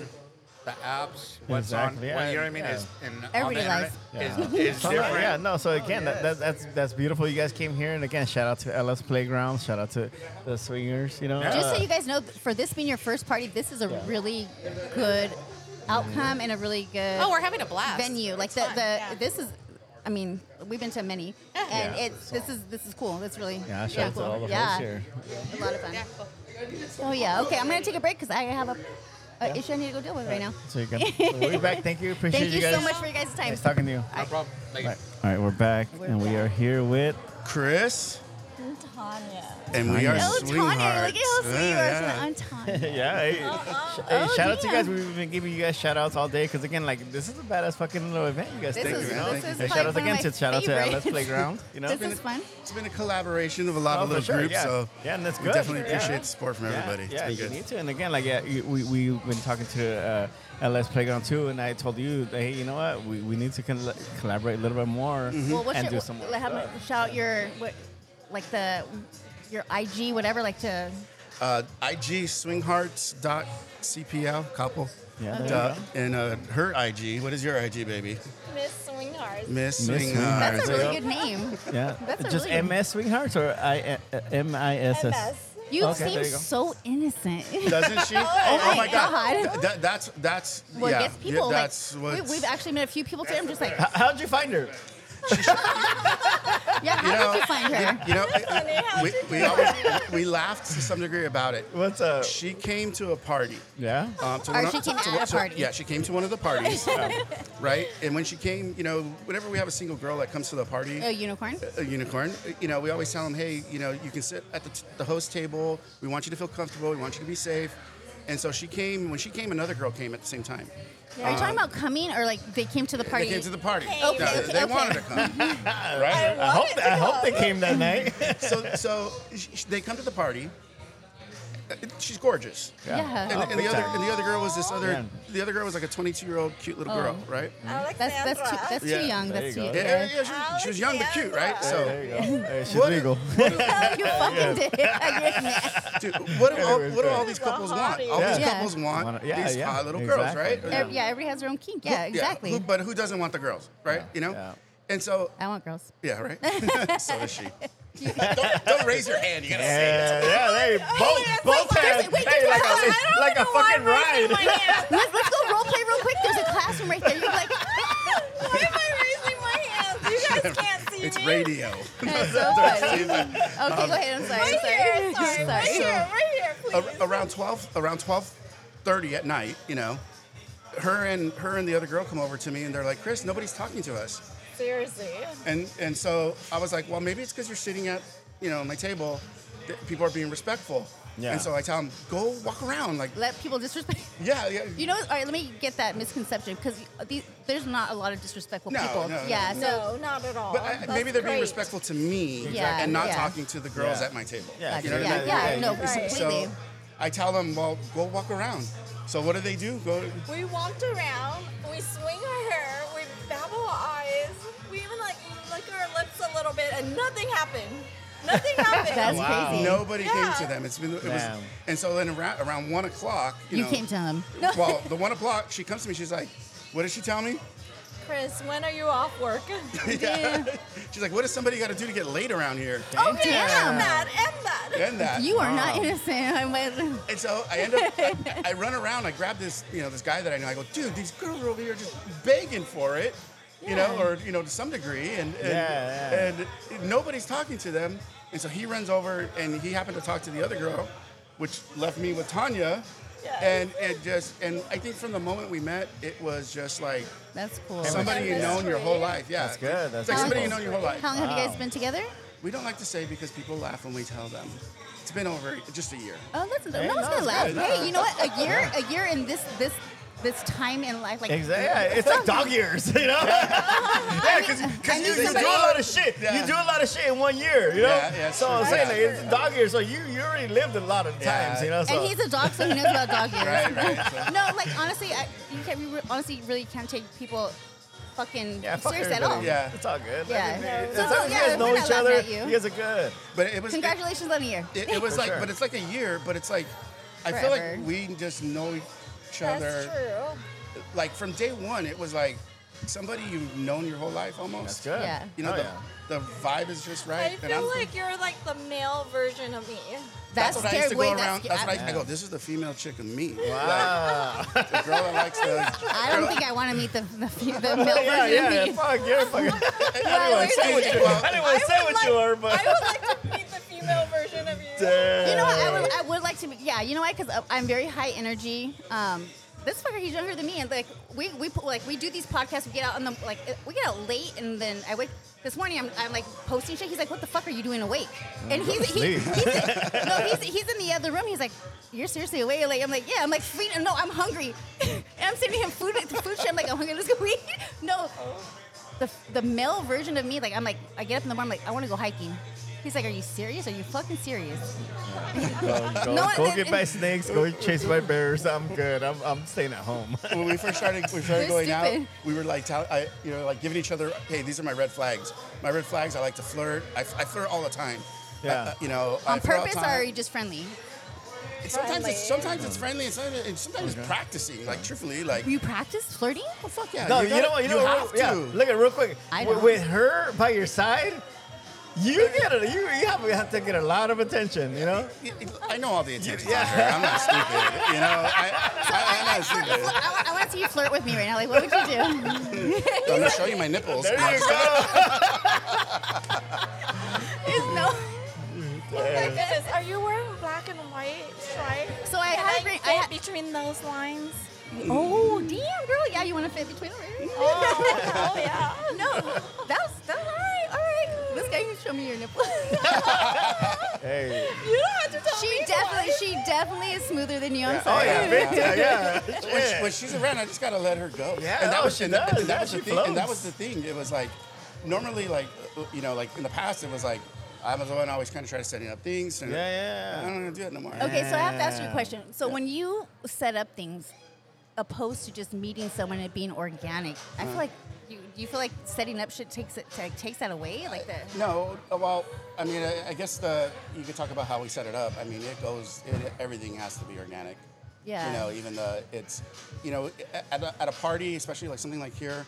[SPEAKER 11] the apps, what's
[SPEAKER 4] Exactly,
[SPEAKER 11] on, what, you know
[SPEAKER 4] yeah,
[SPEAKER 11] what I mean?
[SPEAKER 4] yeah.
[SPEAKER 11] Is and
[SPEAKER 3] Everybody
[SPEAKER 11] on the
[SPEAKER 3] lies.
[SPEAKER 11] internet is, is
[SPEAKER 4] All right,
[SPEAKER 11] different.
[SPEAKER 4] Yeah, no. So again, that, that, that's that's beautiful. You guys came here, and again, shout out to LS Playground. Shout out to the swingers. You know,
[SPEAKER 3] Just
[SPEAKER 4] uh,
[SPEAKER 3] so you guys know, th- for this being your first party, this is a really good outcome and a really good.
[SPEAKER 13] Oh, we're having a blast.
[SPEAKER 3] Venue, like
[SPEAKER 13] It's
[SPEAKER 3] the,
[SPEAKER 13] fun,
[SPEAKER 3] the
[SPEAKER 13] yeah.
[SPEAKER 3] this is. I mean, we've been to many, and
[SPEAKER 4] Yeah.
[SPEAKER 3] it's this is this is cool. That's really
[SPEAKER 4] yeah, shout
[SPEAKER 3] yeah,
[SPEAKER 4] out
[SPEAKER 3] cool.
[SPEAKER 4] to all the
[SPEAKER 3] yeah.
[SPEAKER 4] folks here.
[SPEAKER 3] a lot of fun. Oh yeah. Okay, I'm gonna take a break because I have a, a issue I need to go deal with right now.
[SPEAKER 4] So you can. So we're back. Thank you. Appreciate
[SPEAKER 3] Thank you,
[SPEAKER 4] you guys.
[SPEAKER 3] so much for your guys' time.
[SPEAKER 4] Nice talking to you.
[SPEAKER 11] No problem. Thank you.
[SPEAKER 4] All right, we're back, and we are here with Chris.
[SPEAKER 3] Tanya.
[SPEAKER 4] And we are
[SPEAKER 3] Oh, Tanya, look at how
[SPEAKER 4] sweethearts.
[SPEAKER 3] sweet you are.
[SPEAKER 4] Yeah.
[SPEAKER 3] I'm Tanya.
[SPEAKER 4] yeah. Hey, sh- hey,
[SPEAKER 3] oh,
[SPEAKER 4] shout out to you
[SPEAKER 3] yeah.
[SPEAKER 4] guys. We've been giving you guys shout outs all day because, again, like, this is a badass fucking little event you guys
[SPEAKER 3] This
[SPEAKER 4] did,
[SPEAKER 3] is-
[SPEAKER 4] you know?
[SPEAKER 3] this is
[SPEAKER 4] Hey,
[SPEAKER 3] probably
[SPEAKER 4] shout out
[SPEAKER 3] one of
[SPEAKER 4] again
[SPEAKER 3] my
[SPEAKER 4] to shout out to LS
[SPEAKER 3] favorites.
[SPEAKER 4] Playground. You know,
[SPEAKER 3] This is fun.
[SPEAKER 14] It's been a collaboration of a lot
[SPEAKER 4] Oh,
[SPEAKER 14] of
[SPEAKER 4] for
[SPEAKER 14] little
[SPEAKER 4] sure,
[SPEAKER 14] groups,
[SPEAKER 4] yeah.
[SPEAKER 14] so
[SPEAKER 4] yeah, and that's
[SPEAKER 14] we
[SPEAKER 4] good.
[SPEAKER 14] definitely
[SPEAKER 4] Yeah.
[SPEAKER 14] appreciate the support from
[SPEAKER 4] Yeah,
[SPEAKER 14] everybody. It's
[SPEAKER 4] Yeah,
[SPEAKER 14] been
[SPEAKER 4] you
[SPEAKER 14] good.
[SPEAKER 4] need to. And again, like yeah, you- we we've been talking to uh, LS Playground too, and I told you, that, hey, you know what? We, we need to coll- collaborate a little bit more
[SPEAKER 14] Mm-hmm.
[SPEAKER 3] Mm-hmm. Well, what's
[SPEAKER 4] and
[SPEAKER 3] your,
[SPEAKER 4] do some more
[SPEAKER 3] like, have
[SPEAKER 4] stuff.
[SPEAKER 3] my- shout your what, like the your IG whatever like to
[SPEAKER 14] Uh, IG swinghearts.cpl couple.
[SPEAKER 4] Yeah,
[SPEAKER 3] there you
[SPEAKER 14] Duh. and uh, her IG. What is your IG, baby?
[SPEAKER 6] Miss Swingards.
[SPEAKER 14] Miss
[SPEAKER 4] Miss
[SPEAKER 14] Swinghearts.
[SPEAKER 4] Swinghearts.
[SPEAKER 3] That's a really good name.
[SPEAKER 4] Yeah,
[SPEAKER 3] That's a
[SPEAKER 4] just
[SPEAKER 3] really good-
[SPEAKER 4] MS Sweethearts or I uh, M I S S.
[SPEAKER 3] You
[SPEAKER 4] Okay,
[SPEAKER 3] seem
[SPEAKER 4] there you go.
[SPEAKER 3] so innocent.
[SPEAKER 14] Doesn't she?
[SPEAKER 3] oh, my god.
[SPEAKER 14] Th- that- that's that's
[SPEAKER 3] Well,
[SPEAKER 14] yeah.
[SPEAKER 3] it gets people
[SPEAKER 14] yeah, that's
[SPEAKER 3] like
[SPEAKER 14] what's-
[SPEAKER 3] we, have actually met a few people today. I'm just like,
[SPEAKER 4] H- how'd you find her?
[SPEAKER 3] yeah, how
[SPEAKER 14] You know,
[SPEAKER 3] did you find her?
[SPEAKER 14] You know, we, we, always, we laughed to some degree about it.
[SPEAKER 4] What's up?
[SPEAKER 14] She came to a party.
[SPEAKER 4] Yeah.
[SPEAKER 14] Um,
[SPEAKER 3] Or
[SPEAKER 14] one
[SPEAKER 3] Oh, she
[SPEAKER 14] of-
[SPEAKER 3] came at a party.
[SPEAKER 14] yeah, she came to one of the parties, right? And when she came, you know, whenever we have a single girl that comes to the party,
[SPEAKER 3] A unicorn.
[SPEAKER 14] a unicorn. You know, we always tell them, hey, you know, you can sit at the, t- the host table. We want you to feel comfortable. We want you to be safe. And so she came. When she came, another girl came at the same time.
[SPEAKER 3] Are you
[SPEAKER 14] Um,
[SPEAKER 3] talking about coming or like they came to the party?
[SPEAKER 14] They came to the party.
[SPEAKER 3] Okay,
[SPEAKER 14] No,
[SPEAKER 3] okay,
[SPEAKER 14] they- they
[SPEAKER 3] okay.
[SPEAKER 14] wanted to come.
[SPEAKER 4] I
[SPEAKER 14] right?
[SPEAKER 4] hope I hope they came that night.
[SPEAKER 14] so so sh- sh- they come to the party. Uh, She's gorgeous.
[SPEAKER 4] Yeah. Yeah.
[SPEAKER 14] And,
[SPEAKER 4] Oh,
[SPEAKER 14] and
[SPEAKER 4] big
[SPEAKER 14] the other
[SPEAKER 4] time.
[SPEAKER 14] and the other girl was this other.
[SPEAKER 4] Yeah.
[SPEAKER 14] The other girl was like a 22 year old cute little girl,
[SPEAKER 3] Oh.
[SPEAKER 14] right?
[SPEAKER 3] That's that's too, that's
[SPEAKER 14] Yeah.
[SPEAKER 3] too young.
[SPEAKER 14] There
[SPEAKER 3] That's too
[SPEAKER 14] you go.
[SPEAKER 3] young.
[SPEAKER 14] Yeah, yeah, yeah, she was- she was young but cute, right? So
[SPEAKER 4] she's
[SPEAKER 14] What-
[SPEAKER 4] legal.
[SPEAKER 3] you fucking did.
[SPEAKER 14] Dude, what do all, what do all these
[SPEAKER 3] Well,
[SPEAKER 14] couples want?
[SPEAKER 3] hotties.
[SPEAKER 14] All these
[SPEAKER 3] Yeah.
[SPEAKER 14] couples want
[SPEAKER 4] Yeah,
[SPEAKER 14] these
[SPEAKER 4] yeah,
[SPEAKER 14] hot little girls,
[SPEAKER 4] exactly.
[SPEAKER 14] right?
[SPEAKER 3] Every- yeah, everybody has their own kink. Yeah, exactly.
[SPEAKER 14] who- but who doesn't want the girls, right? You know. And so
[SPEAKER 3] I want girls.
[SPEAKER 14] yeah, right. so does she. don't, don't raise your hand. You gotta say
[SPEAKER 4] Yeah,
[SPEAKER 14] it.
[SPEAKER 4] yeah, they both both hands. Hey, like a like a fucking ride.
[SPEAKER 3] let's, let's go role play real quick. There's a classroom right there. You're like,
[SPEAKER 6] Why am I raising my hands? You guys can't see
[SPEAKER 14] It's
[SPEAKER 6] me.
[SPEAKER 14] radio.
[SPEAKER 3] That's so funny. Okay, go ahead. I'm sorry.
[SPEAKER 6] Right
[SPEAKER 3] sorry.
[SPEAKER 6] here, sorry. Right
[SPEAKER 3] Sorry.
[SPEAKER 6] here, right here, please.
[SPEAKER 14] Ar- around 12 around 12:30 at night, you know. Her and her and the other girl come over to me and they're like, "Chris, nobody's talking to us."
[SPEAKER 6] Seriously.
[SPEAKER 14] And and so I was like, "Well, maybe it's cuz you're sitting at, you know, my table. Th- People are being respectful."
[SPEAKER 4] Yeah.
[SPEAKER 14] And so I tell them, "Go walk around." Like,
[SPEAKER 3] Let people disrespect.
[SPEAKER 14] yeah, yeah.
[SPEAKER 3] You know, all right. Let me get that misconception because these, there's not a lot of disrespectful
[SPEAKER 14] No,
[SPEAKER 3] people.
[SPEAKER 14] no, no,
[SPEAKER 3] yeah.
[SPEAKER 14] no.
[SPEAKER 3] So
[SPEAKER 6] No, not at all.
[SPEAKER 3] Oh,
[SPEAKER 14] But I,
[SPEAKER 6] That's
[SPEAKER 14] maybe they're being
[SPEAKER 6] great.
[SPEAKER 14] respectful to me
[SPEAKER 3] Yeah,
[SPEAKER 14] and not
[SPEAKER 3] yeah.
[SPEAKER 14] talking to the girls
[SPEAKER 4] Yeah.
[SPEAKER 14] at my table.
[SPEAKER 4] Yeah,
[SPEAKER 14] you know
[SPEAKER 4] yeah,
[SPEAKER 14] what I mean?
[SPEAKER 4] yeah,
[SPEAKER 3] no,
[SPEAKER 14] So-
[SPEAKER 3] completely.
[SPEAKER 14] So I tell them, "Well, go walk around." So what do they do? Go
[SPEAKER 6] We walked around, we swing our hair, we babble our eyes, we even like lick our lips a little bit, and nothing happened. Nothing happened.
[SPEAKER 3] That's Wow. crazy.
[SPEAKER 14] Nobody
[SPEAKER 6] Yeah.
[SPEAKER 14] came to them. It's been it was,
[SPEAKER 4] Damn.
[SPEAKER 14] and so then around around one o'clock, you,
[SPEAKER 3] you
[SPEAKER 14] know,
[SPEAKER 3] came to them.
[SPEAKER 14] Well, the one o'clock, she comes to me. She's like, "What did she tell me?"
[SPEAKER 6] Chris, when are you off work?
[SPEAKER 14] Yeah. she's like, "What does somebody got to do to get laid around here?"
[SPEAKER 13] Oh,
[SPEAKER 6] Okay,
[SPEAKER 3] Damn.
[SPEAKER 6] end that, end that.
[SPEAKER 14] And that
[SPEAKER 3] You are
[SPEAKER 14] Wow.
[SPEAKER 3] not innocent. I might.
[SPEAKER 14] And so I end up, I, I run around, I grab this, you know, this guy that I know. I go, dude, these girls are over here just begging for it, you know,
[SPEAKER 3] Yeah.
[SPEAKER 14] or you know, to some degree, and and,
[SPEAKER 4] Yeah,
[SPEAKER 14] and nobody's talking to them. And so he runs over, and he happened to talk to the other girl, which left me with Tanya.
[SPEAKER 6] Yeah.
[SPEAKER 14] And it just, and I think from the moment we met, it was just like
[SPEAKER 3] That's cool.
[SPEAKER 14] somebody you've known your whole life. Yeah,
[SPEAKER 4] That's good, that's
[SPEAKER 14] it's like somebody you've
[SPEAKER 4] cool.
[SPEAKER 14] known your whole life.
[SPEAKER 3] How long have you guys
[SPEAKER 4] Wow.
[SPEAKER 3] been together?
[SPEAKER 14] We don't like to say because people laugh when we tell them. It's been over just a year.
[SPEAKER 3] Oh, that's
[SPEAKER 4] Hey,
[SPEAKER 3] no
[SPEAKER 4] no,
[SPEAKER 3] one's gonna
[SPEAKER 4] it's
[SPEAKER 3] laugh.
[SPEAKER 4] good.
[SPEAKER 3] Hey, you know what? A year, a year in this this this time in life, like
[SPEAKER 4] Exactly. Yeah, it's like dog years, you know? yeah, because
[SPEAKER 3] I knew
[SPEAKER 4] you, you do a
[SPEAKER 3] somebody-
[SPEAKER 4] lot of shit.
[SPEAKER 3] Yeah.
[SPEAKER 4] You do a lot of shit in one year, you know?
[SPEAKER 14] Yeah, yeah,
[SPEAKER 4] so
[SPEAKER 14] true.
[SPEAKER 4] I'm saying,
[SPEAKER 14] Yeah.
[SPEAKER 4] like, it's dog years, so you, you already lived a lot of times,
[SPEAKER 14] Yeah.
[SPEAKER 4] you know? So.
[SPEAKER 3] And he's a dog, so he knows about dog years.
[SPEAKER 4] Right, right, so-
[SPEAKER 3] no, like honestly, I, you can't. You re- honestly really can't take people fucking
[SPEAKER 4] Yeah, fuck
[SPEAKER 3] serious at
[SPEAKER 4] everybody.
[SPEAKER 3] all.
[SPEAKER 4] Yeah, it's all good.
[SPEAKER 3] Yeah.
[SPEAKER 4] I mean,
[SPEAKER 3] No,
[SPEAKER 4] as
[SPEAKER 3] no,
[SPEAKER 4] long as
[SPEAKER 3] yeah,
[SPEAKER 4] you guys
[SPEAKER 3] we're
[SPEAKER 4] know
[SPEAKER 3] not
[SPEAKER 4] each
[SPEAKER 3] laughing
[SPEAKER 4] other,
[SPEAKER 3] at you.
[SPEAKER 4] you guys are good.
[SPEAKER 14] But it was it-
[SPEAKER 3] Congratulations on the year.
[SPEAKER 14] It, it was
[SPEAKER 4] For
[SPEAKER 14] like,
[SPEAKER 4] sure.
[SPEAKER 14] but it's like a year. But it's like, I feel
[SPEAKER 3] Forever.
[SPEAKER 14] like we just know each other.
[SPEAKER 3] That's true.
[SPEAKER 14] Like from day one, it was like somebody you've known your whole life almost.
[SPEAKER 4] That's good. Yeah.
[SPEAKER 14] You know,
[SPEAKER 4] Oh,
[SPEAKER 14] the,
[SPEAKER 4] yeah.
[SPEAKER 14] the vibe is just right.
[SPEAKER 15] I
[SPEAKER 14] and
[SPEAKER 15] feel
[SPEAKER 14] I'm-
[SPEAKER 15] like you're like the male version of me.
[SPEAKER 14] that's, what I used to go
[SPEAKER 15] way.
[SPEAKER 14] around. That's what I, I go. This is the female chick of me. Wow. the girl that likes the.
[SPEAKER 3] I don't think I want to meet the the, fe- the male version
[SPEAKER 14] Yeah, yeah,
[SPEAKER 3] of me.
[SPEAKER 4] Fuck, you're a fucking.
[SPEAKER 14] I
[SPEAKER 4] didn't want to say what you I didn't want to say what you are, but.
[SPEAKER 15] female version of you.
[SPEAKER 3] You know what? I would, I would like to be. Yeah, you know why? Because I'm very high energy. Um, this fucker, he's younger than me, and like we we put, like we do these podcasts. We get out on the like uh, we get out late, and then I wake this morning. I'm, I'm like posting shit. He's like, "What the fuck are you doing awake?" And
[SPEAKER 4] go
[SPEAKER 3] he's
[SPEAKER 4] to
[SPEAKER 3] he,
[SPEAKER 4] sleep.
[SPEAKER 3] he's no Oh, he's, he's in the other room. He's like, "You're seriously awake?" Like I'm like, "Yeah." I'm like, "Sweet." No, I'm hungry. and I'm sending him food food shit. I'm like, "I'm hungry. Let's go eat." No. The, the male version of me, like I'm like I get up in the morning, I'm like I want to go hiking. He's like, "Are you serious? Are you fucking serious?"
[SPEAKER 4] Go, go,
[SPEAKER 3] No,
[SPEAKER 4] go
[SPEAKER 3] and-
[SPEAKER 4] get my snakes. Go chase my bears. I'm good. I'm, I'm staying at home.
[SPEAKER 14] when we first started, we started
[SPEAKER 4] They're
[SPEAKER 14] going out.
[SPEAKER 4] stupid.
[SPEAKER 14] We were like, tell, I, you know, like giving each other, hey, these are my red flags. My red flags. I like to flirt. I, f- I flirt all the time. Yeah. you know, I
[SPEAKER 3] On
[SPEAKER 14] flirt all the
[SPEAKER 3] purpose, or
[SPEAKER 14] time.
[SPEAKER 3] are you just friendly?
[SPEAKER 14] Sometimes it's sometimes it's friendly and sometimes, and sometimes it's practicing. Like truthfully, like
[SPEAKER 3] you practice flirting?
[SPEAKER 14] Oh fuck yeah!
[SPEAKER 4] No, you, know what? You, know
[SPEAKER 14] have
[SPEAKER 4] what?
[SPEAKER 14] to.
[SPEAKER 4] Yeah, look at real quick.
[SPEAKER 14] I
[SPEAKER 4] With-
[SPEAKER 14] don't.
[SPEAKER 4] With her by your side, you get it. You, you have, you have to get a lot of attention. You know.
[SPEAKER 14] I know all the attention. Yeah. I'm not stupid. You know, I, I, I'm not stupid.
[SPEAKER 3] I, wa- I want to see you flirt with me right now. Like, what would you do?
[SPEAKER 14] I'm gonna show you my nipples.
[SPEAKER 3] There
[SPEAKER 14] Watch
[SPEAKER 3] you
[SPEAKER 14] that.
[SPEAKER 3] There's no.
[SPEAKER 15] Because are you wearing black and white stripe?
[SPEAKER 3] So I
[SPEAKER 15] Can
[SPEAKER 3] had
[SPEAKER 15] I
[SPEAKER 3] a great-
[SPEAKER 15] fit
[SPEAKER 3] I had-
[SPEAKER 15] between those lines. Mm.
[SPEAKER 3] Oh damn, girl! Yeah, you want to fit between them? right?
[SPEAKER 15] Oh, oh, yeah.
[SPEAKER 3] No, that's that's all right. All right, this guy can show me your nipples.
[SPEAKER 4] Hey.
[SPEAKER 3] you don't have to tell she me. She definitely, she definitely is smoother than you. I'm
[SPEAKER 14] Oh
[SPEAKER 3] sorry.
[SPEAKER 14] yeah,
[SPEAKER 4] big time, yeah.
[SPEAKER 14] When, she- when she's around, I just gotta let her go.
[SPEAKER 4] Yeah,
[SPEAKER 14] and that
[SPEAKER 4] no,
[SPEAKER 14] was
[SPEAKER 4] she
[SPEAKER 14] and that,
[SPEAKER 4] does.
[SPEAKER 14] and that
[SPEAKER 4] Yeah,
[SPEAKER 14] was the
[SPEAKER 4] she
[SPEAKER 14] thing. And that
[SPEAKER 4] floats.
[SPEAKER 14] was the thing. It was like normally, like uh, you know, like in the past, it was like I was the one always kind of trying to setting up things. And
[SPEAKER 4] Yeah, yeah.
[SPEAKER 14] I don't want to do that no more.
[SPEAKER 3] Okay, so I have to ask you a question. So when you set up things, opposed to just meeting someone and being organic, I feel
[SPEAKER 14] Uh.
[SPEAKER 3] like you, do you feel like setting up shit takes it like, takes that away, like that.
[SPEAKER 14] No, uh, well, I mean, I, I guess the you could talk about how we set it up. I mean, it goes. It, everything has to be organic.
[SPEAKER 3] Yeah.
[SPEAKER 14] You know, even the it's, you know, a- at a, at a party, especially like something like here.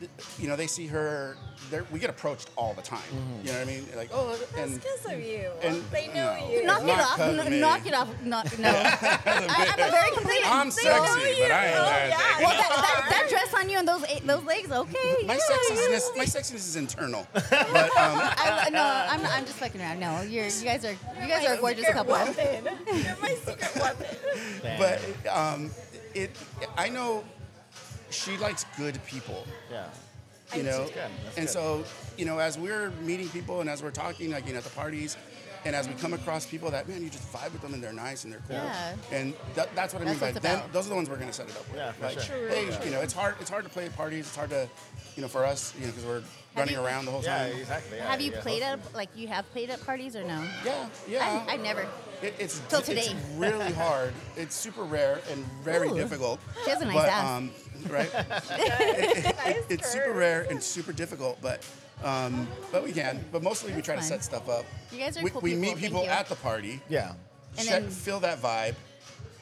[SPEAKER 14] th- You know, they see her. they're- We get approached all the time. You know what I mean? Like, oh,
[SPEAKER 15] That's
[SPEAKER 14] and
[SPEAKER 15] because of you.
[SPEAKER 14] and-
[SPEAKER 15] they know
[SPEAKER 14] no.
[SPEAKER 15] you.
[SPEAKER 3] Knock it
[SPEAKER 14] Not
[SPEAKER 3] off!
[SPEAKER 14] 'cause
[SPEAKER 3] kn-
[SPEAKER 14] me.
[SPEAKER 3] knock it off! No, no. I, I'm a very complete.
[SPEAKER 14] I'm
[SPEAKER 3] they
[SPEAKER 14] sexy,
[SPEAKER 3] know Oh,
[SPEAKER 14] but I ain't that sexy.
[SPEAKER 3] Well, that, that, that dress on you and those eh, those legs, okay.
[SPEAKER 14] My
[SPEAKER 3] yeah,
[SPEAKER 14] sexiness, my sexiness is internal. But um,
[SPEAKER 3] I, no, I'm, I'm just fucking around. No, you're, you guys are you guys are a gorgeous
[SPEAKER 15] Secret
[SPEAKER 3] couple.
[SPEAKER 15] weapon. You're my secret weapon.
[SPEAKER 14] but um, it, I know she likes good people.
[SPEAKER 4] Yeah.
[SPEAKER 14] You
[SPEAKER 4] That's
[SPEAKER 14] know,
[SPEAKER 4] good. That's
[SPEAKER 14] and
[SPEAKER 4] good.
[SPEAKER 14] so you know, as we're meeting people and as we're talking, like you know, at the parties, and as we come across people that man, you just vibe with them and they're nice and they're cool.
[SPEAKER 3] Yeah.
[SPEAKER 14] And that, that's what I
[SPEAKER 3] That's
[SPEAKER 14] mean
[SPEAKER 3] what
[SPEAKER 14] by
[SPEAKER 3] it's
[SPEAKER 14] them.
[SPEAKER 3] about.
[SPEAKER 14] Those are the ones we're gonna set it up with.
[SPEAKER 4] Yeah, for
[SPEAKER 14] like,
[SPEAKER 4] sure. True.
[SPEAKER 14] Hey,
[SPEAKER 4] Yeah.
[SPEAKER 14] you know, it's hard. It's hard to play at parties. It's hard to, you know, for us, you know, because we're running
[SPEAKER 3] you-
[SPEAKER 14] around the whole
[SPEAKER 4] Yeah,
[SPEAKER 14] time.
[SPEAKER 4] exactly.
[SPEAKER 3] Have you played at a- like you have played at parties or no?
[SPEAKER 14] Yeah, yeah.
[SPEAKER 3] I, I never.
[SPEAKER 14] It, it's
[SPEAKER 3] Till
[SPEAKER 14] It's
[SPEAKER 3] today.
[SPEAKER 14] really hard. It's super rare and very
[SPEAKER 3] Ooh.
[SPEAKER 14] difficult.
[SPEAKER 3] She has a nice
[SPEAKER 14] but,
[SPEAKER 3] ass.
[SPEAKER 14] Um, right? It- it- it- it's super rare and super difficult, but um, but we can. But mostly we
[SPEAKER 3] That's
[SPEAKER 14] try to
[SPEAKER 3] fine.
[SPEAKER 14] set stuff up.
[SPEAKER 3] You guys are
[SPEAKER 14] we,
[SPEAKER 3] cool
[SPEAKER 14] we
[SPEAKER 3] people,
[SPEAKER 14] meet
[SPEAKER 3] thank
[SPEAKER 14] people
[SPEAKER 3] you.
[SPEAKER 14] at the party.
[SPEAKER 4] Yeah.
[SPEAKER 3] And
[SPEAKER 14] check,
[SPEAKER 3] then-
[SPEAKER 14] feel that vibe,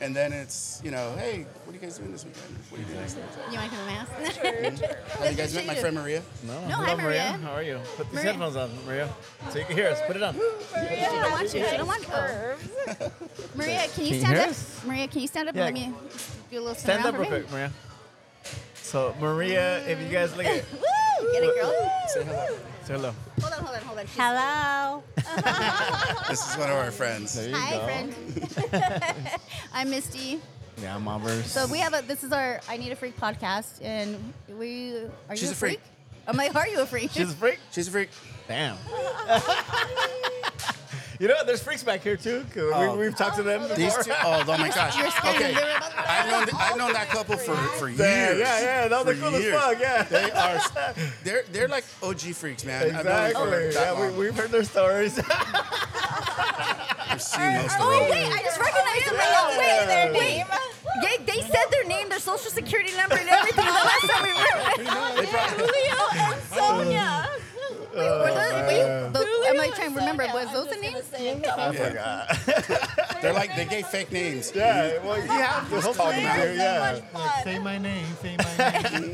[SPEAKER 14] and then it's you know, Oh, hey, what are you guys doing this weekend? What are you doing this weekend?
[SPEAKER 3] You want to come to my house?
[SPEAKER 14] Have you guys met my friend Maria?
[SPEAKER 3] No, hi, Maria.
[SPEAKER 4] How are you? Put these
[SPEAKER 3] Maria.
[SPEAKER 4] headphones on, Maria, so you can hear us. Put it on.
[SPEAKER 3] She don't want you. She don't want you. Maria, can
[SPEAKER 4] Can
[SPEAKER 3] you
[SPEAKER 4] you
[SPEAKER 3] stand
[SPEAKER 4] hear
[SPEAKER 3] up?
[SPEAKER 4] us?
[SPEAKER 3] Maria, can you stand up
[SPEAKER 4] Yeah.
[SPEAKER 3] and let me do a little spin
[SPEAKER 4] Stand
[SPEAKER 3] around
[SPEAKER 4] up
[SPEAKER 3] for
[SPEAKER 4] real
[SPEAKER 3] me?
[SPEAKER 4] quick, Maria. So Maria, if you guys look at
[SPEAKER 3] Woo! Get it, girl.
[SPEAKER 4] Say hello. Say hello.
[SPEAKER 3] Hold on, hold on, hold on. Hello.
[SPEAKER 14] This is one of our friends.
[SPEAKER 3] Hi, friend. I'm Misty.
[SPEAKER 4] Yeah, mobbers.
[SPEAKER 3] So we have a. This is our I Need a Freak podcast, and we are
[SPEAKER 14] She's a
[SPEAKER 3] you
[SPEAKER 14] freak.
[SPEAKER 3] I'm like, are you a freak?
[SPEAKER 4] She's a freak.
[SPEAKER 14] She's a freak.
[SPEAKER 4] Damn. You know, what? there's freaks back here too. 'cause
[SPEAKER 14] Oh.
[SPEAKER 4] We, we've talked to them. Before.
[SPEAKER 14] These two, oh, oh my gosh. Okay. I've known, th- I've known that couple for, for years.
[SPEAKER 4] Yeah, yeah, yeah, that was
[SPEAKER 14] For
[SPEAKER 4] cool as
[SPEAKER 14] years.
[SPEAKER 4] fuck, yeah.
[SPEAKER 14] They are, s- they're, they're like OG freaks, man. I've known them for
[SPEAKER 4] Exactly.
[SPEAKER 14] that
[SPEAKER 4] Yeah,
[SPEAKER 14] long.
[SPEAKER 4] we, we've heard their stories.
[SPEAKER 14] I've seen most of
[SPEAKER 3] Oh
[SPEAKER 14] them.
[SPEAKER 3] wait, I just recognized them.
[SPEAKER 4] Yeah.
[SPEAKER 3] Like, wait, their name. They, they said their name, their social security number, and everything. The last time we were. Julio and Sonia.
[SPEAKER 14] Oh,
[SPEAKER 3] were those, wait, those, am I trying to remember? Was those the names?
[SPEAKER 14] I They're like they gave fake names.
[SPEAKER 4] Yeah, well, you have to.
[SPEAKER 14] Just call
[SPEAKER 4] Hopefully
[SPEAKER 14] them
[SPEAKER 4] you
[SPEAKER 14] out.
[SPEAKER 4] do, yeah.
[SPEAKER 16] Like, say my name, say my name.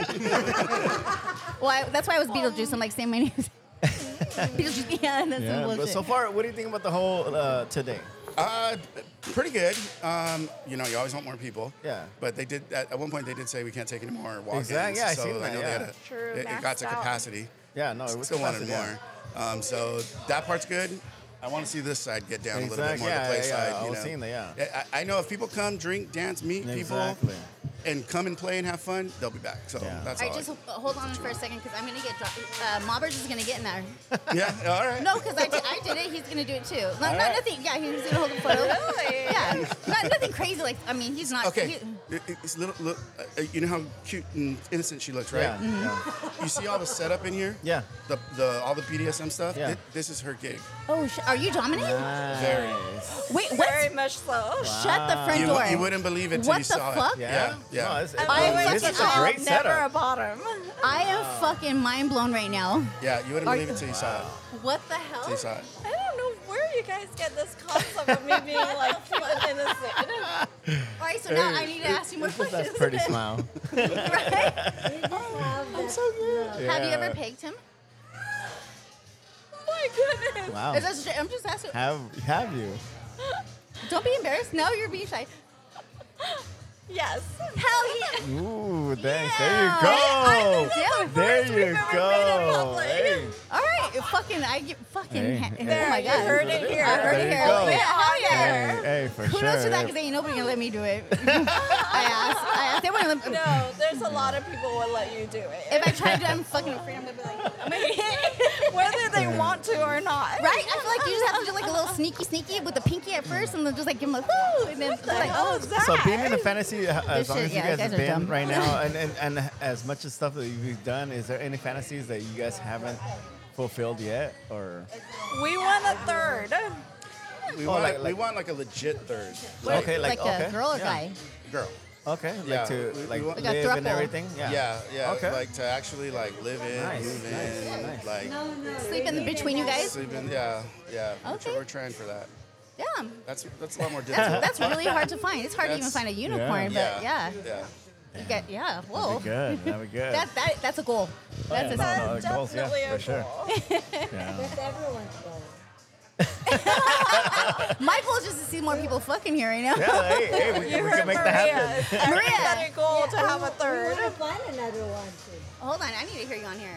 [SPEAKER 3] Well, I, that's why I was Beetlejuice. I'm like saying my name. Beetlejuice. Yeah, that's some
[SPEAKER 4] Yeah, but
[SPEAKER 3] bullshit.
[SPEAKER 4] so far, what do you think about the whole uh, today?
[SPEAKER 14] Uh, pretty good. Um, you know, you always want more people.
[SPEAKER 4] Yeah.
[SPEAKER 14] But they did at, at one point they did say we can't take any more walk-ins.
[SPEAKER 4] Exact- yeah, I
[SPEAKER 14] so
[SPEAKER 4] seen that,
[SPEAKER 14] know
[SPEAKER 4] yeah.
[SPEAKER 14] they had a,
[SPEAKER 4] True,
[SPEAKER 14] It, it
[SPEAKER 4] maxed
[SPEAKER 14] got to
[SPEAKER 4] out.
[SPEAKER 14] capacity.
[SPEAKER 4] Yeah, no, it was
[SPEAKER 14] still wanted
[SPEAKER 4] capacity,
[SPEAKER 14] more. Um, so that part's good. I want to see this side get down a little bit
[SPEAKER 4] Exact-
[SPEAKER 14] more.
[SPEAKER 4] yeah,
[SPEAKER 14] the play
[SPEAKER 4] yeah, yeah,
[SPEAKER 14] side,
[SPEAKER 4] I
[SPEAKER 14] you
[SPEAKER 4] was
[SPEAKER 14] know.
[SPEAKER 4] seeing that, yeah.
[SPEAKER 14] I, I know if people come, drink, dance, meet
[SPEAKER 4] Exactly.
[SPEAKER 14] people, and come and play and have fun, they'll be back. So that's
[SPEAKER 3] All
[SPEAKER 14] all.
[SPEAKER 3] right, just ho- hold on for a second because I'm gonna get dropped. Uh, Mobbers is gonna get in there.
[SPEAKER 14] yeah. All right.
[SPEAKER 3] No, because I did- I did it. He's gonna do it too. No,
[SPEAKER 14] All
[SPEAKER 3] no,
[SPEAKER 14] right.
[SPEAKER 3] nothing. Yeah, he's gonna hold the photo. Really? Yeah. Not, nothing crazy. Like I mean, he's not.
[SPEAKER 14] Okay,
[SPEAKER 3] he-
[SPEAKER 14] it- it's little. Look, uh, you know how cute and innocent she looks, right?
[SPEAKER 4] Yeah, Mhm.
[SPEAKER 14] You see all the setup in here.
[SPEAKER 4] Yeah.
[SPEAKER 14] The the all the BDSM stuff.
[SPEAKER 4] Yeah.
[SPEAKER 14] Thi- this is her gig.
[SPEAKER 3] oh, sh- are you dominant?
[SPEAKER 14] Very.
[SPEAKER 3] Wait, what? Very much so. Shut the front
[SPEAKER 14] you,
[SPEAKER 3] door.
[SPEAKER 14] wou- you wouldn't believe it till
[SPEAKER 3] what
[SPEAKER 14] you
[SPEAKER 3] the
[SPEAKER 14] saw
[SPEAKER 3] fuck?
[SPEAKER 14] it. Yeah. Yeah.
[SPEAKER 3] I am fucking. I am
[SPEAKER 14] setup.
[SPEAKER 3] bottom. I am fucking mind blown right now.
[SPEAKER 14] Yeah, you wouldn't
[SPEAKER 3] Are
[SPEAKER 14] believe
[SPEAKER 3] you-
[SPEAKER 14] it till you saw it.
[SPEAKER 3] What the hell?
[SPEAKER 14] Till you saw it.
[SPEAKER 15] I don't know where you guys get this concept of me being like cute and innocent.
[SPEAKER 3] All right, so now I need to ask you more questions.
[SPEAKER 4] Pretty smile.
[SPEAKER 3] I'm so good. Have you
[SPEAKER 4] Yeah.
[SPEAKER 3] ever pegged him? Oh my goodness.
[SPEAKER 4] Wow.
[SPEAKER 3] Is that straight? I'm just asking.
[SPEAKER 4] Have have you?
[SPEAKER 3] Don't be embarrassed. No, you're being shy. yes. Hell yeah.
[SPEAKER 4] Ooh, thanks.
[SPEAKER 3] Yeah.
[SPEAKER 4] There you go.
[SPEAKER 3] I've been doing
[SPEAKER 4] There
[SPEAKER 3] first
[SPEAKER 4] you go. Hey.
[SPEAKER 3] All right, fucking, I get fucking.
[SPEAKER 4] Hey,
[SPEAKER 3] ha-
[SPEAKER 4] hey.
[SPEAKER 3] oh my
[SPEAKER 4] You
[SPEAKER 3] god,
[SPEAKER 4] heard it here.
[SPEAKER 3] I heard it
[SPEAKER 4] There you
[SPEAKER 3] here.
[SPEAKER 4] go.
[SPEAKER 3] Oh, yeah, hell yeah.
[SPEAKER 4] Hey, hey, for
[SPEAKER 3] Who
[SPEAKER 4] sure.
[SPEAKER 3] knows for that? Because ain't nobody gonna let me do it. I asked. I asked. They wouldn't let
[SPEAKER 15] No, there's a lot of people will let you do it.
[SPEAKER 3] If I tried to, I'm fucking afraid I'm gonna be like, I'm gonna
[SPEAKER 15] whether they want to or not.
[SPEAKER 3] Right? I feel like you just have to do like a little sneaky, sneaky with the pinky at first, and then just like give them a woo, and then it's like, oh,
[SPEAKER 4] So being in the fantasy, uh, as
[SPEAKER 3] This
[SPEAKER 4] long
[SPEAKER 3] shit-
[SPEAKER 4] as you guys
[SPEAKER 3] yeah, you guys
[SPEAKER 4] have
[SPEAKER 3] are
[SPEAKER 4] been
[SPEAKER 3] dumb.
[SPEAKER 4] right now, and, and, and as much as stuff that you've done, is there any fantasies that you guys haven't fulfilled yet, or
[SPEAKER 15] We want a third.
[SPEAKER 14] We
[SPEAKER 4] Oh,
[SPEAKER 14] want
[SPEAKER 4] like-
[SPEAKER 14] like, we
[SPEAKER 4] like-
[SPEAKER 14] want like a legit third.
[SPEAKER 4] Like- Okay, like- like a okay. girl
[SPEAKER 3] or guy?
[SPEAKER 14] Girl.
[SPEAKER 4] okay, like
[SPEAKER 14] Yeah,
[SPEAKER 4] to
[SPEAKER 14] we- we
[SPEAKER 4] like,
[SPEAKER 14] want- Like a
[SPEAKER 4] live and
[SPEAKER 14] thruple.
[SPEAKER 4] everything? Yeah,
[SPEAKER 14] Yeah, yeah.
[SPEAKER 4] Okay.
[SPEAKER 14] Like to actually like live in,
[SPEAKER 4] Nice,
[SPEAKER 14] move in,
[SPEAKER 4] nice, nice.
[SPEAKER 14] like
[SPEAKER 3] sleep in the between you guys.
[SPEAKER 14] sleep in. Yeah, yeah. We're tr-
[SPEAKER 3] Okay.
[SPEAKER 14] We're trying for that.
[SPEAKER 3] Damn.
[SPEAKER 14] That's that's a lot more difficult.
[SPEAKER 3] That's, that's really hard to find. It's hard to even
[SPEAKER 14] That's-
[SPEAKER 3] find a unicorn, but yeah.
[SPEAKER 14] yeah.
[SPEAKER 3] You get, yeah, whoa.
[SPEAKER 4] good. That'd be good.
[SPEAKER 3] That, that, that's a goal.
[SPEAKER 4] Oh, yeah,
[SPEAKER 3] That's
[SPEAKER 4] no,
[SPEAKER 3] a
[SPEAKER 4] no, the goals, yeah,
[SPEAKER 3] definitely
[SPEAKER 4] for
[SPEAKER 3] a
[SPEAKER 4] sure.
[SPEAKER 3] goal.
[SPEAKER 4] Yeah.
[SPEAKER 3] My goal is just to see more people fucking here right now.
[SPEAKER 4] Yeah, hey, hey, we, can- we can make that happen.
[SPEAKER 3] Maria,
[SPEAKER 15] goal to have a third.
[SPEAKER 17] another one too.
[SPEAKER 3] hold on. I need to hear you on here.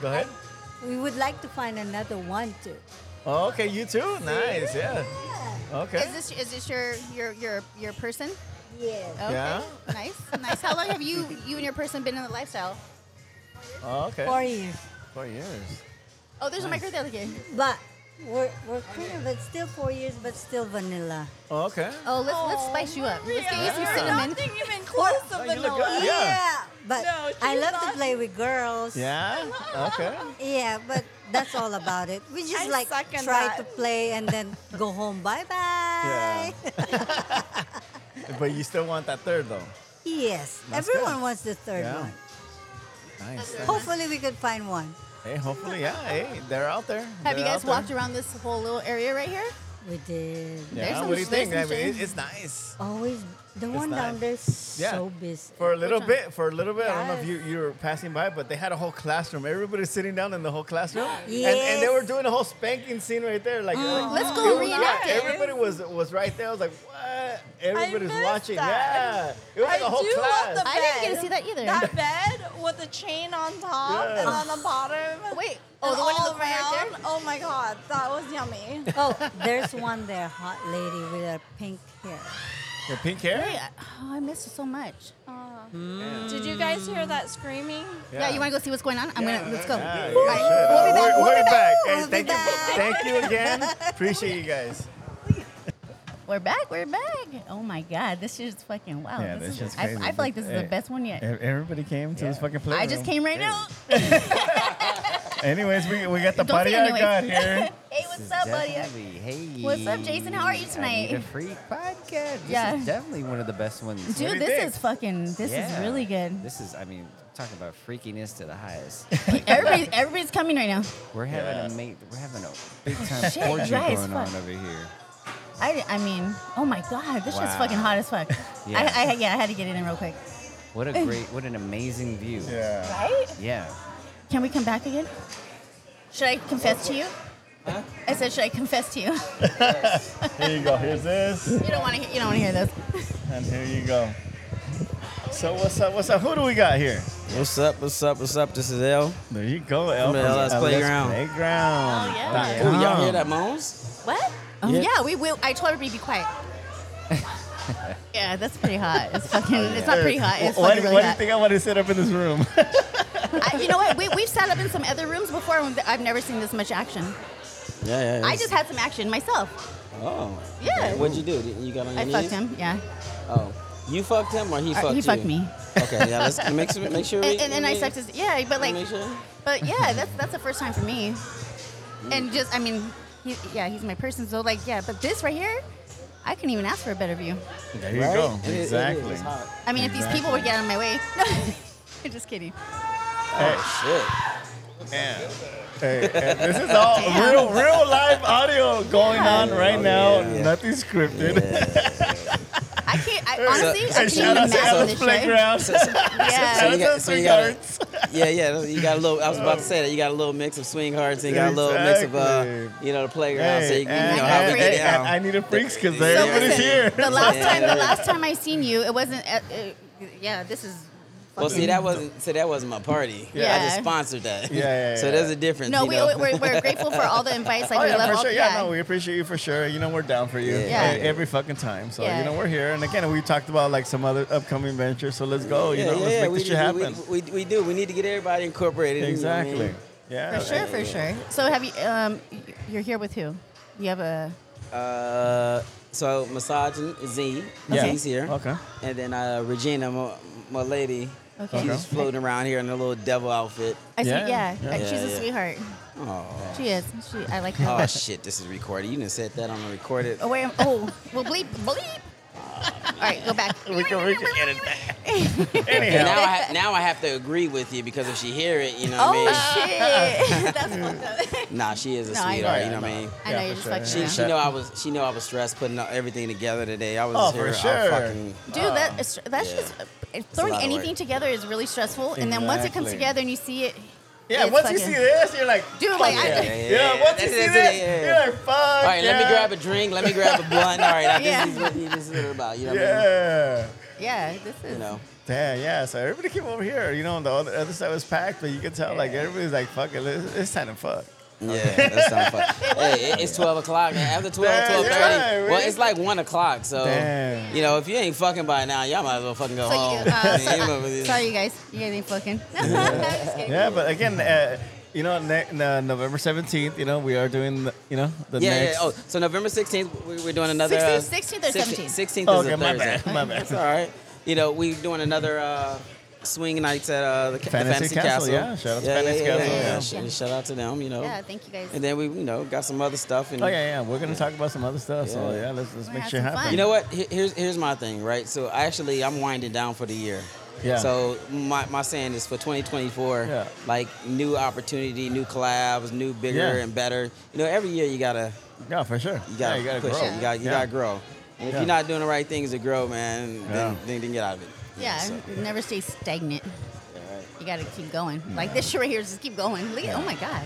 [SPEAKER 4] Go ahead.
[SPEAKER 17] We would like to find another one too.
[SPEAKER 4] Oh, okay, you too. Nice, yeah. Okay.
[SPEAKER 3] Is this is this your your your your person?
[SPEAKER 17] Yeah.
[SPEAKER 3] Okay.
[SPEAKER 4] Yeah.
[SPEAKER 3] Nice, nice. How long have you you and your person been in the lifestyle?
[SPEAKER 4] Oh, okay.
[SPEAKER 17] Four years.
[SPEAKER 4] Four years.
[SPEAKER 3] Oh, there's
[SPEAKER 17] Nice.
[SPEAKER 3] a mic right there. Look at it.
[SPEAKER 17] But we're we're kind of it's still four years, but still vanilla.
[SPEAKER 4] Oh, okay.
[SPEAKER 3] Oh, let's let's spice you up. Let's get you some
[SPEAKER 17] Yeah.
[SPEAKER 3] cinnamon.
[SPEAKER 17] Nothing
[SPEAKER 15] even
[SPEAKER 17] close
[SPEAKER 15] to
[SPEAKER 4] Oh, you look vanilla. good, yeah.
[SPEAKER 17] But I love to play with girls.
[SPEAKER 4] Yeah. Okay.
[SPEAKER 17] Yeah, but that's all about it. We just
[SPEAKER 15] I
[SPEAKER 17] like
[SPEAKER 15] suck
[SPEAKER 17] try
[SPEAKER 15] in that.
[SPEAKER 17] to play and then go home. Bye bye.
[SPEAKER 4] But you still want that third though.
[SPEAKER 17] Yes,
[SPEAKER 4] That's
[SPEAKER 17] everyone
[SPEAKER 4] good.
[SPEAKER 17] wants the third
[SPEAKER 4] Yeah.
[SPEAKER 17] one.
[SPEAKER 4] Nice.
[SPEAKER 17] Hopefully, we could find one.
[SPEAKER 4] Hey, hopefully, yeah. Hey, they're out there.
[SPEAKER 3] Have
[SPEAKER 4] They're
[SPEAKER 3] you guys
[SPEAKER 4] out there.
[SPEAKER 3] walked around this whole little area right here?
[SPEAKER 17] We did.
[SPEAKER 4] Yeah.
[SPEAKER 17] some
[SPEAKER 4] What do you think? I
[SPEAKER 17] strange
[SPEAKER 4] mean, it,
[SPEAKER 17] things.
[SPEAKER 4] it's nice.
[SPEAKER 17] Always the
[SPEAKER 4] It's
[SPEAKER 17] one down
[SPEAKER 4] nice.
[SPEAKER 17] there is so busy.
[SPEAKER 4] For a little bit, for a little bit. I don't know if you, you were passing by, but they had a whole classroom. Everybody's sitting down in the whole classroom. And, and they
[SPEAKER 17] Yes.
[SPEAKER 4] were doing a whole spanking scene right there. Like, like,
[SPEAKER 3] Mm. Let's go
[SPEAKER 4] it was- yeah,
[SPEAKER 3] reenact it.
[SPEAKER 4] Everybody was was right there. I was like,
[SPEAKER 13] uh,
[SPEAKER 4] what? Everybody's
[SPEAKER 15] missed
[SPEAKER 4] watching.
[SPEAKER 15] that.
[SPEAKER 4] Yeah. It was like a
[SPEAKER 15] I
[SPEAKER 4] whole
[SPEAKER 15] do
[SPEAKER 4] class.
[SPEAKER 15] love the bed.
[SPEAKER 3] I didn't get to see that either.
[SPEAKER 15] That bed with the chain on top
[SPEAKER 4] Yes.
[SPEAKER 15] and on the bottom.
[SPEAKER 3] Wait,
[SPEAKER 15] oh,
[SPEAKER 3] the one in the
[SPEAKER 15] all
[SPEAKER 3] corner right
[SPEAKER 15] around. Oh my god, that was yummy.
[SPEAKER 17] Oh, there's one there, hot lady with her pink hair.
[SPEAKER 4] Your pink hair?
[SPEAKER 3] Wait, I- oh, I missed it so much.
[SPEAKER 15] Oh.
[SPEAKER 4] Hmm.
[SPEAKER 15] Did you guys hear that screaming?
[SPEAKER 3] Yeah, you want to go see what's going on? I'm gonna let's go.
[SPEAKER 4] Yeah,
[SPEAKER 3] All
[SPEAKER 4] you
[SPEAKER 3] right,
[SPEAKER 4] should.
[SPEAKER 3] We'll be
[SPEAKER 4] Uh,
[SPEAKER 3] back.
[SPEAKER 4] We're,
[SPEAKER 3] We'll
[SPEAKER 4] we're
[SPEAKER 3] be
[SPEAKER 4] back.
[SPEAKER 3] back. We'll
[SPEAKER 4] Hey, Thank
[SPEAKER 3] be
[SPEAKER 4] you, thank you again. Appreciate you guys.
[SPEAKER 3] We're back. We're back. Oh my God, this shit's fucking wow.
[SPEAKER 4] Yeah, this
[SPEAKER 3] Oh, this
[SPEAKER 4] shit's
[SPEAKER 3] is, I,
[SPEAKER 4] crazy.
[SPEAKER 3] I feel like this is
[SPEAKER 4] Hey,
[SPEAKER 3] the best one yet.
[SPEAKER 4] ev- Everybody came to this fucking playroom.
[SPEAKER 3] I just came right now.
[SPEAKER 4] Anyways, we, we got the
[SPEAKER 3] Don't
[SPEAKER 4] buddy
[SPEAKER 3] say
[SPEAKER 4] I
[SPEAKER 3] anyways.
[SPEAKER 4] got here.
[SPEAKER 3] hey, what's up, buddy?
[SPEAKER 18] Hey.
[SPEAKER 3] What's up, Jason? How are you
[SPEAKER 18] I need a
[SPEAKER 3] tonight?
[SPEAKER 18] free podcast. This
[SPEAKER 3] Yeah.
[SPEAKER 18] is definitely one of the best ones.
[SPEAKER 3] Dude, this is fucking. This
[SPEAKER 18] Yeah.
[SPEAKER 3] is really good.
[SPEAKER 18] This is, I mean, talking about freakiness to the highest.
[SPEAKER 3] Everybody, everybody's coming right now.
[SPEAKER 18] We're having a mate. We're having a big time
[SPEAKER 3] Shit,
[SPEAKER 18] orgy
[SPEAKER 3] dry as
[SPEAKER 18] going
[SPEAKER 3] fuck.
[SPEAKER 18] on over here.
[SPEAKER 3] I, I mean, oh my God, this shit's
[SPEAKER 18] Wow.
[SPEAKER 3] fucking hot as fuck.
[SPEAKER 18] Yeah.
[SPEAKER 3] I, I, yeah, I had to get it in real quick.
[SPEAKER 18] What a great, what an amazing view.
[SPEAKER 4] Yeah.
[SPEAKER 3] Right?
[SPEAKER 18] Yeah.
[SPEAKER 3] Can we come back again? Should I confess to you? I said, should I confess to you?
[SPEAKER 4] Here you go. Here's this.
[SPEAKER 3] you don't want to. You don't want to hear this.
[SPEAKER 4] And here you go. So what's up? What's up? Who do we got here?
[SPEAKER 19] What's up? What's up? What's up? This is L.
[SPEAKER 4] There you go,
[SPEAKER 19] L. From the LS Playground.
[SPEAKER 4] Playground.
[SPEAKER 3] Oh,
[SPEAKER 19] yeah.
[SPEAKER 3] yeah.
[SPEAKER 19] y'all hear that, Moans?
[SPEAKER 3] What?
[SPEAKER 19] Oh,
[SPEAKER 3] yeah.
[SPEAKER 19] yeah.
[SPEAKER 3] we will. I told everybody to be quiet. yeah, that's pretty hot. It's fucking. It's not pretty hot. It's
[SPEAKER 4] Why,
[SPEAKER 3] fucking
[SPEAKER 4] do-
[SPEAKER 3] really
[SPEAKER 4] why do you
[SPEAKER 3] hot.
[SPEAKER 4] think I want to sit up in this room?
[SPEAKER 3] I, you know what? We, we've sat up in some other rooms before, and I've never seen this much action.
[SPEAKER 19] Yeah, yeah.
[SPEAKER 3] I just had some action myself.
[SPEAKER 19] Oh.
[SPEAKER 3] Yeah.
[SPEAKER 19] What'd you do? Did- You got on your
[SPEAKER 3] I
[SPEAKER 19] knees?
[SPEAKER 3] fucked him. Yeah.
[SPEAKER 19] Oh. You fucked him or he
[SPEAKER 3] Uh,
[SPEAKER 19] fucked
[SPEAKER 3] he
[SPEAKER 19] you?
[SPEAKER 3] fucked me.
[SPEAKER 19] Okay, yeah. Let's make, sure- make sure we.
[SPEAKER 3] and, and, and I sucked his. Yeah, but like, but yeah, that's that's the first time for me. And just, I mean, he, yeah, he's my person. So like, yeah, but this right here, I couldn't even ask for a better view.
[SPEAKER 4] There you
[SPEAKER 19] Right?
[SPEAKER 4] go.
[SPEAKER 19] It- it- it- it's
[SPEAKER 4] exactly.
[SPEAKER 19] hot.
[SPEAKER 3] I mean, if these people would Oh, get out of my way. I'm just kidding.
[SPEAKER 19] Oh,
[SPEAKER 4] shit. Hey, and this is all real, real live audio going on
[SPEAKER 19] Oh,
[SPEAKER 4] right now. Nothing scripted.
[SPEAKER 3] I can't. I, honestly, I
[SPEAKER 4] Hey,
[SPEAKER 3] can't
[SPEAKER 4] shout
[SPEAKER 3] even
[SPEAKER 4] out to
[SPEAKER 3] imagine
[SPEAKER 4] Alice
[SPEAKER 3] this
[SPEAKER 4] Playground.
[SPEAKER 3] shit. yeah.
[SPEAKER 19] So you got- so you got a- yeah, yeah. You got a little. I was about to say that you got a little mix of swing hearts and you got a little mix of uh,
[SPEAKER 4] Exactly.
[SPEAKER 19] you know, the playground. so you, you
[SPEAKER 4] and-
[SPEAKER 19] know how we
[SPEAKER 4] and-
[SPEAKER 19] get
[SPEAKER 4] and-
[SPEAKER 19] down.
[SPEAKER 4] and I need a freaks because
[SPEAKER 19] So
[SPEAKER 4] everybody's
[SPEAKER 19] listen,
[SPEAKER 4] here.
[SPEAKER 3] the last time, the last time I seen you, it wasn't. At, uh, yeah, this is.
[SPEAKER 19] Well, see,
[SPEAKER 3] fucking-
[SPEAKER 19] that wasn't see that wasn't my party.
[SPEAKER 3] Yeah.
[SPEAKER 19] I just sponsored that.
[SPEAKER 4] Yeah, yeah, yeah,
[SPEAKER 19] so there's a difference.
[SPEAKER 3] No,
[SPEAKER 19] you
[SPEAKER 3] we,
[SPEAKER 19] know?
[SPEAKER 3] we're, we're grateful for all the invites. Like
[SPEAKER 4] oh,
[SPEAKER 3] we
[SPEAKER 4] yeah,
[SPEAKER 3] love
[SPEAKER 4] for
[SPEAKER 3] all.
[SPEAKER 4] sure. Yeah, no, we appreciate you for sure. You know, we're down for you
[SPEAKER 3] Yeah.
[SPEAKER 4] e- every fucking time. So,
[SPEAKER 3] Yeah.
[SPEAKER 4] you know, we're here. And again, we talked about like some other upcoming ventures. So let's go. You
[SPEAKER 19] Yeah,
[SPEAKER 4] know,
[SPEAKER 19] yeah,
[SPEAKER 4] let's
[SPEAKER 19] yeah,
[SPEAKER 4] make
[SPEAKER 19] we,
[SPEAKER 4] this shit
[SPEAKER 19] we-
[SPEAKER 4] happen.
[SPEAKER 19] We, we, we do. We need to get everybody incorporated. you know what I mean?
[SPEAKER 4] Exactly. Yeah.
[SPEAKER 3] For sure, for sure. So have you? Um, you're here with who? You have a.
[SPEAKER 19] Uh, so massaging Z,
[SPEAKER 3] Okay.
[SPEAKER 19] Z's here.
[SPEAKER 4] Okay.
[SPEAKER 19] And then uh, Regina, my, my lady,
[SPEAKER 3] Okay.
[SPEAKER 19] she's
[SPEAKER 3] Okay.
[SPEAKER 19] floating around here in a little devil outfit.
[SPEAKER 3] I see. Yeah, uh, she's a
[SPEAKER 19] Yeah, yeah.
[SPEAKER 3] sweetheart.
[SPEAKER 19] Aw.
[SPEAKER 3] She is. She. I like her.
[SPEAKER 19] Oh shit! This is recorded. You didn't said that on the recorded.
[SPEAKER 3] Oh wait. I'm- Oh, well, bleep, bleep. all right, go back.
[SPEAKER 19] We can, we can edit that.
[SPEAKER 3] Anyhow.
[SPEAKER 19] now I ha- now I have to agree with you because if she hear it, you know what
[SPEAKER 3] Oh
[SPEAKER 19] I mean.
[SPEAKER 3] shit. That's fucked up.
[SPEAKER 19] Nah, she is a
[SPEAKER 3] No, I know.
[SPEAKER 19] sweetheart. You know what I mean?
[SPEAKER 3] I know, Yeah, you're for just sure. fucking
[SPEAKER 19] She,
[SPEAKER 3] around.
[SPEAKER 19] she know I was. She know I was stressed putting everything together today. I was
[SPEAKER 4] Oh,
[SPEAKER 19] here.
[SPEAKER 4] for
[SPEAKER 19] I
[SPEAKER 4] sure.
[SPEAKER 19] fucking,
[SPEAKER 3] Dude, that is, that's
[SPEAKER 19] Um, Yeah.
[SPEAKER 3] just uh,
[SPEAKER 19] a
[SPEAKER 3] throwing
[SPEAKER 19] lot of
[SPEAKER 3] anything
[SPEAKER 19] work.
[SPEAKER 3] together is really stressful. And then once it comes
[SPEAKER 19] Exactly.
[SPEAKER 3] together and you see it,
[SPEAKER 4] Yeah,
[SPEAKER 3] it's
[SPEAKER 4] once you
[SPEAKER 3] fucking-
[SPEAKER 4] see this, you're like,
[SPEAKER 3] Dude,
[SPEAKER 19] "Oh,
[SPEAKER 4] fuck
[SPEAKER 3] like, I-
[SPEAKER 4] yeah.
[SPEAKER 19] Yeah, yeah,
[SPEAKER 4] Yeah,
[SPEAKER 19] yeah.
[SPEAKER 4] once you
[SPEAKER 19] That's it,
[SPEAKER 4] see
[SPEAKER 19] that's
[SPEAKER 4] this,
[SPEAKER 19] it, yeah, yeah.
[SPEAKER 4] you're like, fuck.
[SPEAKER 19] All right, let me
[SPEAKER 4] yeah.
[SPEAKER 19] grab a drink. Let me grab a blunt. All right, now
[SPEAKER 4] Yeah.
[SPEAKER 19] this is what this is what it's about. You know what I mean?
[SPEAKER 4] Yeah.
[SPEAKER 3] Yeah, this is.
[SPEAKER 19] You know.
[SPEAKER 4] Damn, yeah. So everybody came over here. You know, the other, other side was packed, but you could tell like everybody's like, fuck it, it's, it's time to fuck.
[SPEAKER 19] Yeah, that sounds fun. hey, it- it's 12 o'clock. man. After 12,
[SPEAKER 4] Damn,
[SPEAKER 19] 12
[SPEAKER 4] you're right,
[SPEAKER 19] well,
[SPEAKER 4] man.
[SPEAKER 19] it's like 1 o'clock. So,
[SPEAKER 4] Damn.
[SPEAKER 19] you know, if you ain't fucking by now, y'all might as well fucking go
[SPEAKER 3] So
[SPEAKER 19] home.
[SPEAKER 3] you, uh,
[SPEAKER 19] You know, but
[SPEAKER 3] so,
[SPEAKER 19] it's-
[SPEAKER 3] sorry, you guys. You guys ain't fucking.
[SPEAKER 4] Yeah, but again, uh, you know, ne- no- November 17th, you know, we are doing, the, you know, the
[SPEAKER 19] yeah,
[SPEAKER 4] next.
[SPEAKER 19] yeah. Oh, so November 16th, we- we're doing another.
[SPEAKER 3] 16th, 16th or 17th?
[SPEAKER 19] 16th is
[SPEAKER 4] Okay,
[SPEAKER 19] a
[SPEAKER 4] my
[SPEAKER 19] Thursday.
[SPEAKER 4] bad, my bad.
[SPEAKER 19] That's all right. You know, we're doing another uh, swing nights at uh, the, ca- the
[SPEAKER 4] Fantasy
[SPEAKER 19] Fantasy
[SPEAKER 4] Castle, yeah. Shout out to Fantasy Castle,
[SPEAKER 19] Yeah,
[SPEAKER 4] yeah.
[SPEAKER 19] Sh-
[SPEAKER 4] Yeah.
[SPEAKER 19] Shout out to them, you know.
[SPEAKER 3] Yeah, thank you guys.
[SPEAKER 19] And then we, you know, got some other stuff. And
[SPEAKER 4] Oh, yeah, yeah. We're going to talk about some other stuff. So,
[SPEAKER 19] Yeah.
[SPEAKER 4] yeah, let's, let's make
[SPEAKER 3] have
[SPEAKER 4] shit
[SPEAKER 3] some
[SPEAKER 4] happen.
[SPEAKER 19] You know what? Here- Here's here's my thing, right? So I actually I'm winding down for the year.
[SPEAKER 4] Yeah.
[SPEAKER 19] So my, my saying is for 2024,
[SPEAKER 4] Yeah.
[SPEAKER 19] like new opportunity, new collabs, new bigger
[SPEAKER 4] Yeah.
[SPEAKER 19] and better. You know, every year you gotta
[SPEAKER 4] Yeah, for sure.
[SPEAKER 19] you gotta,
[SPEAKER 4] yeah, you gotta
[SPEAKER 19] push
[SPEAKER 4] grow.
[SPEAKER 19] it. You gotta you
[SPEAKER 4] Yeah.
[SPEAKER 19] gotta grow. And if
[SPEAKER 4] Yeah.
[SPEAKER 19] you're not doing the right things to grow, man,
[SPEAKER 4] Yeah.
[SPEAKER 19] then, then, then get out of it.
[SPEAKER 3] Yeah, never stay stagnant.
[SPEAKER 19] Yeah, right. Mm.
[SPEAKER 3] You got to keep going. Like this shit right here, just keep going. Look- Oh my god.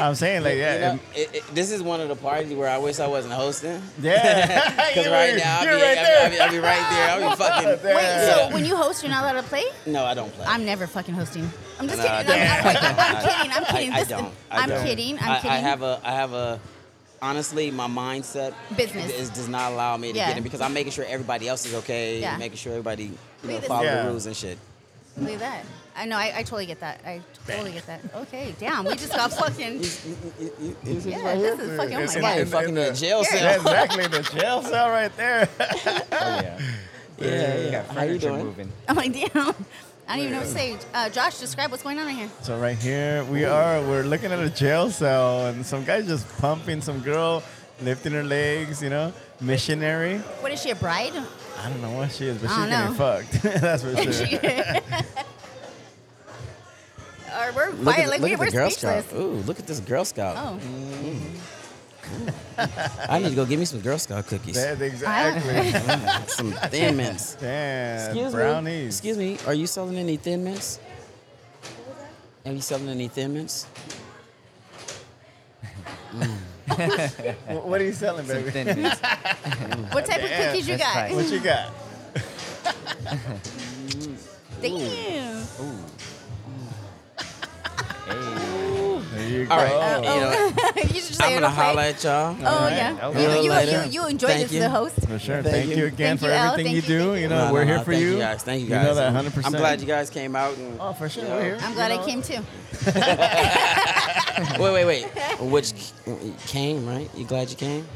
[SPEAKER 4] I'm saying, like, yeah.
[SPEAKER 19] You know, it- it- this is one of the parties where I wish I wasn't hosting.
[SPEAKER 4] Yeah.
[SPEAKER 19] because
[SPEAKER 4] You
[SPEAKER 19] right
[SPEAKER 4] were-
[SPEAKER 19] now I'll be,
[SPEAKER 4] you were right
[SPEAKER 19] I'll, be,
[SPEAKER 4] there.
[SPEAKER 19] I'll be right there. I'll be fucking.
[SPEAKER 4] Wait,
[SPEAKER 3] Wait, so when you host, you're not allowed to play?
[SPEAKER 19] no, I don't play.
[SPEAKER 3] I'm never fucking hosting. I'm just
[SPEAKER 19] No,
[SPEAKER 3] kidding.
[SPEAKER 19] I don't.
[SPEAKER 3] I'm, I'm- I'm- I'm kidding. I'm
[SPEAKER 19] I-
[SPEAKER 3] kidding.
[SPEAKER 19] I,
[SPEAKER 3] This-
[SPEAKER 19] don't. I
[SPEAKER 3] I'm
[SPEAKER 19] don't.
[SPEAKER 3] kidding.
[SPEAKER 19] I-
[SPEAKER 3] I'm kidding.
[SPEAKER 19] I have a. I have a. Honestly, my mindset
[SPEAKER 3] Business.
[SPEAKER 19] is, does not allow me to
[SPEAKER 3] Yeah.
[SPEAKER 19] get in because I'm making sure everybody else is okay,
[SPEAKER 3] Yeah.
[SPEAKER 19] making sure everybody you know,
[SPEAKER 3] Wait, this-
[SPEAKER 19] follow
[SPEAKER 3] Yeah.
[SPEAKER 19] the rules and shit.
[SPEAKER 3] Look at that. I know. I, I totally get that. I totally get that. Okay, damn. We just got fucking. yeah, this is fucking.
[SPEAKER 4] It's
[SPEAKER 3] oh
[SPEAKER 4] in-
[SPEAKER 3] my
[SPEAKER 4] in-
[SPEAKER 3] God.
[SPEAKER 4] in the-
[SPEAKER 3] Yeah.
[SPEAKER 4] Yeah, exactly, the jail cell right there.
[SPEAKER 18] Yeah, yeah, yeah. How you doing? Moving.
[SPEAKER 3] I'm like, damn. I don't even know what to say. Uh, Josh, describe what's going on right here.
[SPEAKER 4] So right here we are. We're looking at a jail cell, and some guy's just pumping some girl, lifting her legs. You know, missionary.
[SPEAKER 3] What is she, a bride?
[SPEAKER 4] I don't know what she is, but
[SPEAKER 3] I
[SPEAKER 4] she's getting
[SPEAKER 3] don't know.
[SPEAKER 4] fucked. That's for sure.
[SPEAKER 3] Or we're
[SPEAKER 19] Look at
[SPEAKER 3] quiet,
[SPEAKER 19] the,
[SPEAKER 3] like
[SPEAKER 19] look
[SPEAKER 3] we,
[SPEAKER 19] at
[SPEAKER 3] we're
[SPEAKER 19] the Girl
[SPEAKER 3] speechless.
[SPEAKER 19] Scout. Ooh, look at this Girl Scout. Mm.
[SPEAKER 3] Oh.
[SPEAKER 19] I need to go give me some Girl Scout cookies.
[SPEAKER 4] That's exactly.
[SPEAKER 19] Mm, some Thin Mints.
[SPEAKER 4] Damn,
[SPEAKER 19] Excuse me.
[SPEAKER 4] brownies.
[SPEAKER 19] Excuse me. Are you selling any Thin Mints? Are you selling any Thin Mints?
[SPEAKER 4] Wh- what are you selling,
[SPEAKER 19] Some
[SPEAKER 4] baby?
[SPEAKER 19] Thin Mints.
[SPEAKER 3] What type of cookies you
[SPEAKER 4] that's
[SPEAKER 3] got?
[SPEAKER 4] tight. What you got?
[SPEAKER 3] Damn.
[SPEAKER 18] Oh,
[SPEAKER 4] There you
[SPEAKER 19] All right.
[SPEAKER 4] go.
[SPEAKER 19] You know,
[SPEAKER 3] you should just
[SPEAKER 19] I'm
[SPEAKER 3] say
[SPEAKER 19] gonna
[SPEAKER 3] it'll play.
[SPEAKER 19] holla at y'all.
[SPEAKER 3] Oh, yeah. You- you- you- you enjoyed
[SPEAKER 19] enjoyed
[SPEAKER 3] this, the host. Oh,
[SPEAKER 4] For sure. Thank you again Thank for you, Al. everything Thank you you, do. thank You know, we're here for
[SPEAKER 19] thank
[SPEAKER 4] you.
[SPEAKER 19] guys. Thank you
[SPEAKER 4] You
[SPEAKER 19] guys.
[SPEAKER 4] know that
[SPEAKER 19] I'm
[SPEAKER 4] 100%.
[SPEAKER 19] glad you guys came out. And,
[SPEAKER 4] oh, for sure.
[SPEAKER 19] We're here.
[SPEAKER 3] I'm glad I came too.
[SPEAKER 19] wait, wait, wait. Which c- came, right? You glad you came?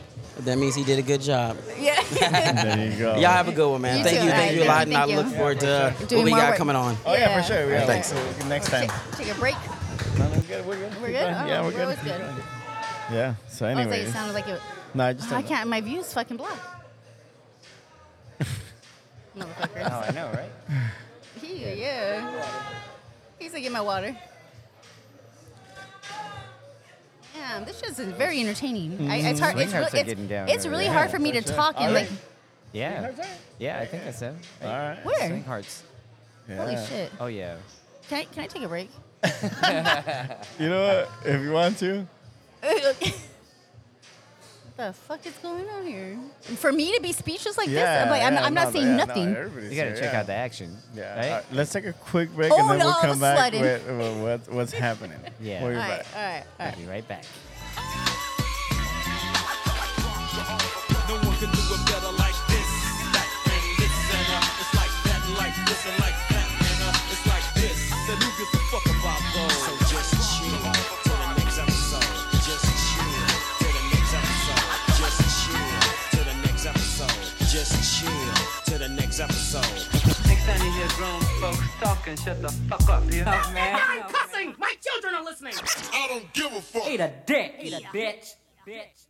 [SPEAKER 19] That means he did a good job.
[SPEAKER 3] Yeah.
[SPEAKER 4] there you go.
[SPEAKER 19] Y'all have a good one, man.
[SPEAKER 4] You
[SPEAKER 19] thank
[SPEAKER 4] too.
[SPEAKER 19] you,
[SPEAKER 4] All
[SPEAKER 19] thank
[SPEAKER 4] right,
[SPEAKER 19] you a lot, and
[SPEAKER 4] thank
[SPEAKER 19] I
[SPEAKER 4] you.
[SPEAKER 19] look
[SPEAKER 4] Yeah,
[SPEAKER 19] forward
[SPEAKER 4] for
[SPEAKER 19] to
[SPEAKER 4] sure.
[SPEAKER 19] what
[SPEAKER 4] Doing
[SPEAKER 19] we
[SPEAKER 4] more
[SPEAKER 19] got
[SPEAKER 4] work.
[SPEAKER 19] coming on.
[SPEAKER 4] Oh, yeah, for sure. Yeah,
[SPEAKER 19] Thanks.
[SPEAKER 4] thanks. Next time.
[SPEAKER 3] Take a break.
[SPEAKER 4] We're good. We're good.
[SPEAKER 3] We're good? Oh,
[SPEAKER 4] Yeah, we're
[SPEAKER 3] we're
[SPEAKER 4] good.
[SPEAKER 3] always good.
[SPEAKER 4] Yeah. So
[SPEAKER 3] Oh, I thought
[SPEAKER 4] anyway.
[SPEAKER 3] you sounded like it. Oh,
[SPEAKER 4] No, I just
[SPEAKER 3] I
[SPEAKER 4] don't-
[SPEAKER 3] can't. My view's fucking blocked. Motherfucker.
[SPEAKER 18] Oh, I know, right?
[SPEAKER 3] He, yeah. He's like, get my water. Damn, this shit's very entertaining. I, it's hard.
[SPEAKER 18] Mm-hmm. Swing
[SPEAKER 3] It's,
[SPEAKER 18] hearts
[SPEAKER 3] really,
[SPEAKER 18] are getting down
[SPEAKER 3] it's, it's
[SPEAKER 18] over
[SPEAKER 3] really
[SPEAKER 18] there.
[SPEAKER 3] hard for me
[SPEAKER 18] Yeah,
[SPEAKER 3] to
[SPEAKER 18] for sure.
[SPEAKER 3] talk and
[SPEAKER 18] Alright.
[SPEAKER 3] like.
[SPEAKER 18] Yeah.
[SPEAKER 3] Swing
[SPEAKER 18] Yeah, I think I said. All
[SPEAKER 4] right.
[SPEAKER 3] Where?
[SPEAKER 18] Swing hearts.
[SPEAKER 3] Holy Yeah. shit.
[SPEAKER 18] Oh yeah.
[SPEAKER 3] Can I, can I take a break?
[SPEAKER 4] You know what? If you want to.
[SPEAKER 3] what the fuck is going on here? For me to be speechless like this, I'm like, I'm, I'm not saying nothing.
[SPEAKER 18] You gotta check out the action.
[SPEAKER 4] Yeah.
[SPEAKER 18] Right?
[SPEAKER 4] All right, let's take a quick break
[SPEAKER 3] Oh,
[SPEAKER 4] and then
[SPEAKER 3] no,
[SPEAKER 4] we'll
[SPEAKER 3] I
[SPEAKER 4] come
[SPEAKER 3] was
[SPEAKER 4] back
[SPEAKER 3] flooded.
[SPEAKER 4] with with what, what's happening.
[SPEAKER 18] Yeah.
[SPEAKER 4] We'll be
[SPEAKER 3] All right,
[SPEAKER 4] back.
[SPEAKER 3] all right, all right.
[SPEAKER 18] I'll be right back.
[SPEAKER 20] No one can do it better like this, that, and this, and uh, it's like that, like this, and like that, and uh, it's like this. So who gives a fuck about those? So just chill till the next episode. Just chill till the next episode. Just chill till the next episode. Just chill till the next episode.
[SPEAKER 21] Next time you hear grown folks talking, shut the fuck up, yeah?
[SPEAKER 20] cussing. My children are listening. I don't give a fuck. Eat a dick. Eat a bitch. Bitch.